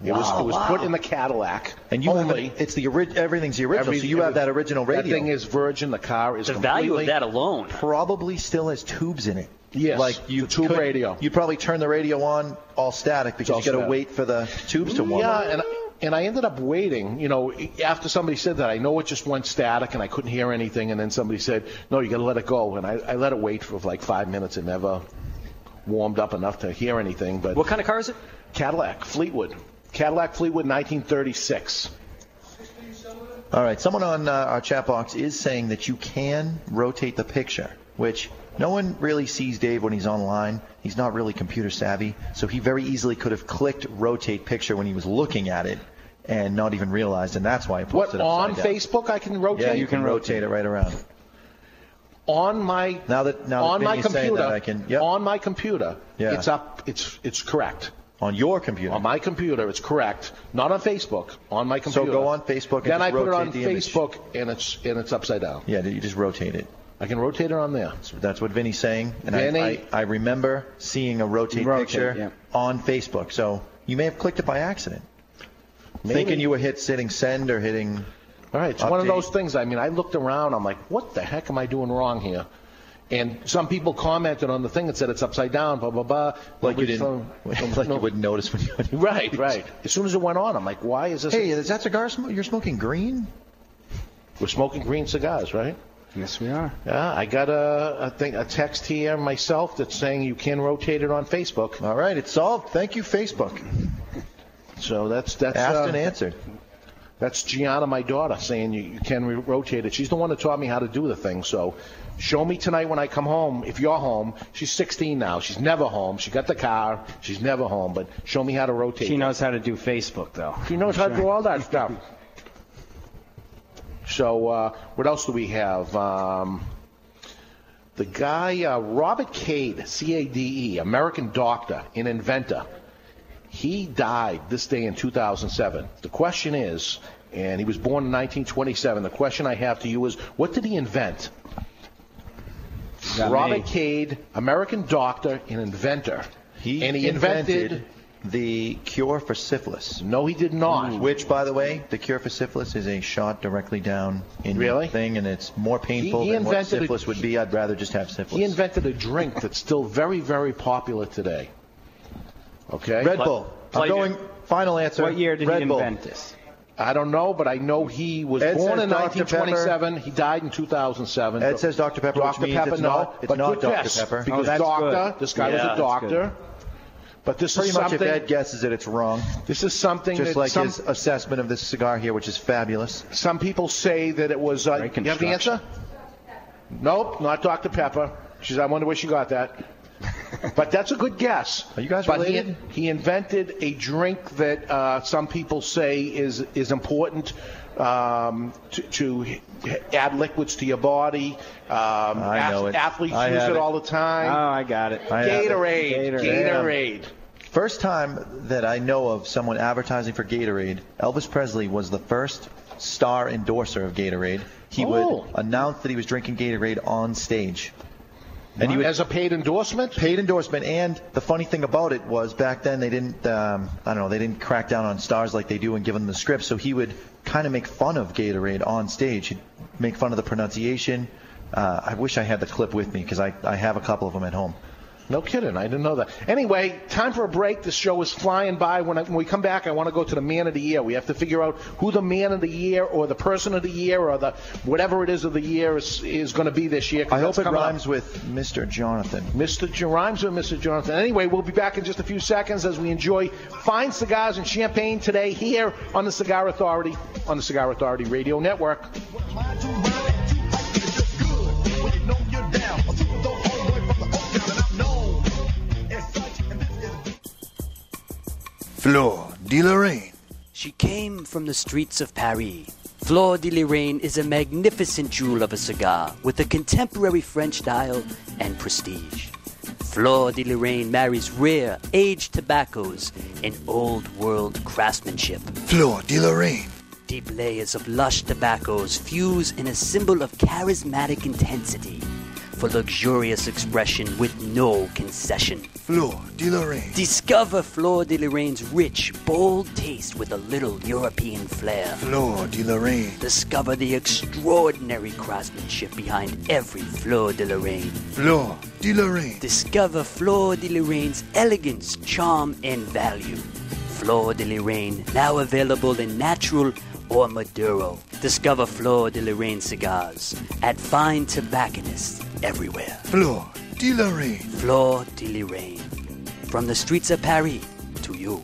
Speaker 5: It was,
Speaker 6: Oh, Wow.
Speaker 5: it was put in the Cadillac.
Speaker 6: And you have it's the ori- everything's the original, so
Speaker 5: Every-
Speaker 6: you have that original radio.
Speaker 5: That thing is virgin. The car is
Speaker 6: The
Speaker 5: completely,
Speaker 6: value of that
Speaker 8: alone
Speaker 6: probably still has tubes in it.
Speaker 5: Yes,
Speaker 6: like you
Speaker 5: the tube
Speaker 6: could-
Speaker 5: radio.
Speaker 6: You probably turn the radio on all static because
Speaker 5: all
Speaker 6: you got to
Speaker 5: static.
Speaker 6: wait for the tubes to warm.
Speaker 5: yeah,
Speaker 6: up.
Speaker 5: and and I ended up waiting. You know, after somebody said that, I know it just went static and I couldn't hear anything. And then somebody said, "No, you got to let it go." And I, I let it wait for like five minutes and never warmed up enough to hear anything. But
Speaker 8: what kind of car is it?
Speaker 5: Cadillac Fleetwood. Cadillac Fleetwood, 1936.
Speaker 6: All right, someone on uh, our chat box is saying that you can rotate the picture, which no one really sees Dave when he's online. He's not really computer savvy, so he very easily could have clicked rotate picture when he was looking at it and not even realized, and that's why it
Speaker 5: What
Speaker 6: posted
Speaker 5: on
Speaker 6: upside down.
Speaker 5: Facebook? I can rotate.
Speaker 6: Yeah, you can rotate it right around.
Speaker 5: on my
Speaker 6: Now that now that
Speaker 5: on my
Speaker 6: Vinny's saying
Speaker 5: computer.
Speaker 6: that I can
Speaker 5: On my computer,
Speaker 6: Yeah.
Speaker 5: it's up. It's it's correct.
Speaker 6: On your computer.
Speaker 5: On my computer, it's correct. Not on Facebook. On my
Speaker 6: So
Speaker 5: computer.
Speaker 6: go on Facebook and
Speaker 5: Then
Speaker 6: just
Speaker 5: I put it
Speaker 6: rotate
Speaker 5: on
Speaker 6: the image.
Speaker 5: Facebook, and it's and it's upside down.
Speaker 6: Yeah, you just rotate it.
Speaker 5: I can rotate it on there.
Speaker 6: That's what Vinny's saying. And
Speaker 5: Vinny-
Speaker 6: I, I, I remember seeing a rotate,
Speaker 5: Rotate,
Speaker 6: picture
Speaker 5: yeah.
Speaker 6: on Facebook. So you may have clicked it by accident.
Speaker 5: Maybe.
Speaker 6: Thinking you were hit hitting send or hitting.
Speaker 5: All right, it's one of
Speaker 6: update.
Speaker 5: those things. I mean, I looked around. I'm like, what the heck am I doing wrong here? And some people commented on the thing and said it's upside down, blah blah blah.
Speaker 6: Like
Speaker 5: Nobody's
Speaker 6: you didn't,
Speaker 5: telling-
Speaker 6: like you wouldn't notice when you.
Speaker 5: Right, right. As soon as it went on, I'm like, why is this?
Speaker 6: Hey, is that cigar sm- you're smoking green?
Speaker 5: We're smoking green cigars, right?
Speaker 15: Yes, we are.
Speaker 5: Yeah, I got a, a thing, a text here myself that's saying you can rotate it on Facebook.
Speaker 6: All right, it's solved. Thank you, Facebook.
Speaker 5: So that's that's
Speaker 6: Asked
Speaker 5: uh,
Speaker 6: and answered.
Speaker 5: That's Gianna, my daughter, saying you, you can re- rotate it. She's the one that taught me how to do the thing. So show me tonight when I come home, if you're home. She's 16 now. She's never home. She got the car. She's never home. But show me how to rotate.
Speaker 15: She knows how to do Facebook, though.
Speaker 5: She knows how to do all that stuff. So uh, what else do we have? Um, the guy uh, Robert Cade, C-A-D-E, E, American doctor and inventor. He died this day in 2007. The question is, and he was born in 1927. The question I have to you is, what did he invent?
Speaker 6: Got
Speaker 5: Robert
Speaker 6: me.
Speaker 5: Cade, American doctor and inventor.
Speaker 6: He
Speaker 5: and he invented,
Speaker 6: the cure for syphilis.
Speaker 5: No, he did not.
Speaker 6: Which, by the way, the cure for syphilis is a shot directly down in
Speaker 5: Really?
Speaker 6: the thing, and it's more painful
Speaker 5: He- he
Speaker 6: than what
Speaker 5: invented a-
Speaker 6: syphilis would be. I'd rather just have syphilis.
Speaker 5: He invented a drink that's still very, very popular today. Okay.
Speaker 6: Red Bull. I'm going. Final answer. Red Bull.
Speaker 5: this? I don't know, but I know he was
Speaker 6: Ed
Speaker 5: born
Speaker 6: says
Speaker 5: in
Speaker 6: Dr.
Speaker 5: 1927. He died in 2007.
Speaker 6: Ed says Dr. Pepper, which
Speaker 5: Dr.
Speaker 6: means
Speaker 5: Pepper,
Speaker 6: it's
Speaker 5: no,
Speaker 6: not- it's
Speaker 5: but
Speaker 6: not
Speaker 5: good
Speaker 6: Dr.
Speaker 5: guess,
Speaker 6: Pepper.
Speaker 5: Because
Speaker 6: Oh, that's
Speaker 5: doctor,
Speaker 6: good.
Speaker 5: this guy
Speaker 6: Yeah,
Speaker 5: was a
Speaker 6: that's
Speaker 5: doctor. But this
Speaker 6: Pretty
Speaker 5: is
Speaker 6: much
Speaker 5: something.
Speaker 6: if Ed guesses it, it's wrong.
Speaker 5: This is something
Speaker 6: Just
Speaker 5: that
Speaker 6: like
Speaker 5: some-
Speaker 6: his assessment of this cigar here, which is fabulous.
Speaker 5: Some people say that it was. Uh, you have the answer? Nope, not Dr. Pepper. She's. I wonder where she got that. But that's a good guess. Are you guys but
Speaker 6: related?
Speaker 5: He, he invented a drink that uh, some people say is is important um, to, to h- add liquids to your body. Um,
Speaker 6: I know
Speaker 5: ath-
Speaker 6: it.
Speaker 5: Athletes
Speaker 6: I
Speaker 5: use
Speaker 6: have
Speaker 5: it
Speaker 6: it.
Speaker 5: all the time.
Speaker 6: Oh, I got it. I have it.
Speaker 5: Gatorade.
Speaker 6: Gatorade.
Speaker 5: Gatorade.
Speaker 6: First time that I know of someone advertising for Gatorade, Elvis Presley was the first star endorser of Gatorade. He
Speaker 5: Oh.
Speaker 6: would announce that he was drinking Gatorade on stage.
Speaker 5: And as a paid endorsement?
Speaker 6: Paid endorsement. And the funny thing about it was back then they didn't, um, I don't know, they didn't crack down on stars like they do and give them the script. So he would kind of make fun of Gatorade on stage. He'd make fun of the pronunciation. Uh, I wish I had the clip with me because I, I have a couple of them at home.
Speaker 5: No kidding. I didn't know that. Anyway, time for a break. This show is flying by. When, I, when we come back, I want to go to the man of the year. We have to figure out who the man of the year or the person of the year or the whatever it is of the year is, is going to be this year. 'cause
Speaker 6: I hope
Speaker 5: that's
Speaker 6: it
Speaker 5: coming up.
Speaker 6: rhymes with Mr. Jonathan.
Speaker 5: Mr. Jo- Rhymes with Mr. Jonathan. Anyway, we'll be back in just a few seconds as we enjoy fine cigars and champagne today here on the Cigar Authority on the Cigar Authority Radio Network.
Speaker 17: Fleur de Lorraine.
Speaker 11: She came from the streets of Paris. Fleur de Lorraine is a magnificent jewel of a cigar with a contemporary French style and prestige. Fleur de Lorraine marries rare, aged tobaccos and old world craftsmanship.
Speaker 17: Fleur de Lorraine.
Speaker 11: Deep layers of lush tobaccos fuse in a symbol of charismatic intensity for luxurious expression with no concession.
Speaker 17: Fleur de Lorraine.
Speaker 11: Discover Fleur de Lorraine's rich, bold taste with a little European flair.
Speaker 17: Fleur de Lorraine.
Speaker 11: Discover the extraordinary craftsmanship behind every Fleur de Lorraine.
Speaker 17: Fleur de Lorraine.
Speaker 11: Discover Fleur de Lorraine's elegance, charm, and value. Fleur de Lorraine, now available in natural or Maduro. Discover Fleur de Lorraine cigars at fine tobacconists everywhere.
Speaker 17: Fleur de Lorraine.
Speaker 11: Fleur de Lorraine. From the streets of Paris to you.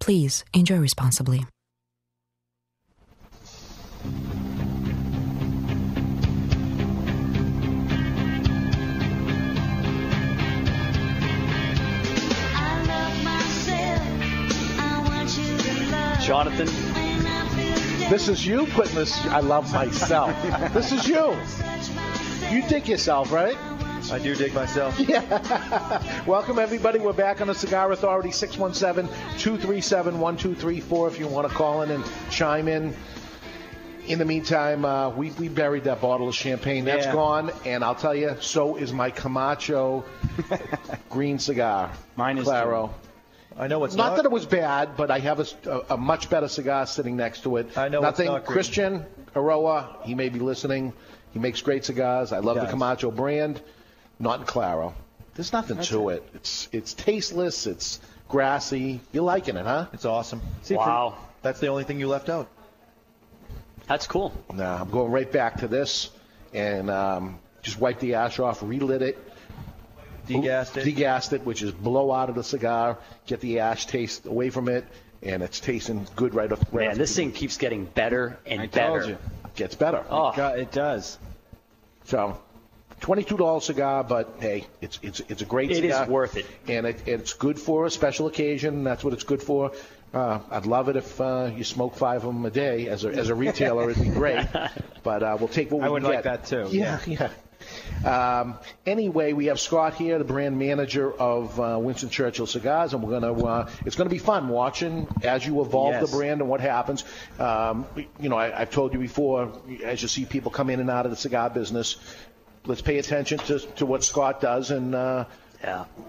Speaker 19: Please enjoy responsibly.
Speaker 8: Jonathan,
Speaker 5: This is you putting this. I love myself. this is you. You dig yourself, right?
Speaker 6: I do dig myself.
Speaker 5: Yeah. Welcome, everybody. We're back on the Cigar Authority, 617 237 1234 if you want to call in and chime in. In the meantime, uh, we, we buried that bottle of champagne. That's
Speaker 6: Yeah.
Speaker 5: gone, and I'll tell you, so is my Camacho green cigar. Mine is Claro.
Speaker 6: I know it's
Speaker 5: not,
Speaker 6: not-
Speaker 5: that it was bad, but I have a s- a, a much better cigar sitting next to it. I
Speaker 6: know it's
Speaker 5: nothing.
Speaker 6: not green.
Speaker 5: Christian Aroa, he may be listening. He makes great cigars. I love the Camacho brand. Not in Claro. There's nothing to it. It's it's tasteless. It's grassy. You're liking it, huh?
Speaker 6: It's awesome.
Speaker 8: Wow.
Speaker 6: That's the only thing you left out.
Speaker 8: That's cool.
Speaker 5: Nah, I'm going right back to this and um, just wipe the ash off, relit it.
Speaker 6: Degassed it.
Speaker 5: Degassed it, which is blow out of the cigar, get the ash taste away from it, and it's tasting good right off. Right
Speaker 8: Man, this thing keeps getting better and
Speaker 5: I
Speaker 8: better.
Speaker 5: told you. gets better.
Speaker 8: Oh.
Speaker 5: it does. So, twenty-two dollar cigar, but hey, it's it's it's a great.
Speaker 8: It is
Speaker 5: cigar.
Speaker 8: worth it.
Speaker 5: and it, it's good for a special occasion. That's what it's good for. Uh, I'd love it if uh, you smoke five of them a day as a as a retailer. it'd be great, but uh, we'll take what we
Speaker 15: I would
Speaker 5: can
Speaker 15: like that
Speaker 5: get.
Speaker 15: too,
Speaker 5: Yeah, yeah. Um, anyway, we have Scott here, the brand manager of uh, Winston Churchill Cigars, and we're gonna uh, it's gonna be fun watching as you evolve
Speaker 6: Yes.
Speaker 5: the brand and what happens. Um, you know, I, I've told you before, as you see people come in and out of the cigar business, let's pay attention to, to what Scott does, and uh,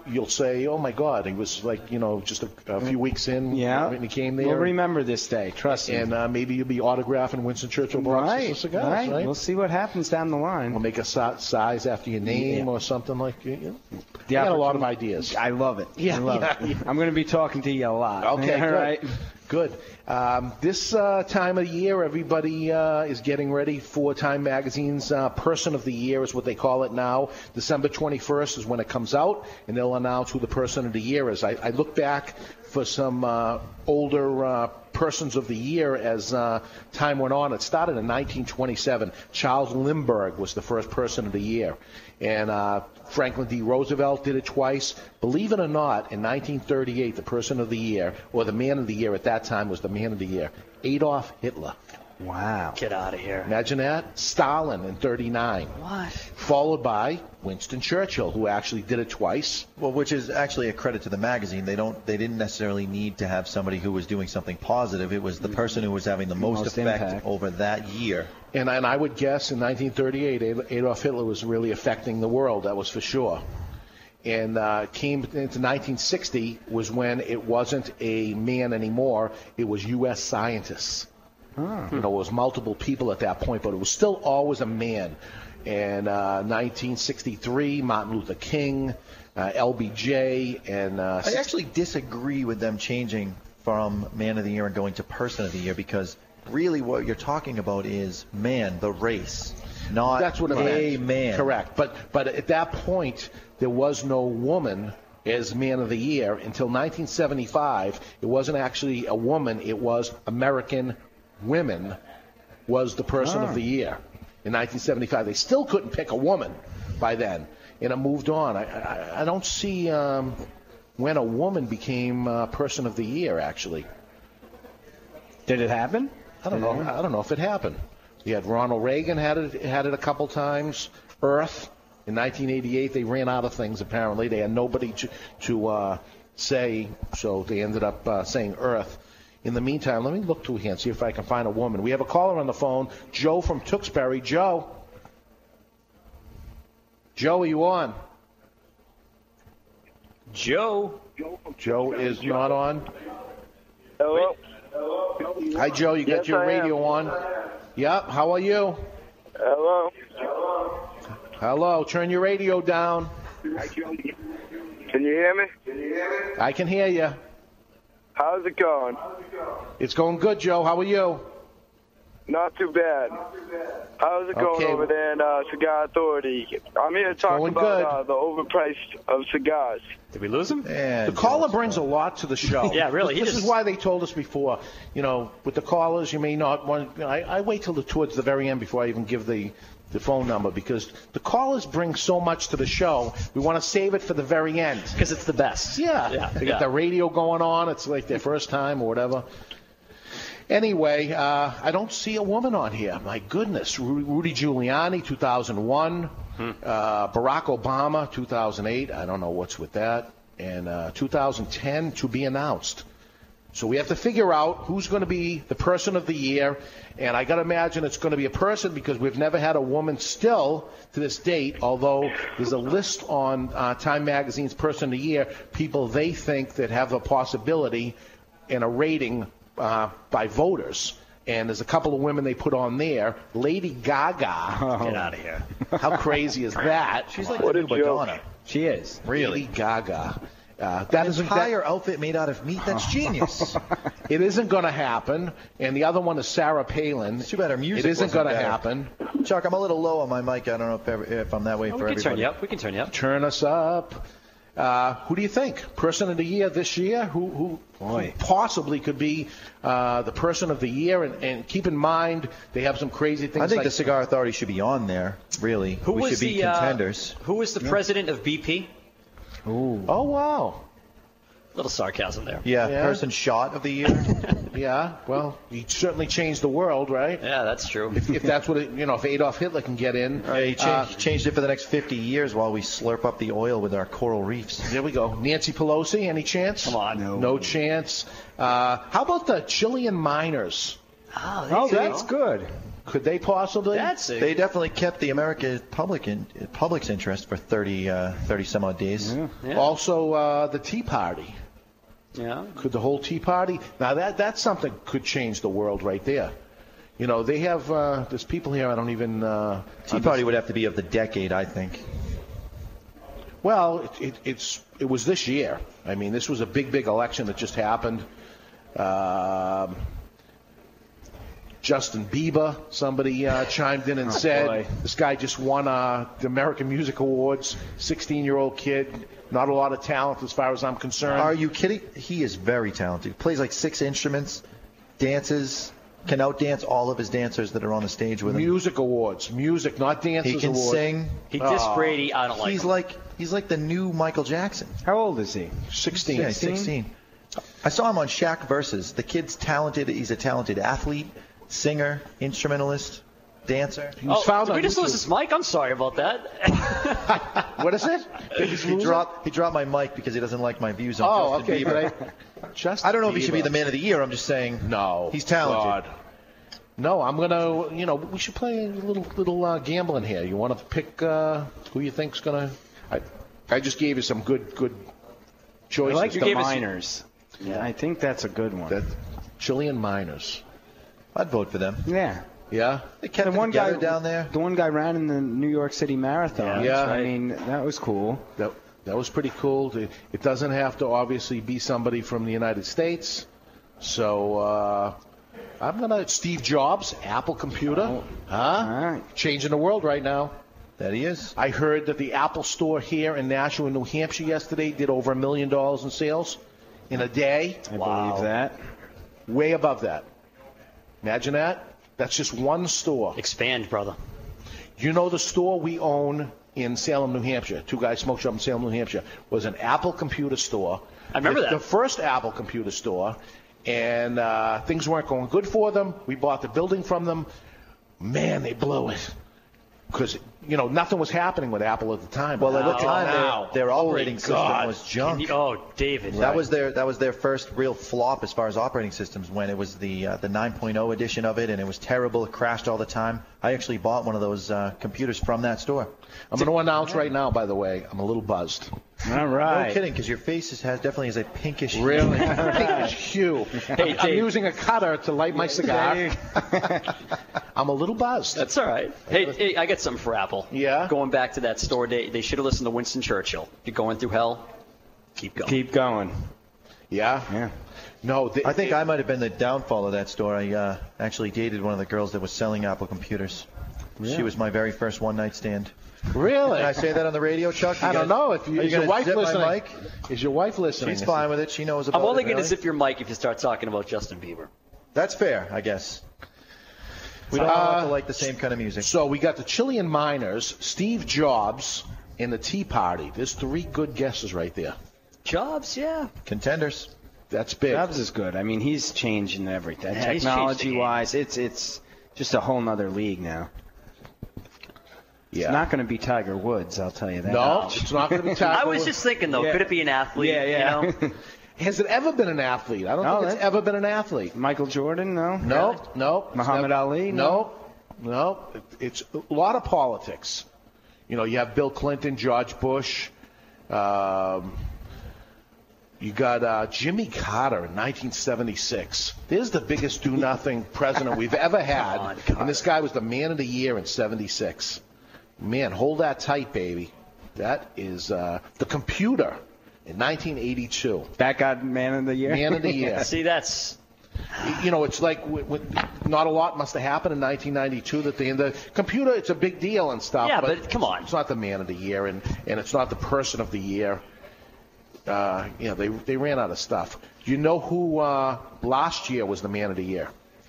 Speaker 5: you'll say, "Oh my God, he was like you know just a, a few weeks in,
Speaker 15: Mm. Yeah.
Speaker 5: when he came there."
Speaker 15: We'll remember this day. Trust me.
Speaker 5: and uh, maybe you'll be autographing Winston Churchill boxes
Speaker 15: right,
Speaker 5: of cigars,
Speaker 15: right.
Speaker 5: right?
Speaker 15: We'll see what happens down the line.
Speaker 5: We'll make a si- size after your name or something like that. You know?
Speaker 15: Yeah,
Speaker 5: got a lot of ideas.
Speaker 15: I love it.
Speaker 5: Yeah,
Speaker 15: I love
Speaker 5: yeah,
Speaker 15: it. I'm going to be talking to you a lot.
Speaker 5: Okay,
Speaker 15: All
Speaker 5: good.
Speaker 15: right.
Speaker 5: Good. Um, this uh, time of the year, everybody uh, is getting ready for Time Magazine's uh, Person of the Year, is what they call it now. December 21st is when it comes out, and they'll announce who the Person of the Year is. I, I look back for some uh, older uh, persons of the year as uh, time went on. It started in 1927. Charles Lindbergh was the first person of the year. And uh, Franklin D. Roosevelt did it twice. Believe it or not, in 1938, the person of the year, or the man of the year at that time, was the man of the year, Adolf Hitler.
Speaker 6: Wow.
Speaker 11: Get out of here.
Speaker 5: Imagine that. Stalin in 39.
Speaker 11: What?
Speaker 5: Followed by Winston Churchill, who actually did it twice.
Speaker 6: Well, which is actually a credit to the magazine. They don't. They didn't necessarily need to have somebody who was doing something positive. It was the person who was having the most,
Speaker 15: Most
Speaker 6: effect
Speaker 15: impact.
Speaker 6: over that year.
Speaker 5: And, and I would guess in 1938, Ad- Adolf Hitler was really affecting the world, that was for sure. And uh, it came into 1960 was when it wasn't a man anymore, it was U.S. scientists. You know, it was multiple people at that point, but it was still always a man. And uh, 1963, Martin Luther King, uh, LBJ, and uh,
Speaker 6: I actually disagree with them changing from man of the year and going to person of the year because really what you're talking about is man, the race, not
Speaker 5: That's what it
Speaker 6: a
Speaker 5: meant.
Speaker 6: man.
Speaker 5: Correct. But but at that point, there was no woman as man of the year until 1975. It wasn't actually a woman. It was American women was the person
Speaker 6: Ah.
Speaker 5: of the year in 1975. They still couldn't pick a woman by then, and it moved on. I I, I don't see um, when a woman became uh, person of the year actually.
Speaker 15: Did it happen? Mm-hmm.
Speaker 5: I don't know. I don't know if it happened. You had Ronald Reagan had it had it a couple times. Earth in 1988 they ran out of things apparently. They had nobody to to uh, say, so they ended up uh, saying Earth. In the meantime, let me look to here and see if I can find a woman. We have a caller on the phone, Joe from Tewksbury. Joe, Joe, are you on?
Speaker 20: Joe.
Speaker 5: Joe is not on.
Speaker 20: Hello.
Speaker 5: Hi, Joe. You got
Speaker 20: Yes,
Speaker 5: your
Speaker 20: I am.
Speaker 5: radio on. Yep. How are you?
Speaker 20: Hello.
Speaker 5: Hello. Turn your radio down.
Speaker 20: Can you hear me?
Speaker 5: I can hear you.
Speaker 20: How's it going?
Speaker 5: It's going good, Joe. How are you?
Speaker 20: Not too bad. How's it going
Speaker 5: Okay.
Speaker 20: over there in uh, Cigar Authority? I'm here to talk
Speaker 5: going
Speaker 20: about
Speaker 5: good.
Speaker 20: uh, the overpriced of cigars.
Speaker 5: Did we lose him? the caller brings a lot to the show.
Speaker 20: Yeah, really, he
Speaker 5: This
Speaker 20: just-
Speaker 5: is why they told us before. You know, with the callers, you may not want. you know, I, I wait till the, towards the very end before I even give the the phone number because the callers bring so much to the show. We want to save it for the very end because
Speaker 8: it's the best.
Speaker 5: Yeah,
Speaker 8: Yeah,
Speaker 5: They
Speaker 8: yeah.
Speaker 5: got the radio going on. It's like their first time or whatever. Anyway, uh, I don't see a woman on here. My goodness. Ru- Rudy Giuliani, 2001.
Speaker 8: Hmm.
Speaker 5: Uh, Barack Obama, 2008. I don't know what's with that. And uh, 2010 to be announced. So we have to figure out who's going to be the person of the year. And I got to imagine it's going to be a person because we've never had a woman still to this date, although there's a list on uh, Time Magazine's person of the year, people they think that have a possibility and a rating uh, by voters. And there's a couple of women they put on there. Lady Gaga. Get out of here. How crazy is that?
Speaker 6: Oh. She's like What the a new joke. Madonna.
Speaker 5: She is. Really? Lady Gaga. Uh, that is
Speaker 6: entire
Speaker 5: outfit made out of meat.
Speaker 6: That's genius.
Speaker 5: it isn't going to happen. And the other one is Sarah Palin. Too bad her
Speaker 6: Music
Speaker 5: It isn't
Speaker 6: wasn't
Speaker 5: going to
Speaker 6: better.
Speaker 5: happen.
Speaker 6: Chuck, I'm a little low on my mic. I don't know if, every, if I'm that way for
Speaker 5: Oh, we can
Speaker 6: everybody.
Speaker 5: turn you up.
Speaker 8: We can turn you up.
Speaker 5: Turn us up. Uh, who do you think? Person of the year this year? Who, who, who possibly could be uh, the person of the year? And, and keep in mind, they have some crazy things.
Speaker 6: I think
Speaker 5: like
Speaker 6: the Cigar Authority should be on there. Really,
Speaker 5: Who
Speaker 6: we
Speaker 5: was
Speaker 6: should be
Speaker 5: the, uh,
Speaker 6: contenders.
Speaker 8: Who was the
Speaker 6: Yeah.
Speaker 8: president of BP?
Speaker 5: Oh wow.
Speaker 8: Little sarcasm there.
Speaker 6: Yeah, person shot of the year.
Speaker 5: yeah, well, he certainly changed the world, right?
Speaker 8: Yeah, that's true.
Speaker 5: If, if that's what it, you know, if Adolf Hitler can get in,
Speaker 6: Yeah, he cha-
Speaker 5: uh,
Speaker 6: changed it for the next 50 years while we slurp up the oil with our coral reefs.
Speaker 5: There we go. Nancy Pelosi, any chance? Come on, no, no chance. Uh, how about the Chilean miners?
Speaker 8: Oh,
Speaker 5: good. Could they possibly?
Speaker 6: They definitely kept the American public in, public's interest for 30, uh, 30 some odd days.
Speaker 5: Also, uh, the Tea Party.
Speaker 8: Yeah.
Speaker 5: Could the whole Tea Party? Now that that's something could change the world right there. You know, they have uh, there's people here I don't even. Uh,
Speaker 6: Tea Party would have to be of the decade, I think.
Speaker 5: Well, it, it, it's it was this year. I mean, this was a big, big election that just happened. Um, Justin Bieber. Somebody uh, chimed in and
Speaker 6: Oh,
Speaker 5: said
Speaker 6: boy.
Speaker 5: this guy just won uh, the American Music Awards. 16-year-old kid, not a lot of talent as far as I'm concerned.
Speaker 6: Are you kidding? He is very talented. He plays like six instruments, dances, can outdance all of his dancers that are on the stage with him.
Speaker 5: Music awards, music, not dances.
Speaker 6: He can
Speaker 5: awards.
Speaker 6: sing.
Speaker 5: He dissed Oh. Brady, I don't like
Speaker 6: He's
Speaker 5: him.
Speaker 6: like he's like the new Michael Jackson.
Speaker 15: How old is he?
Speaker 5: Sixteen.
Speaker 6: Yeah, sixteen. I saw him on Shaq versus. The kid's talented. He's a talented athlete, singer, instrumentalist, dancer.
Speaker 8: oh, did we just lose this mic? I'm sorry about that.
Speaker 5: what is it?
Speaker 6: he dropped he dropped my mic because he doesn't like my views on
Speaker 5: Oh,
Speaker 6: Justin
Speaker 5: okay.
Speaker 6: Bieber.
Speaker 5: but I, Justin
Speaker 6: I don't know if he should be
Speaker 5: Bieber.
Speaker 6: the man of the year. I'm just saying.
Speaker 5: No,
Speaker 6: he's talented.
Speaker 5: God. No, I'm gonna. You know, we should play a little little uh, gambling here. You want to pick uh, who you think's gonna? I, I just gave you some good good
Speaker 15: I
Speaker 5: choices.
Speaker 15: like
Speaker 5: You
Speaker 15: the
Speaker 5: gave us-
Speaker 15: Miners. Yeah, I think that's a good one.
Speaker 5: Chilean Miners.
Speaker 6: I'd vote for them.
Speaker 15: Yeah.
Speaker 5: Yeah.
Speaker 6: They kept
Speaker 15: the
Speaker 6: it
Speaker 15: one guy
Speaker 6: together down there.
Speaker 15: The one guy ran in the New York City Marathon.
Speaker 5: Yeah.
Speaker 15: I mean that was cool.
Speaker 5: That that was pretty cool. It, it doesn't have to obviously be somebody from the United States. So uh, I'm gonna Steve Jobs, Apple computer,
Speaker 15: Oh.
Speaker 5: huh? Changing the world right now.
Speaker 6: That he is.
Speaker 5: I heard that the Apple store here in Nashua, New Hampshire, yesterday did over a million dollars in sales in a day. I
Speaker 15: believe that.
Speaker 5: Way above that. Imagine that. That's just one store.
Speaker 8: Expand, brother.
Speaker 5: You know the store we own in Salem, New Hampshire, Two Guys Smoke Shop in Salem, New Hampshire, was an Apple computer store.
Speaker 8: I remember
Speaker 5: the,
Speaker 8: that.
Speaker 5: The first Apple computer store, and uh, things weren't going good for them. We bought the building from them. Man, they blew it. Because you know nothing was happening with Apple at the time.
Speaker 6: Well, at the
Speaker 5: Now-
Speaker 6: time, their-
Speaker 5: now.
Speaker 6: their operating
Speaker 5: Holy
Speaker 6: system
Speaker 5: God.
Speaker 6: was junk.
Speaker 5: Can you-
Speaker 8: oh, David.
Speaker 6: That was their that was their first real flop as far as operating systems when it was the uh, the 9.0 edition of it and it was terrible. It crashed all the time. I actually bought one of those uh, computers from that store.
Speaker 5: I'm going to announce right now. By the way, I'm a little buzzed.
Speaker 15: All
Speaker 6: No kidding, because your face is, has definitely is a pinkish. hue.
Speaker 5: Really? Pinkish hue.
Speaker 6: Hey,
Speaker 5: I'm
Speaker 6: Dave.
Speaker 5: using a cutter to light my cigar. I'm a little buzzed.
Speaker 8: That's all right. Hey, hey, I got something for Apple. Yeah. Going back to that store, they, they should have listened to Winston Churchill. You're going through hell. Keep going.
Speaker 15: Keep going.
Speaker 5: Yeah.
Speaker 15: Yeah.
Speaker 5: No,
Speaker 6: I think I might have been the downfall of that store. I uh, actually dated one of the girls that was selling Apple computers.
Speaker 5: Yeah.
Speaker 6: She was my very first one night stand.
Speaker 5: Really?
Speaker 6: Can I say that on the radio, Chuck?
Speaker 5: I
Speaker 6: You
Speaker 5: don't
Speaker 6: guys-
Speaker 5: know if you,
Speaker 6: are
Speaker 5: is your
Speaker 6: gonna
Speaker 5: wife
Speaker 6: zip my
Speaker 5: listening.
Speaker 6: mic?
Speaker 5: Is your wife listening?
Speaker 6: She's fine with it. She
Speaker 5: Oh,
Speaker 6: knows about
Speaker 8: I'm only
Speaker 6: it.
Speaker 8: going to
Speaker 6: really.
Speaker 8: zip your mic if you start talking about Justin Bieber.
Speaker 6: That's fair, I guess. We don't all have to like the same kind of music.
Speaker 5: Uh, So we got the Chilean miners, Steve Jobs, and the Tea Party. There's three good guesses right there.
Speaker 8: Jobs, yeah.
Speaker 6: Contenders.
Speaker 5: That's big.
Speaker 15: Jobs is good. I mean he's changing everything.
Speaker 8: Yeah, he's changed the
Speaker 15: Technology wise, it's it's just a whole nother league now.
Speaker 5: Yeah.
Speaker 15: It's not going to be Tiger Woods, I'll tell you that.
Speaker 8: I was just thinking though,
Speaker 15: Yeah.
Speaker 8: could it be an athlete?
Speaker 15: Yeah, yeah.
Speaker 8: You know?
Speaker 5: Has it ever been an athlete? I don't
Speaker 15: No,
Speaker 5: think it's
Speaker 15: that's-
Speaker 5: ever been an athlete.
Speaker 15: Michael Jordan, no.
Speaker 5: No, no.
Speaker 15: Muhammad Ali,
Speaker 5: No, no. It's a lot of politics. You know, you have Bill Clinton, George Bush. Um, you got uh, Jimmy Carter in 1976. There's the biggest do nothing president we've ever had. and this guy was the man of the year in 76. Man, hold that tight, baby. That is uh, the computer in 1982.
Speaker 15: That got man of the year.
Speaker 5: Man of the year.
Speaker 8: See, that's
Speaker 5: you know, it's like w w not a lot must have happened in 1992 that the, the computer, it's a big deal and stuff.
Speaker 8: Yeah,
Speaker 5: but, come on. It's not the man of the year, and, and it's not the person of the year. Uh, you know, they, they ran out of stuff. You know who uh, last year was the man of the year?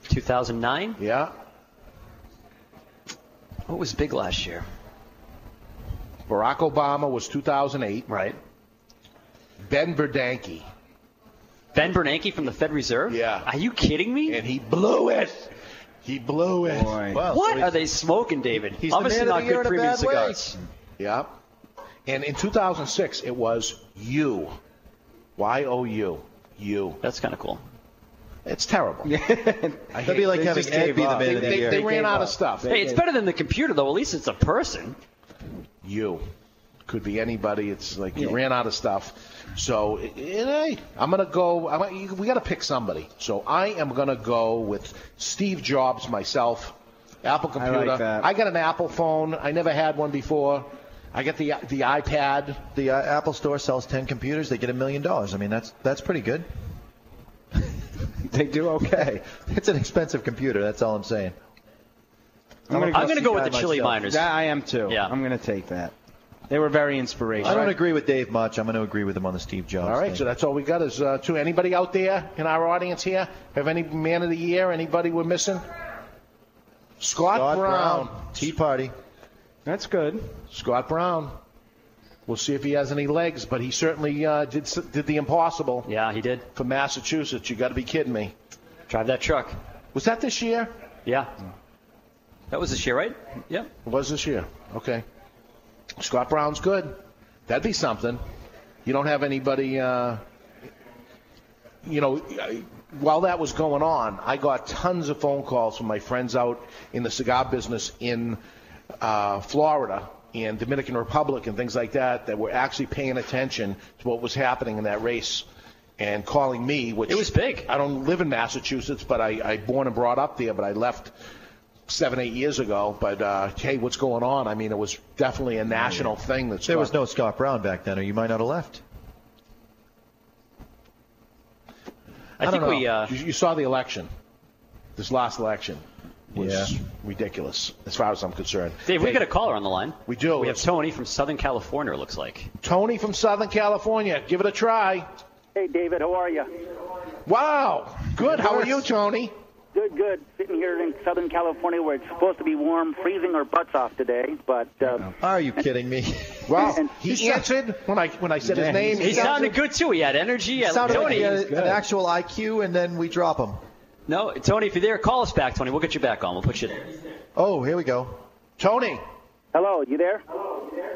Speaker 8: 2009.
Speaker 5: Yeah.
Speaker 8: What was big last year?
Speaker 5: Barack Obama was 2008.
Speaker 8: Right.
Speaker 5: Ben Bernanke.
Speaker 8: Ben Bernanke from the Fed Reserve. Yeah. Are you kidding me?
Speaker 5: And he blew it. He blew it. Well,
Speaker 8: what
Speaker 5: so
Speaker 8: are they smoking, David?
Speaker 5: He's the
Speaker 8: Obviously
Speaker 5: man of the
Speaker 8: not
Speaker 5: year
Speaker 8: good
Speaker 5: in a
Speaker 8: premium
Speaker 5: bad way.
Speaker 8: cigars.
Speaker 5: Yeah. And in 2006, it was you. Y O U. You.
Speaker 8: That's kind of cool.
Speaker 5: It's terrible. That'd
Speaker 6: That'd be like having Ed be the man of the year.
Speaker 5: They, ran out of stuff.
Speaker 8: Hey, it's better than the computer though. At least it's a person.
Speaker 5: You. Could be anybody. It's like you
Speaker 8: Yeah.
Speaker 5: ran out of stuff. So, eh, eh, hey, I'm going to go. I'm, gonna- we got to pick somebody. So, I am going to go with Steve Jobs myself. Apple
Speaker 15: I like
Speaker 5: computer.
Speaker 15: that.
Speaker 5: I got an Apple phone. I never had one before. I got the the iPad.
Speaker 6: The uh, Apple Store sells 10 computers. They get a million dollars. I mean, that's that's pretty good. They do okay. It's an expensive computer. That's all I'm saying.
Speaker 8: I'm gonna go, with the chili
Speaker 15: myself.
Speaker 8: miners.
Speaker 15: Yeah, I am too. Yeah. I'm going to take that. They were very inspirational.
Speaker 6: I don't agree with Dave much. I'm going to agree with him on the Steve Jobs.
Speaker 5: All right, so that's all we got is uh, two. Anybody out there in our audience here have any man of the year? Anybody we're missing? Scott, Brown.
Speaker 6: Tea Party.
Speaker 5: That's good. Scott Brown. We'll see if he has any legs, but he certainly uh, did s- did the impossible.
Speaker 8: Yeah, he did.
Speaker 5: For Massachusetts, you got to be kidding me.
Speaker 8: Drive that truck.
Speaker 5: Was that this year?
Speaker 8: Yeah. That was this year, right? Yeah.
Speaker 5: It was this year. Okay. Scott Brown's good. That'd be something. You don't have anybody. Uh, you know, I- while that was going on, I got tons of phone calls from my friends out in the cigar business in uh, Florida and Dominican Republic and things like that that were actually paying attention to what was happening in that race and calling me, which it was big. I don't live in Massachusetts, but I, I born and brought up there, but I left seven, eight years ago. But uh, hey, what's going on? I mean, it was definitely a national thing. That's
Speaker 6: There was no Scott Brown back then, or you might not have left.
Speaker 5: I,
Speaker 6: I
Speaker 5: think
Speaker 6: don't
Speaker 5: we.
Speaker 6: know.
Speaker 5: Uh... You, you saw the election. This last election was ridiculous, as far as I'm concerned.
Speaker 8: Dave, we
Speaker 5: Hey,
Speaker 8: got a caller on the line.
Speaker 5: We do.
Speaker 8: We have Tony from Southern California. It looks like.
Speaker 5: Tony from Southern California. Give it a try.
Speaker 20: Hey, David, how are you?
Speaker 5: Wow, good. How are you, Tony?
Speaker 20: Good, good. Sitting here in Southern California where it's supposed to be warm, freezing our butts off today, but. Uh,
Speaker 6: Are you kidding me?
Speaker 5: Wow,
Speaker 20: And-
Speaker 5: he,
Speaker 20: He sound-
Speaker 5: answered when I when I said his name.
Speaker 8: He, sounded good too. He had energy. I-
Speaker 6: Sounded like
Speaker 8: Tony,
Speaker 6: he had an actual IQ, and then we drop him.
Speaker 8: No, Tony, if you're there, call us back, Tony. We'll get you back on. We'll put you there.
Speaker 6: Oh, here we go.
Speaker 5: Tony.
Speaker 20: Hello, you there?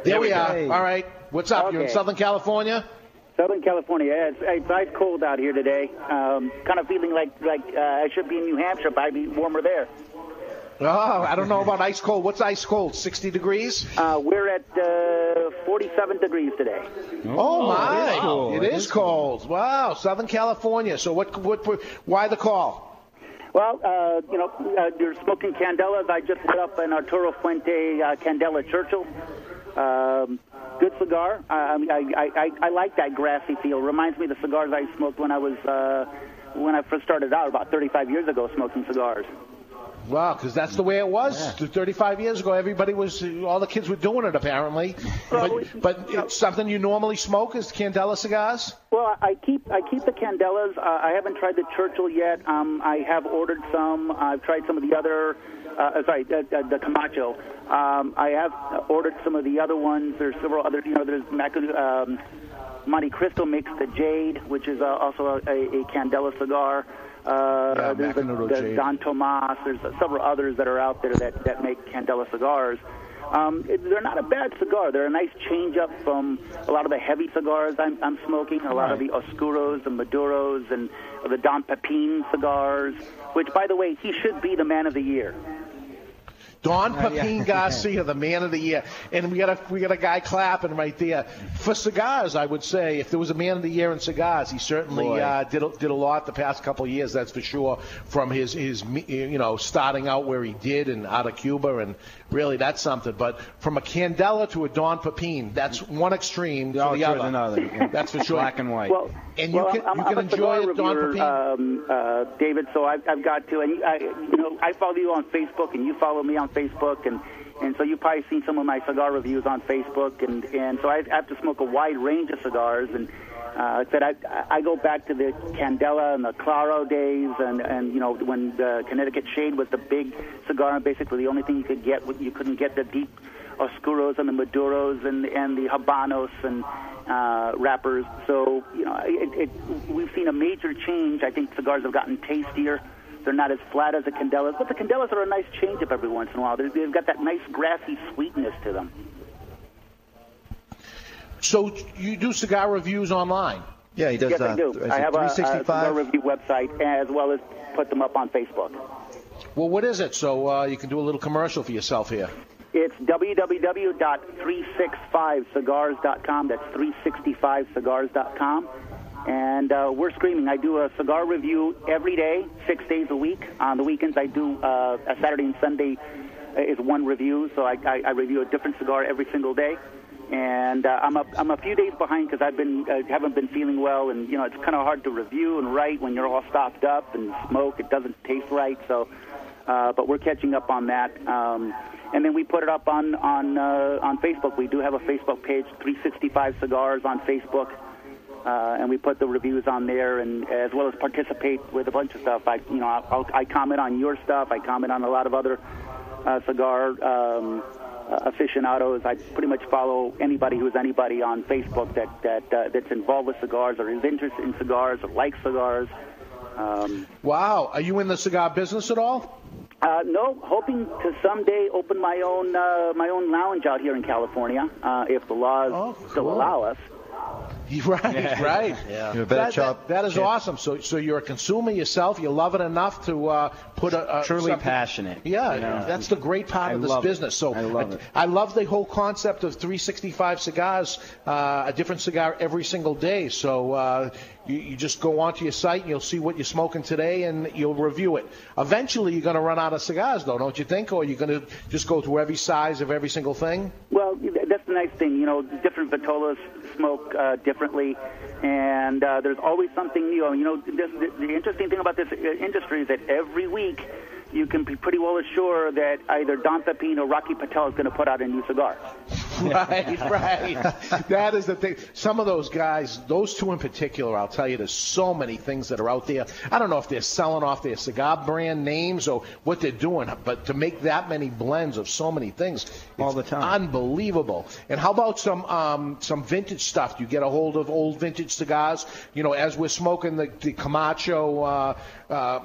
Speaker 5: There, we are. All right, what's up? You're in
Speaker 20: Okay.
Speaker 5: Southern California.
Speaker 20: Southern California. Yeah, it's, it's ice cold out here today. Um, kind of feeling like like uh, I should be in New Hampshire, but I'd be warmer there.
Speaker 5: Oh, I don't know about ice cold. What's ice cold? 60 degrees?
Speaker 20: Uh, we're at uh, 47 degrees today.
Speaker 5: Oh, my!
Speaker 20: it is cold.
Speaker 5: It is cold. Wow, Southern California. So what? What? Why the call?
Speaker 20: Well, uh, you know, uh, you're smoking candelas. I just lit up an Arturo Fuente uh, Candela Churchill. Um, good cigar. I, I, I, I, I like that grassy feel. Reminds me of the cigars I smoked when I was uh, when I first started out about 35 years ago smoking cigars.
Speaker 5: Wow, because that's the way it was 35 years ago. Everybody was, all the kids were doing it apparently. But, but it's something you normally smoke is Candela cigars.
Speaker 20: Well, I keep I keep the Candelas. Uh, I haven't tried the Churchill yet. Um, I have ordered some. I've tried some of the other. Uh, sorry, the, the, the Camacho. Um, I have ordered some of the other ones. There's several other. You know, there's Macu, um, Monte Cristo mix, the Jade, which is uh, also a, a, a Candela cigar. Uh,
Speaker 5: Yeah,
Speaker 20: there's the,
Speaker 5: Macanudo
Speaker 20: the
Speaker 5: Jade.
Speaker 20: Don Tomas. There's several others that are out there that, that make Candela cigars. Um, it- they're not a bad cigar. They're a nice change up from a lot of the heavy cigars I'm, I'm smoking, a lot of the Oscuros and Maduros and the Don Pepin cigars, which, by the way, he should be the man of the year.
Speaker 5: Don
Speaker 20: Oh, yeah.
Speaker 5: Pepin Garcia, the man of the year, and we got a we got a guy clapping right there for cigars. I would say if there was a man of the year in cigars, he certainly
Speaker 6: Boy.
Speaker 5: uh, did a, did a lot the past couple of years. That's for sure. From his his me- you know starting out where he did and out of Cuba, and really that's something. But from a Candela to a Don Pepin, that's one extreme to the
Speaker 15: to
Speaker 5: other.
Speaker 15: Oh, another, yeah.
Speaker 5: That's for sure.
Speaker 15: Black and white.
Speaker 20: Well,
Speaker 5: And you
Speaker 20: well,
Speaker 5: can-
Speaker 20: I'm,
Speaker 5: you
Speaker 20: I'm
Speaker 5: can
Speaker 20: a
Speaker 5: enjoy
Speaker 20: cigar
Speaker 5: it, Don
Speaker 20: reviewer,
Speaker 5: Pepin.
Speaker 20: Um, uh, David, so I've, I've got to. And I, you know, I follow you on Facebook, and you follow me on Facebook, and and so you've probably seen some of my cigar reviews on Facebook, and and so I have to smoke a wide range of cigars, and. Uh, I said I, I go back to the Candela and the Claro days, and, and you know when the Connecticut Shade was the big cigar, and basically the only thing you could get you couldn't get the deep Oscuros and the Maduros and and the Habanos and uh, wrappers. So you know, it, it, we've seen a major change. I think cigars have gotten tastier. They're not as flat as the Candelas, but the Candelas are a nice change-up every once in a while. They- They've got that nice grassy sweetness to them.
Speaker 5: So you do cigar reviews online?
Speaker 6: Yeah, he
Speaker 20: yes,
Speaker 15: uh,
Speaker 20: I do. I have a, a cigar review website as well as put them up on Facebook.
Speaker 5: Well, what is it? So uh, you can do a little commercial for yourself here.
Speaker 20: It's www.365cigars.com. That's 365cigars.com. And uh, we're screaming. I do a cigar review every day, six days a week. On the weekends, I do uh, a Saturday and Sunday is one review, so I, I, I review a different cigar every single day. and uh, I'm a I'm a few days behind because I've been uh, haven't been feeling well, and you know it's kind of hard to review and write when you're all stopped up and smoke. It doesn't taste right, so. Uh, but we're catching up on that, um, and then we put it up on on uh, on Facebook. We do have a Facebook page, 365 Cigars on Facebook, uh, and we put the reviews on there, and as well as participate with a bunch of stuff. I you know I'll, I comment on your stuff. I comment on a lot of other uh, cigar. Um, uh, aficionados. I pretty much follow anybody who's anybody on Facebook that that uh, that's involved with cigars or is interested in cigars or likes cigars. Um,
Speaker 5: Wow. Are you in the cigar business at all?
Speaker 20: uh, no, hoping to someday open my own uh, my own lounge out here in California, uh, if the laws
Speaker 5: Oh,
Speaker 20: still allow us.
Speaker 5: Right, right.
Speaker 20: Yeah.
Speaker 6: You better
Speaker 5: That- that-
Speaker 6: chop-
Speaker 5: that is
Speaker 6: yeah.
Speaker 5: awesome. So, so you're a consumer yourself. You love it enough to uh, put a, a
Speaker 15: Truly
Speaker 5: something-
Speaker 15: passionate,
Speaker 5: Yeah,
Speaker 15: you know.
Speaker 5: that's the great part
Speaker 15: I
Speaker 5: of this
Speaker 15: love it.
Speaker 5: business. So,
Speaker 15: I love it.
Speaker 5: I love the whole concept of 365 cigars, uh, a different cigar every single day. So uh, you, you just go onto your site and you'll see what you're smoking today, and you'll review it. Eventually, you're going to run out of cigars, though, don't you think? Or you're going to just go through every size of every single thing?
Speaker 20: Well, th- that's the nice thing. You know, different vitolas smoke uh, differently, and uh, there's always something new. You know, this, the, the interesting thing about this uh, industry is that every week you can be pretty well assured that either Don Pepin or Rocky Patel is going to put out a new cigar.
Speaker 5: right, right. That is the thing. Some of those guys, those two in particular, I'll tell you, there's so many things that are out there. I don't know if they're selling off their cigar brand names or what they're doing, but to make that many blends of so many things, all the time, unbelievable. And how about some um, some vintage stuff? You get a hold of old vintage cigars. You know, as we're smoking the, the Camacho. Uh, uh,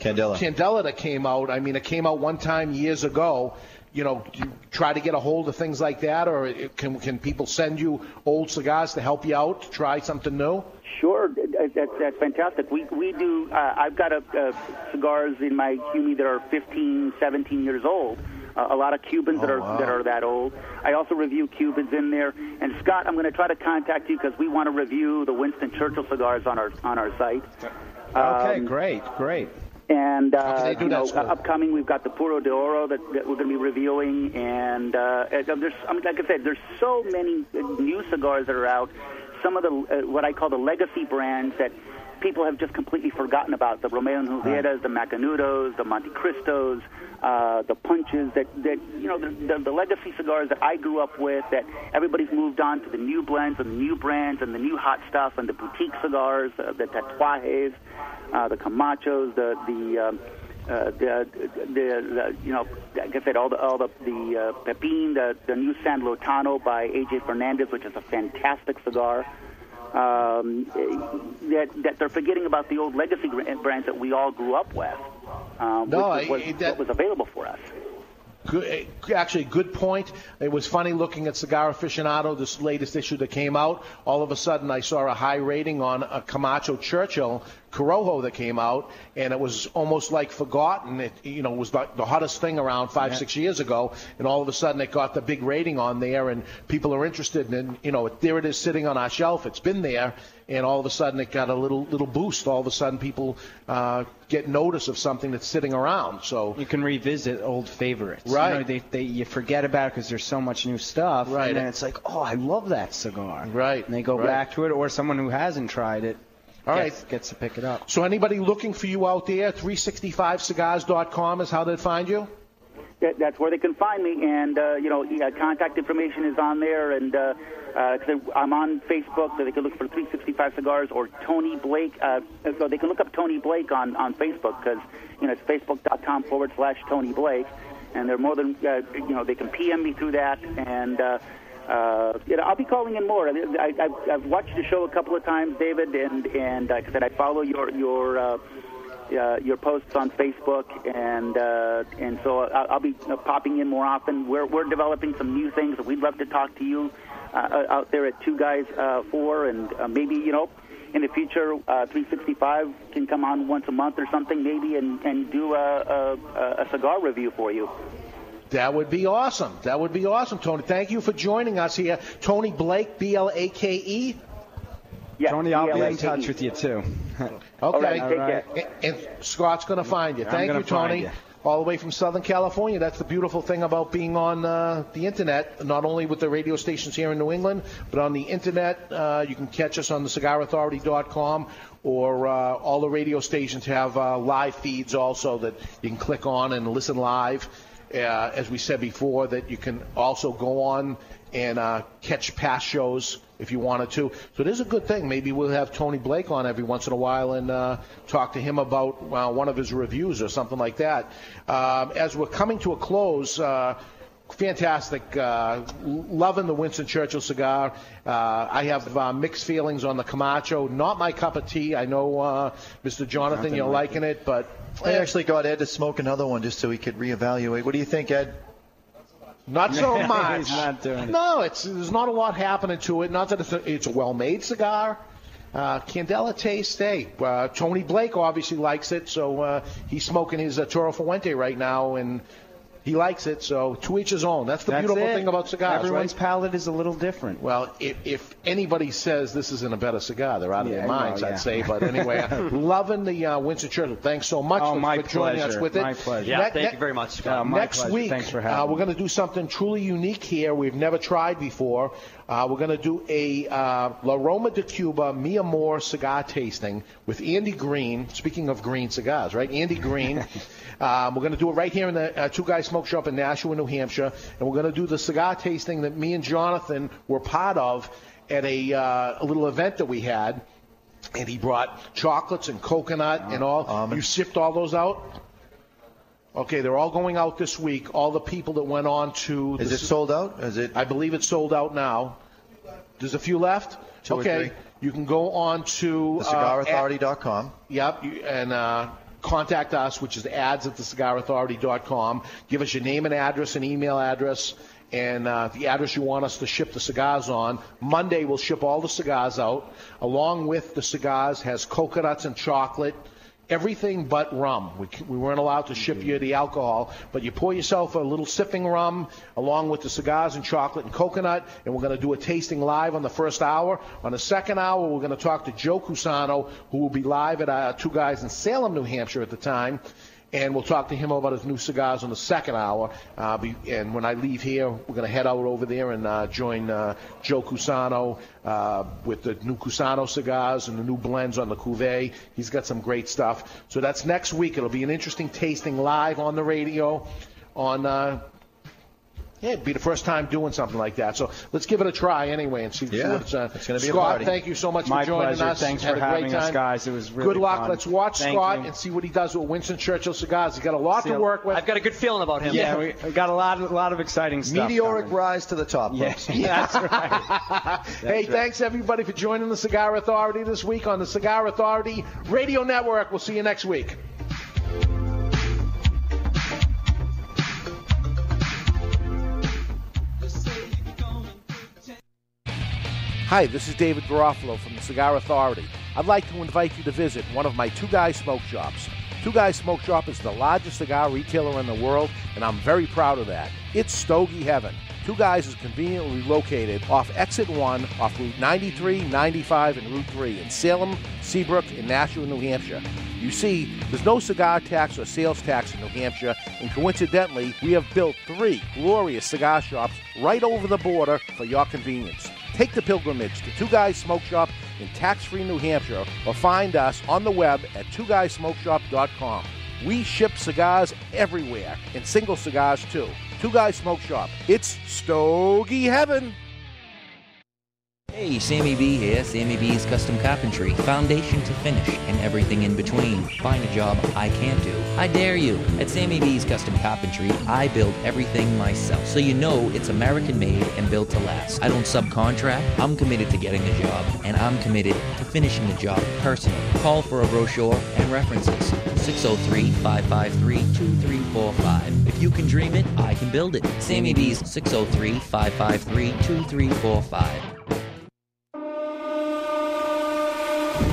Speaker 6: Candela.
Speaker 5: Candela that came out. I mean, it came out one time years ago. You know, do you try to get a hold of things like that, or it, can can people send you old cigars to help you out to try something new?
Speaker 20: Sure, that, that, that's fantastic. We we do. Uh, I've got a, uh, cigars in my Humi that are 15, 17 years old. Uh, a lot of Cubans that
Speaker 3: Oh,
Speaker 20: are
Speaker 3: wow.
Speaker 20: that are that old. I also review Cubans in there. And Scott, I'm going to try to contact you because we want to review the Winston Churchill cigars on our on our site.
Speaker 15: Okay,
Speaker 20: Um,
Speaker 15: great, great.
Speaker 20: And
Speaker 15: can
Speaker 20: uh,
Speaker 15: they do
Speaker 20: you know,
Speaker 15: that, Scott?
Speaker 20: upcoming, we've got the Puro de Oro that, that we're going to be reviewing, and uh, and there's, I mean, like I said, there's so many new cigars that are out. Some of the uh, what I call the legacy brands that people have just completely forgotten about: the Romeo and Julietas, the Macanudos, the Monte Cristos, uh, the Punches. That that you know, the, the, the legacy cigars that I grew up with. That everybody's moved on to the new blends and the new brands and the new hot stuff and the boutique cigars, uh, the Tatuajes uh, the Camachos, the the, um, uh, the, the the you know, like I said, all the all the the uh, Pepin, the the new San Lotano by AJ Fernandez, which is a fantastic cigar. Um, that that they're forgetting about the old legacy gra- brands that we all grew up with, um,
Speaker 5: No,
Speaker 20: which was,
Speaker 5: I-
Speaker 20: was,
Speaker 5: that-
Speaker 20: what was available for us.
Speaker 5: Good, eh, actually, good point. It was funny looking at Cigar Aficionado, this latest issue that came out. All of a sudden, I saw a high rating on a Camacho Churchill Corojo that came out, and it was almost like forgotten. It you know was the, the hottest thing around five,
Speaker 6: Yeah.
Speaker 5: six years ago, and all of a sudden it got the big rating on there, and people are interested. And you know, there it is sitting on our shelf. It's been there, and all of a sudden it got a little little boost. All of a sudden, people uh, get notice of something that's sitting around. So
Speaker 15: You can revisit old favorites. You
Speaker 5: Right.
Speaker 15: know, they, they, you forget about because there's so much new stuff.
Speaker 5: Right.
Speaker 15: And then it's like, oh, I love that cigar.
Speaker 5: Right.
Speaker 15: And they go
Speaker 5: Right.
Speaker 15: back to it, or someone who hasn't tried it
Speaker 5: All
Speaker 15: gets, gets to pick it up.
Speaker 5: So anybody looking for you out there, 365cigars.com is how they find you?
Speaker 20: that, that's where they can find me. And uh, you know, yeah, contact information is on there. And uh, uh, 'cause I'm on Facebook, so they can look for 365 Cigars or Tony Blake. Uh, so they can look up Tony Blake on on Facebook because you know it's facebook.com forward slash Tony Blake. And they're more than uh, you know they can PM me through that and. Uh, uh, you know, I'll be calling in more. I, I, I've, I've watched the show a couple of times, David, and and like I said, I follow your your uh, uh, your posts on Facebook, and uh, and so I'll, I'll be uh, popping in more often. We're we're developing some new things. We'd love to talk to you uh, uh, out there at Two Guys uh, Four, and uh, maybe you know. In the future, uh, 365 can come on once a month or something, maybe, and, and do a, a, a cigar review for you.
Speaker 5: That would be awesome. That would be awesome, Tony. Thank you for joining us here. Tony Blake, B L A K E.
Speaker 20: Yeah,
Speaker 15: Tony, I'll be in touch with you too.
Speaker 5: Okay.
Speaker 15: All right.
Speaker 5: And, and Scott's going to find you.
Speaker 15: I'm
Speaker 5: Thank
Speaker 15: gonna
Speaker 5: you, Tony.
Speaker 15: find you.
Speaker 5: all the way from Southern California. That's the beautiful thing about being on uh, the internet, not only with the radio stations here in New England, but on the internet. Uh, you can catch us on the cigarauthority.com or uh, all the radio stations have uh, live feeds also that you can click on and listen live. Uh, as we said before, that you can also go on and uh, catch past shows if you wanted to. So it is a good thing. Maybe we'll have Tony Blake on every once in a while and uh, talk to him about uh, one of his reviews or something like that. Um, as we're coming to a close, uh, fantastic. Uh, l- loving the Winston Churchill cigar. Uh, I have uh, mixed feelings on the Camacho. Not my cup of tea. I know, uh, Mr. Jonathan,
Speaker 6: Jonathan
Speaker 5: you're
Speaker 6: liked
Speaker 5: liking it, but
Speaker 6: I actually got Ed to smoke another one just so he could reevaluate. What do you think, Ed?
Speaker 5: Not so
Speaker 6: He's
Speaker 5: much.
Speaker 6: not doing it.
Speaker 5: No, it's there's not a lot happening to it. Not that it's a, it's a well-made cigar. Uh, Candela taste, hey, uh, Tony Blake obviously likes it, so uh, he's smoking his uh, Toro Fuente right now, and he likes it. So to each his own. That's the
Speaker 15: That's
Speaker 5: beautiful
Speaker 15: it.
Speaker 5: thing about cigars,
Speaker 15: Everyone's
Speaker 5: right?
Speaker 15: palate is a little different.
Speaker 5: Well, if, if anybody says this isn't a better cigar, they're out of
Speaker 15: Yeah,
Speaker 5: their
Speaker 15: well,
Speaker 5: minds,
Speaker 15: yeah.
Speaker 5: I'd say. But anyway, loving the uh, Winston Churchill. Thanks so much
Speaker 15: Oh,
Speaker 5: for,
Speaker 15: my
Speaker 5: for joining us
Speaker 15: pleasure.
Speaker 5: with it.
Speaker 15: My pleasure. Yeah, thank you very much, Scott. Oh, my
Speaker 5: Uh, next
Speaker 15: pleasure.
Speaker 5: week,
Speaker 15: Thanks for
Speaker 5: uh,
Speaker 15: having
Speaker 5: we're going to do something truly unique here. We've never tried before. Uh, we're going to do a uh, La Roma de Cuba Mia Moore cigar tasting with Andy Green. Speaking of green cigars, right? Andy Green. Um, we're going to do it right here in the uh, Two Guys Smoke Shop in Nashua, New Hampshire, and we're going to do the cigar tasting that me and Jonathan were part of at a, uh, a little event that we had. And he brought chocolates and coconut and
Speaker 6: Uh,
Speaker 5: all. You sipped all those out? Okay, they're all going out this week. All the people that went on to
Speaker 6: Is
Speaker 5: the-
Speaker 6: it sold out? Is it?
Speaker 5: I believe it's sold out now. There's a few left.
Speaker 6: Two or
Speaker 5: okay,
Speaker 6: three.
Speaker 5: you can go on to uh,
Speaker 6: TheCigarAuthority.com.
Speaker 5: Yep, you- and uh, contact us, which is ads at thecigarauthority.com. Give us your name and address and email address and uh, the address you want us to ship the cigars on. Monday, we'll ship all the cigars out. Along with the cigars has coconuts and chocolate. Everything but rum. We, c- we weren't allowed to ship you the alcohol, but you pour yourself a little sipping rum along with the cigars and chocolate and coconut, and we're going to do a tasting live on the first hour. On the second hour, we're going to talk to Joe Cusano, who will be live at uh, Two Guys in Salem, New Hampshire at the time. And we'll talk to him about his new cigars on the second hour. Uh, be, and when I leave here, we're going to head out over there and uh, join uh, Joe Cusano uh, with the new Cusano cigars and the new blends on the Cuvée. He's got some great stuff. So that's next week. It'll be an interesting tasting live on the radio on uh, yeah, it'd be the first time doing something like that. So let's give it a try anyway and see, see
Speaker 6: Yeah,
Speaker 5: what it's. Uh,
Speaker 6: it's gonna be a
Speaker 5: Scott,
Speaker 6: party.
Speaker 5: thank you so much
Speaker 15: My
Speaker 5: for joining
Speaker 15: pleasure.
Speaker 5: us.
Speaker 15: Thanks
Speaker 5: Had
Speaker 15: for
Speaker 5: a great
Speaker 15: having us,
Speaker 5: time.
Speaker 15: guys. It was really
Speaker 5: good luck.
Speaker 15: fun.
Speaker 5: Let's watch
Speaker 15: Thank
Speaker 5: Scott
Speaker 15: you.
Speaker 5: and see what he does with Winston Churchill cigars. He's got a lot
Speaker 15: See
Speaker 5: to
Speaker 15: ya.
Speaker 5: work with.
Speaker 8: I've got a good feeling about him.
Speaker 15: Yeah, we we got a lot, a lot of exciting stuff.
Speaker 6: Meteoric
Speaker 15: coming.
Speaker 6: rise to the top.
Speaker 15: Yeah.
Speaker 6: folks.
Speaker 15: That's right.
Speaker 5: hey, thanks everybody for joining the Cigar Authority this week on the Cigar Authority Radio Network. We'll see you next week. Hi, this is David Garofalo from the Cigar Authority. I'd like to invite you to visit one of my Two Guys Smoke Shops. Two Guys Smoke Shop is the largest cigar retailer in the world, and I'm very proud of that. It's Stogie Heaven. Two Guys is conveniently located off Exit 1, off Route 93, 95, and Route 3 in Salem, Seabrook, and Nashua, New Hampshire. You see, there's no cigar tax or sales tax in New Hampshire, and coincidentally, we have built three glorious cigar shops right over the border for your convenience. Take the pilgrimage to Two Guys Smoke Shop in tax free New Hampshire or find us on the web at twoguysmokeshop.com. We ship cigars everywhere and single cigars too. Two Guys Smoke Shop. It's Stogie Heaven.
Speaker 3: Hey, Sammy B here. Sammy B's Custom Carpentry. Foundation to finish and everything in between. Find a job I can't do. I dare you. At Sammy B's Custom Carpentry, I build everything myself. So you know it's American made and built to last. I don't subcontract. I'm committed to getting a job and I'm committed to finishing the job personally. Call for a brochure and references. 603-553-2345. If you can dream it, I can build it. Sammy B's 603-553-2345.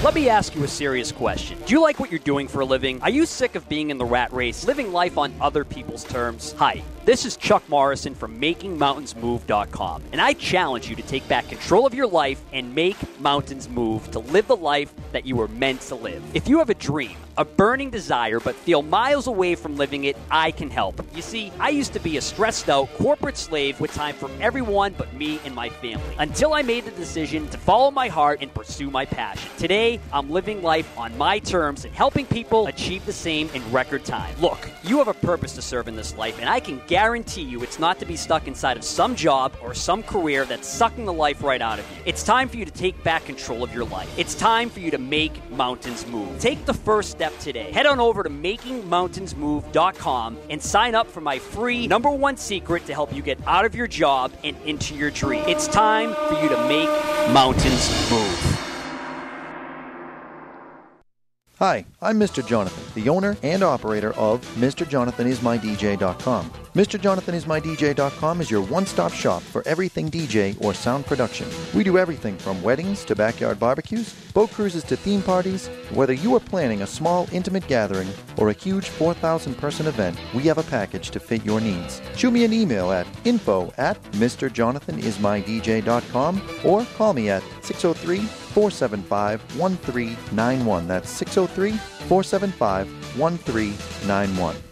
Speaker 1: Let me ask you a serious question. Do you like what you're doing for a living? Are you sick of being in the rat race, living life on other people's terms? Hi, This is Chuck Morrison from MakingMountainsMove.com, and I challenge you to take back control of your life and make mountains move to live the life that you were meant to live. If you have a dream, a burning desire, but feel miles away from living it, I can help. You see, I used to be a stressed out corporate slave with time for everyone but me and my family until I made the decision to follow my heart and pursue my passion. Today, I'm living life on my terms and helping people achieve the same in record time. Look, you have a purpose to serve in this life, and I can guarantee you it's not to be stuck inside of some job or some career that's sucking the life right out of you. It's time for you to take back control of your life. It's time for you to make mountains move. Take the first step today. Head on over to makingmountainsmove.com and sign up for my free number one secret to help you get out of your job and into your dream. It's time for you to make mountains move.
Speaker 9: Hi, I'm Mr. Jonathan, the owner and operator of MrJonathanIsMyDJ.com. MrJonathanIsMyDJ.com is your one-stop shop for everything DJ or sound production. We do everything from weddings to backyard barbecues, boat cruises to theme parties. Whether you are planning a small, intimate gathering or a huge 4,000-person event, we have a package to fit your needs. Shoot me an email at info at MrJonathanIsMyDJ.com or call me at 603- 475 oh 1391. That's 603 475 1391.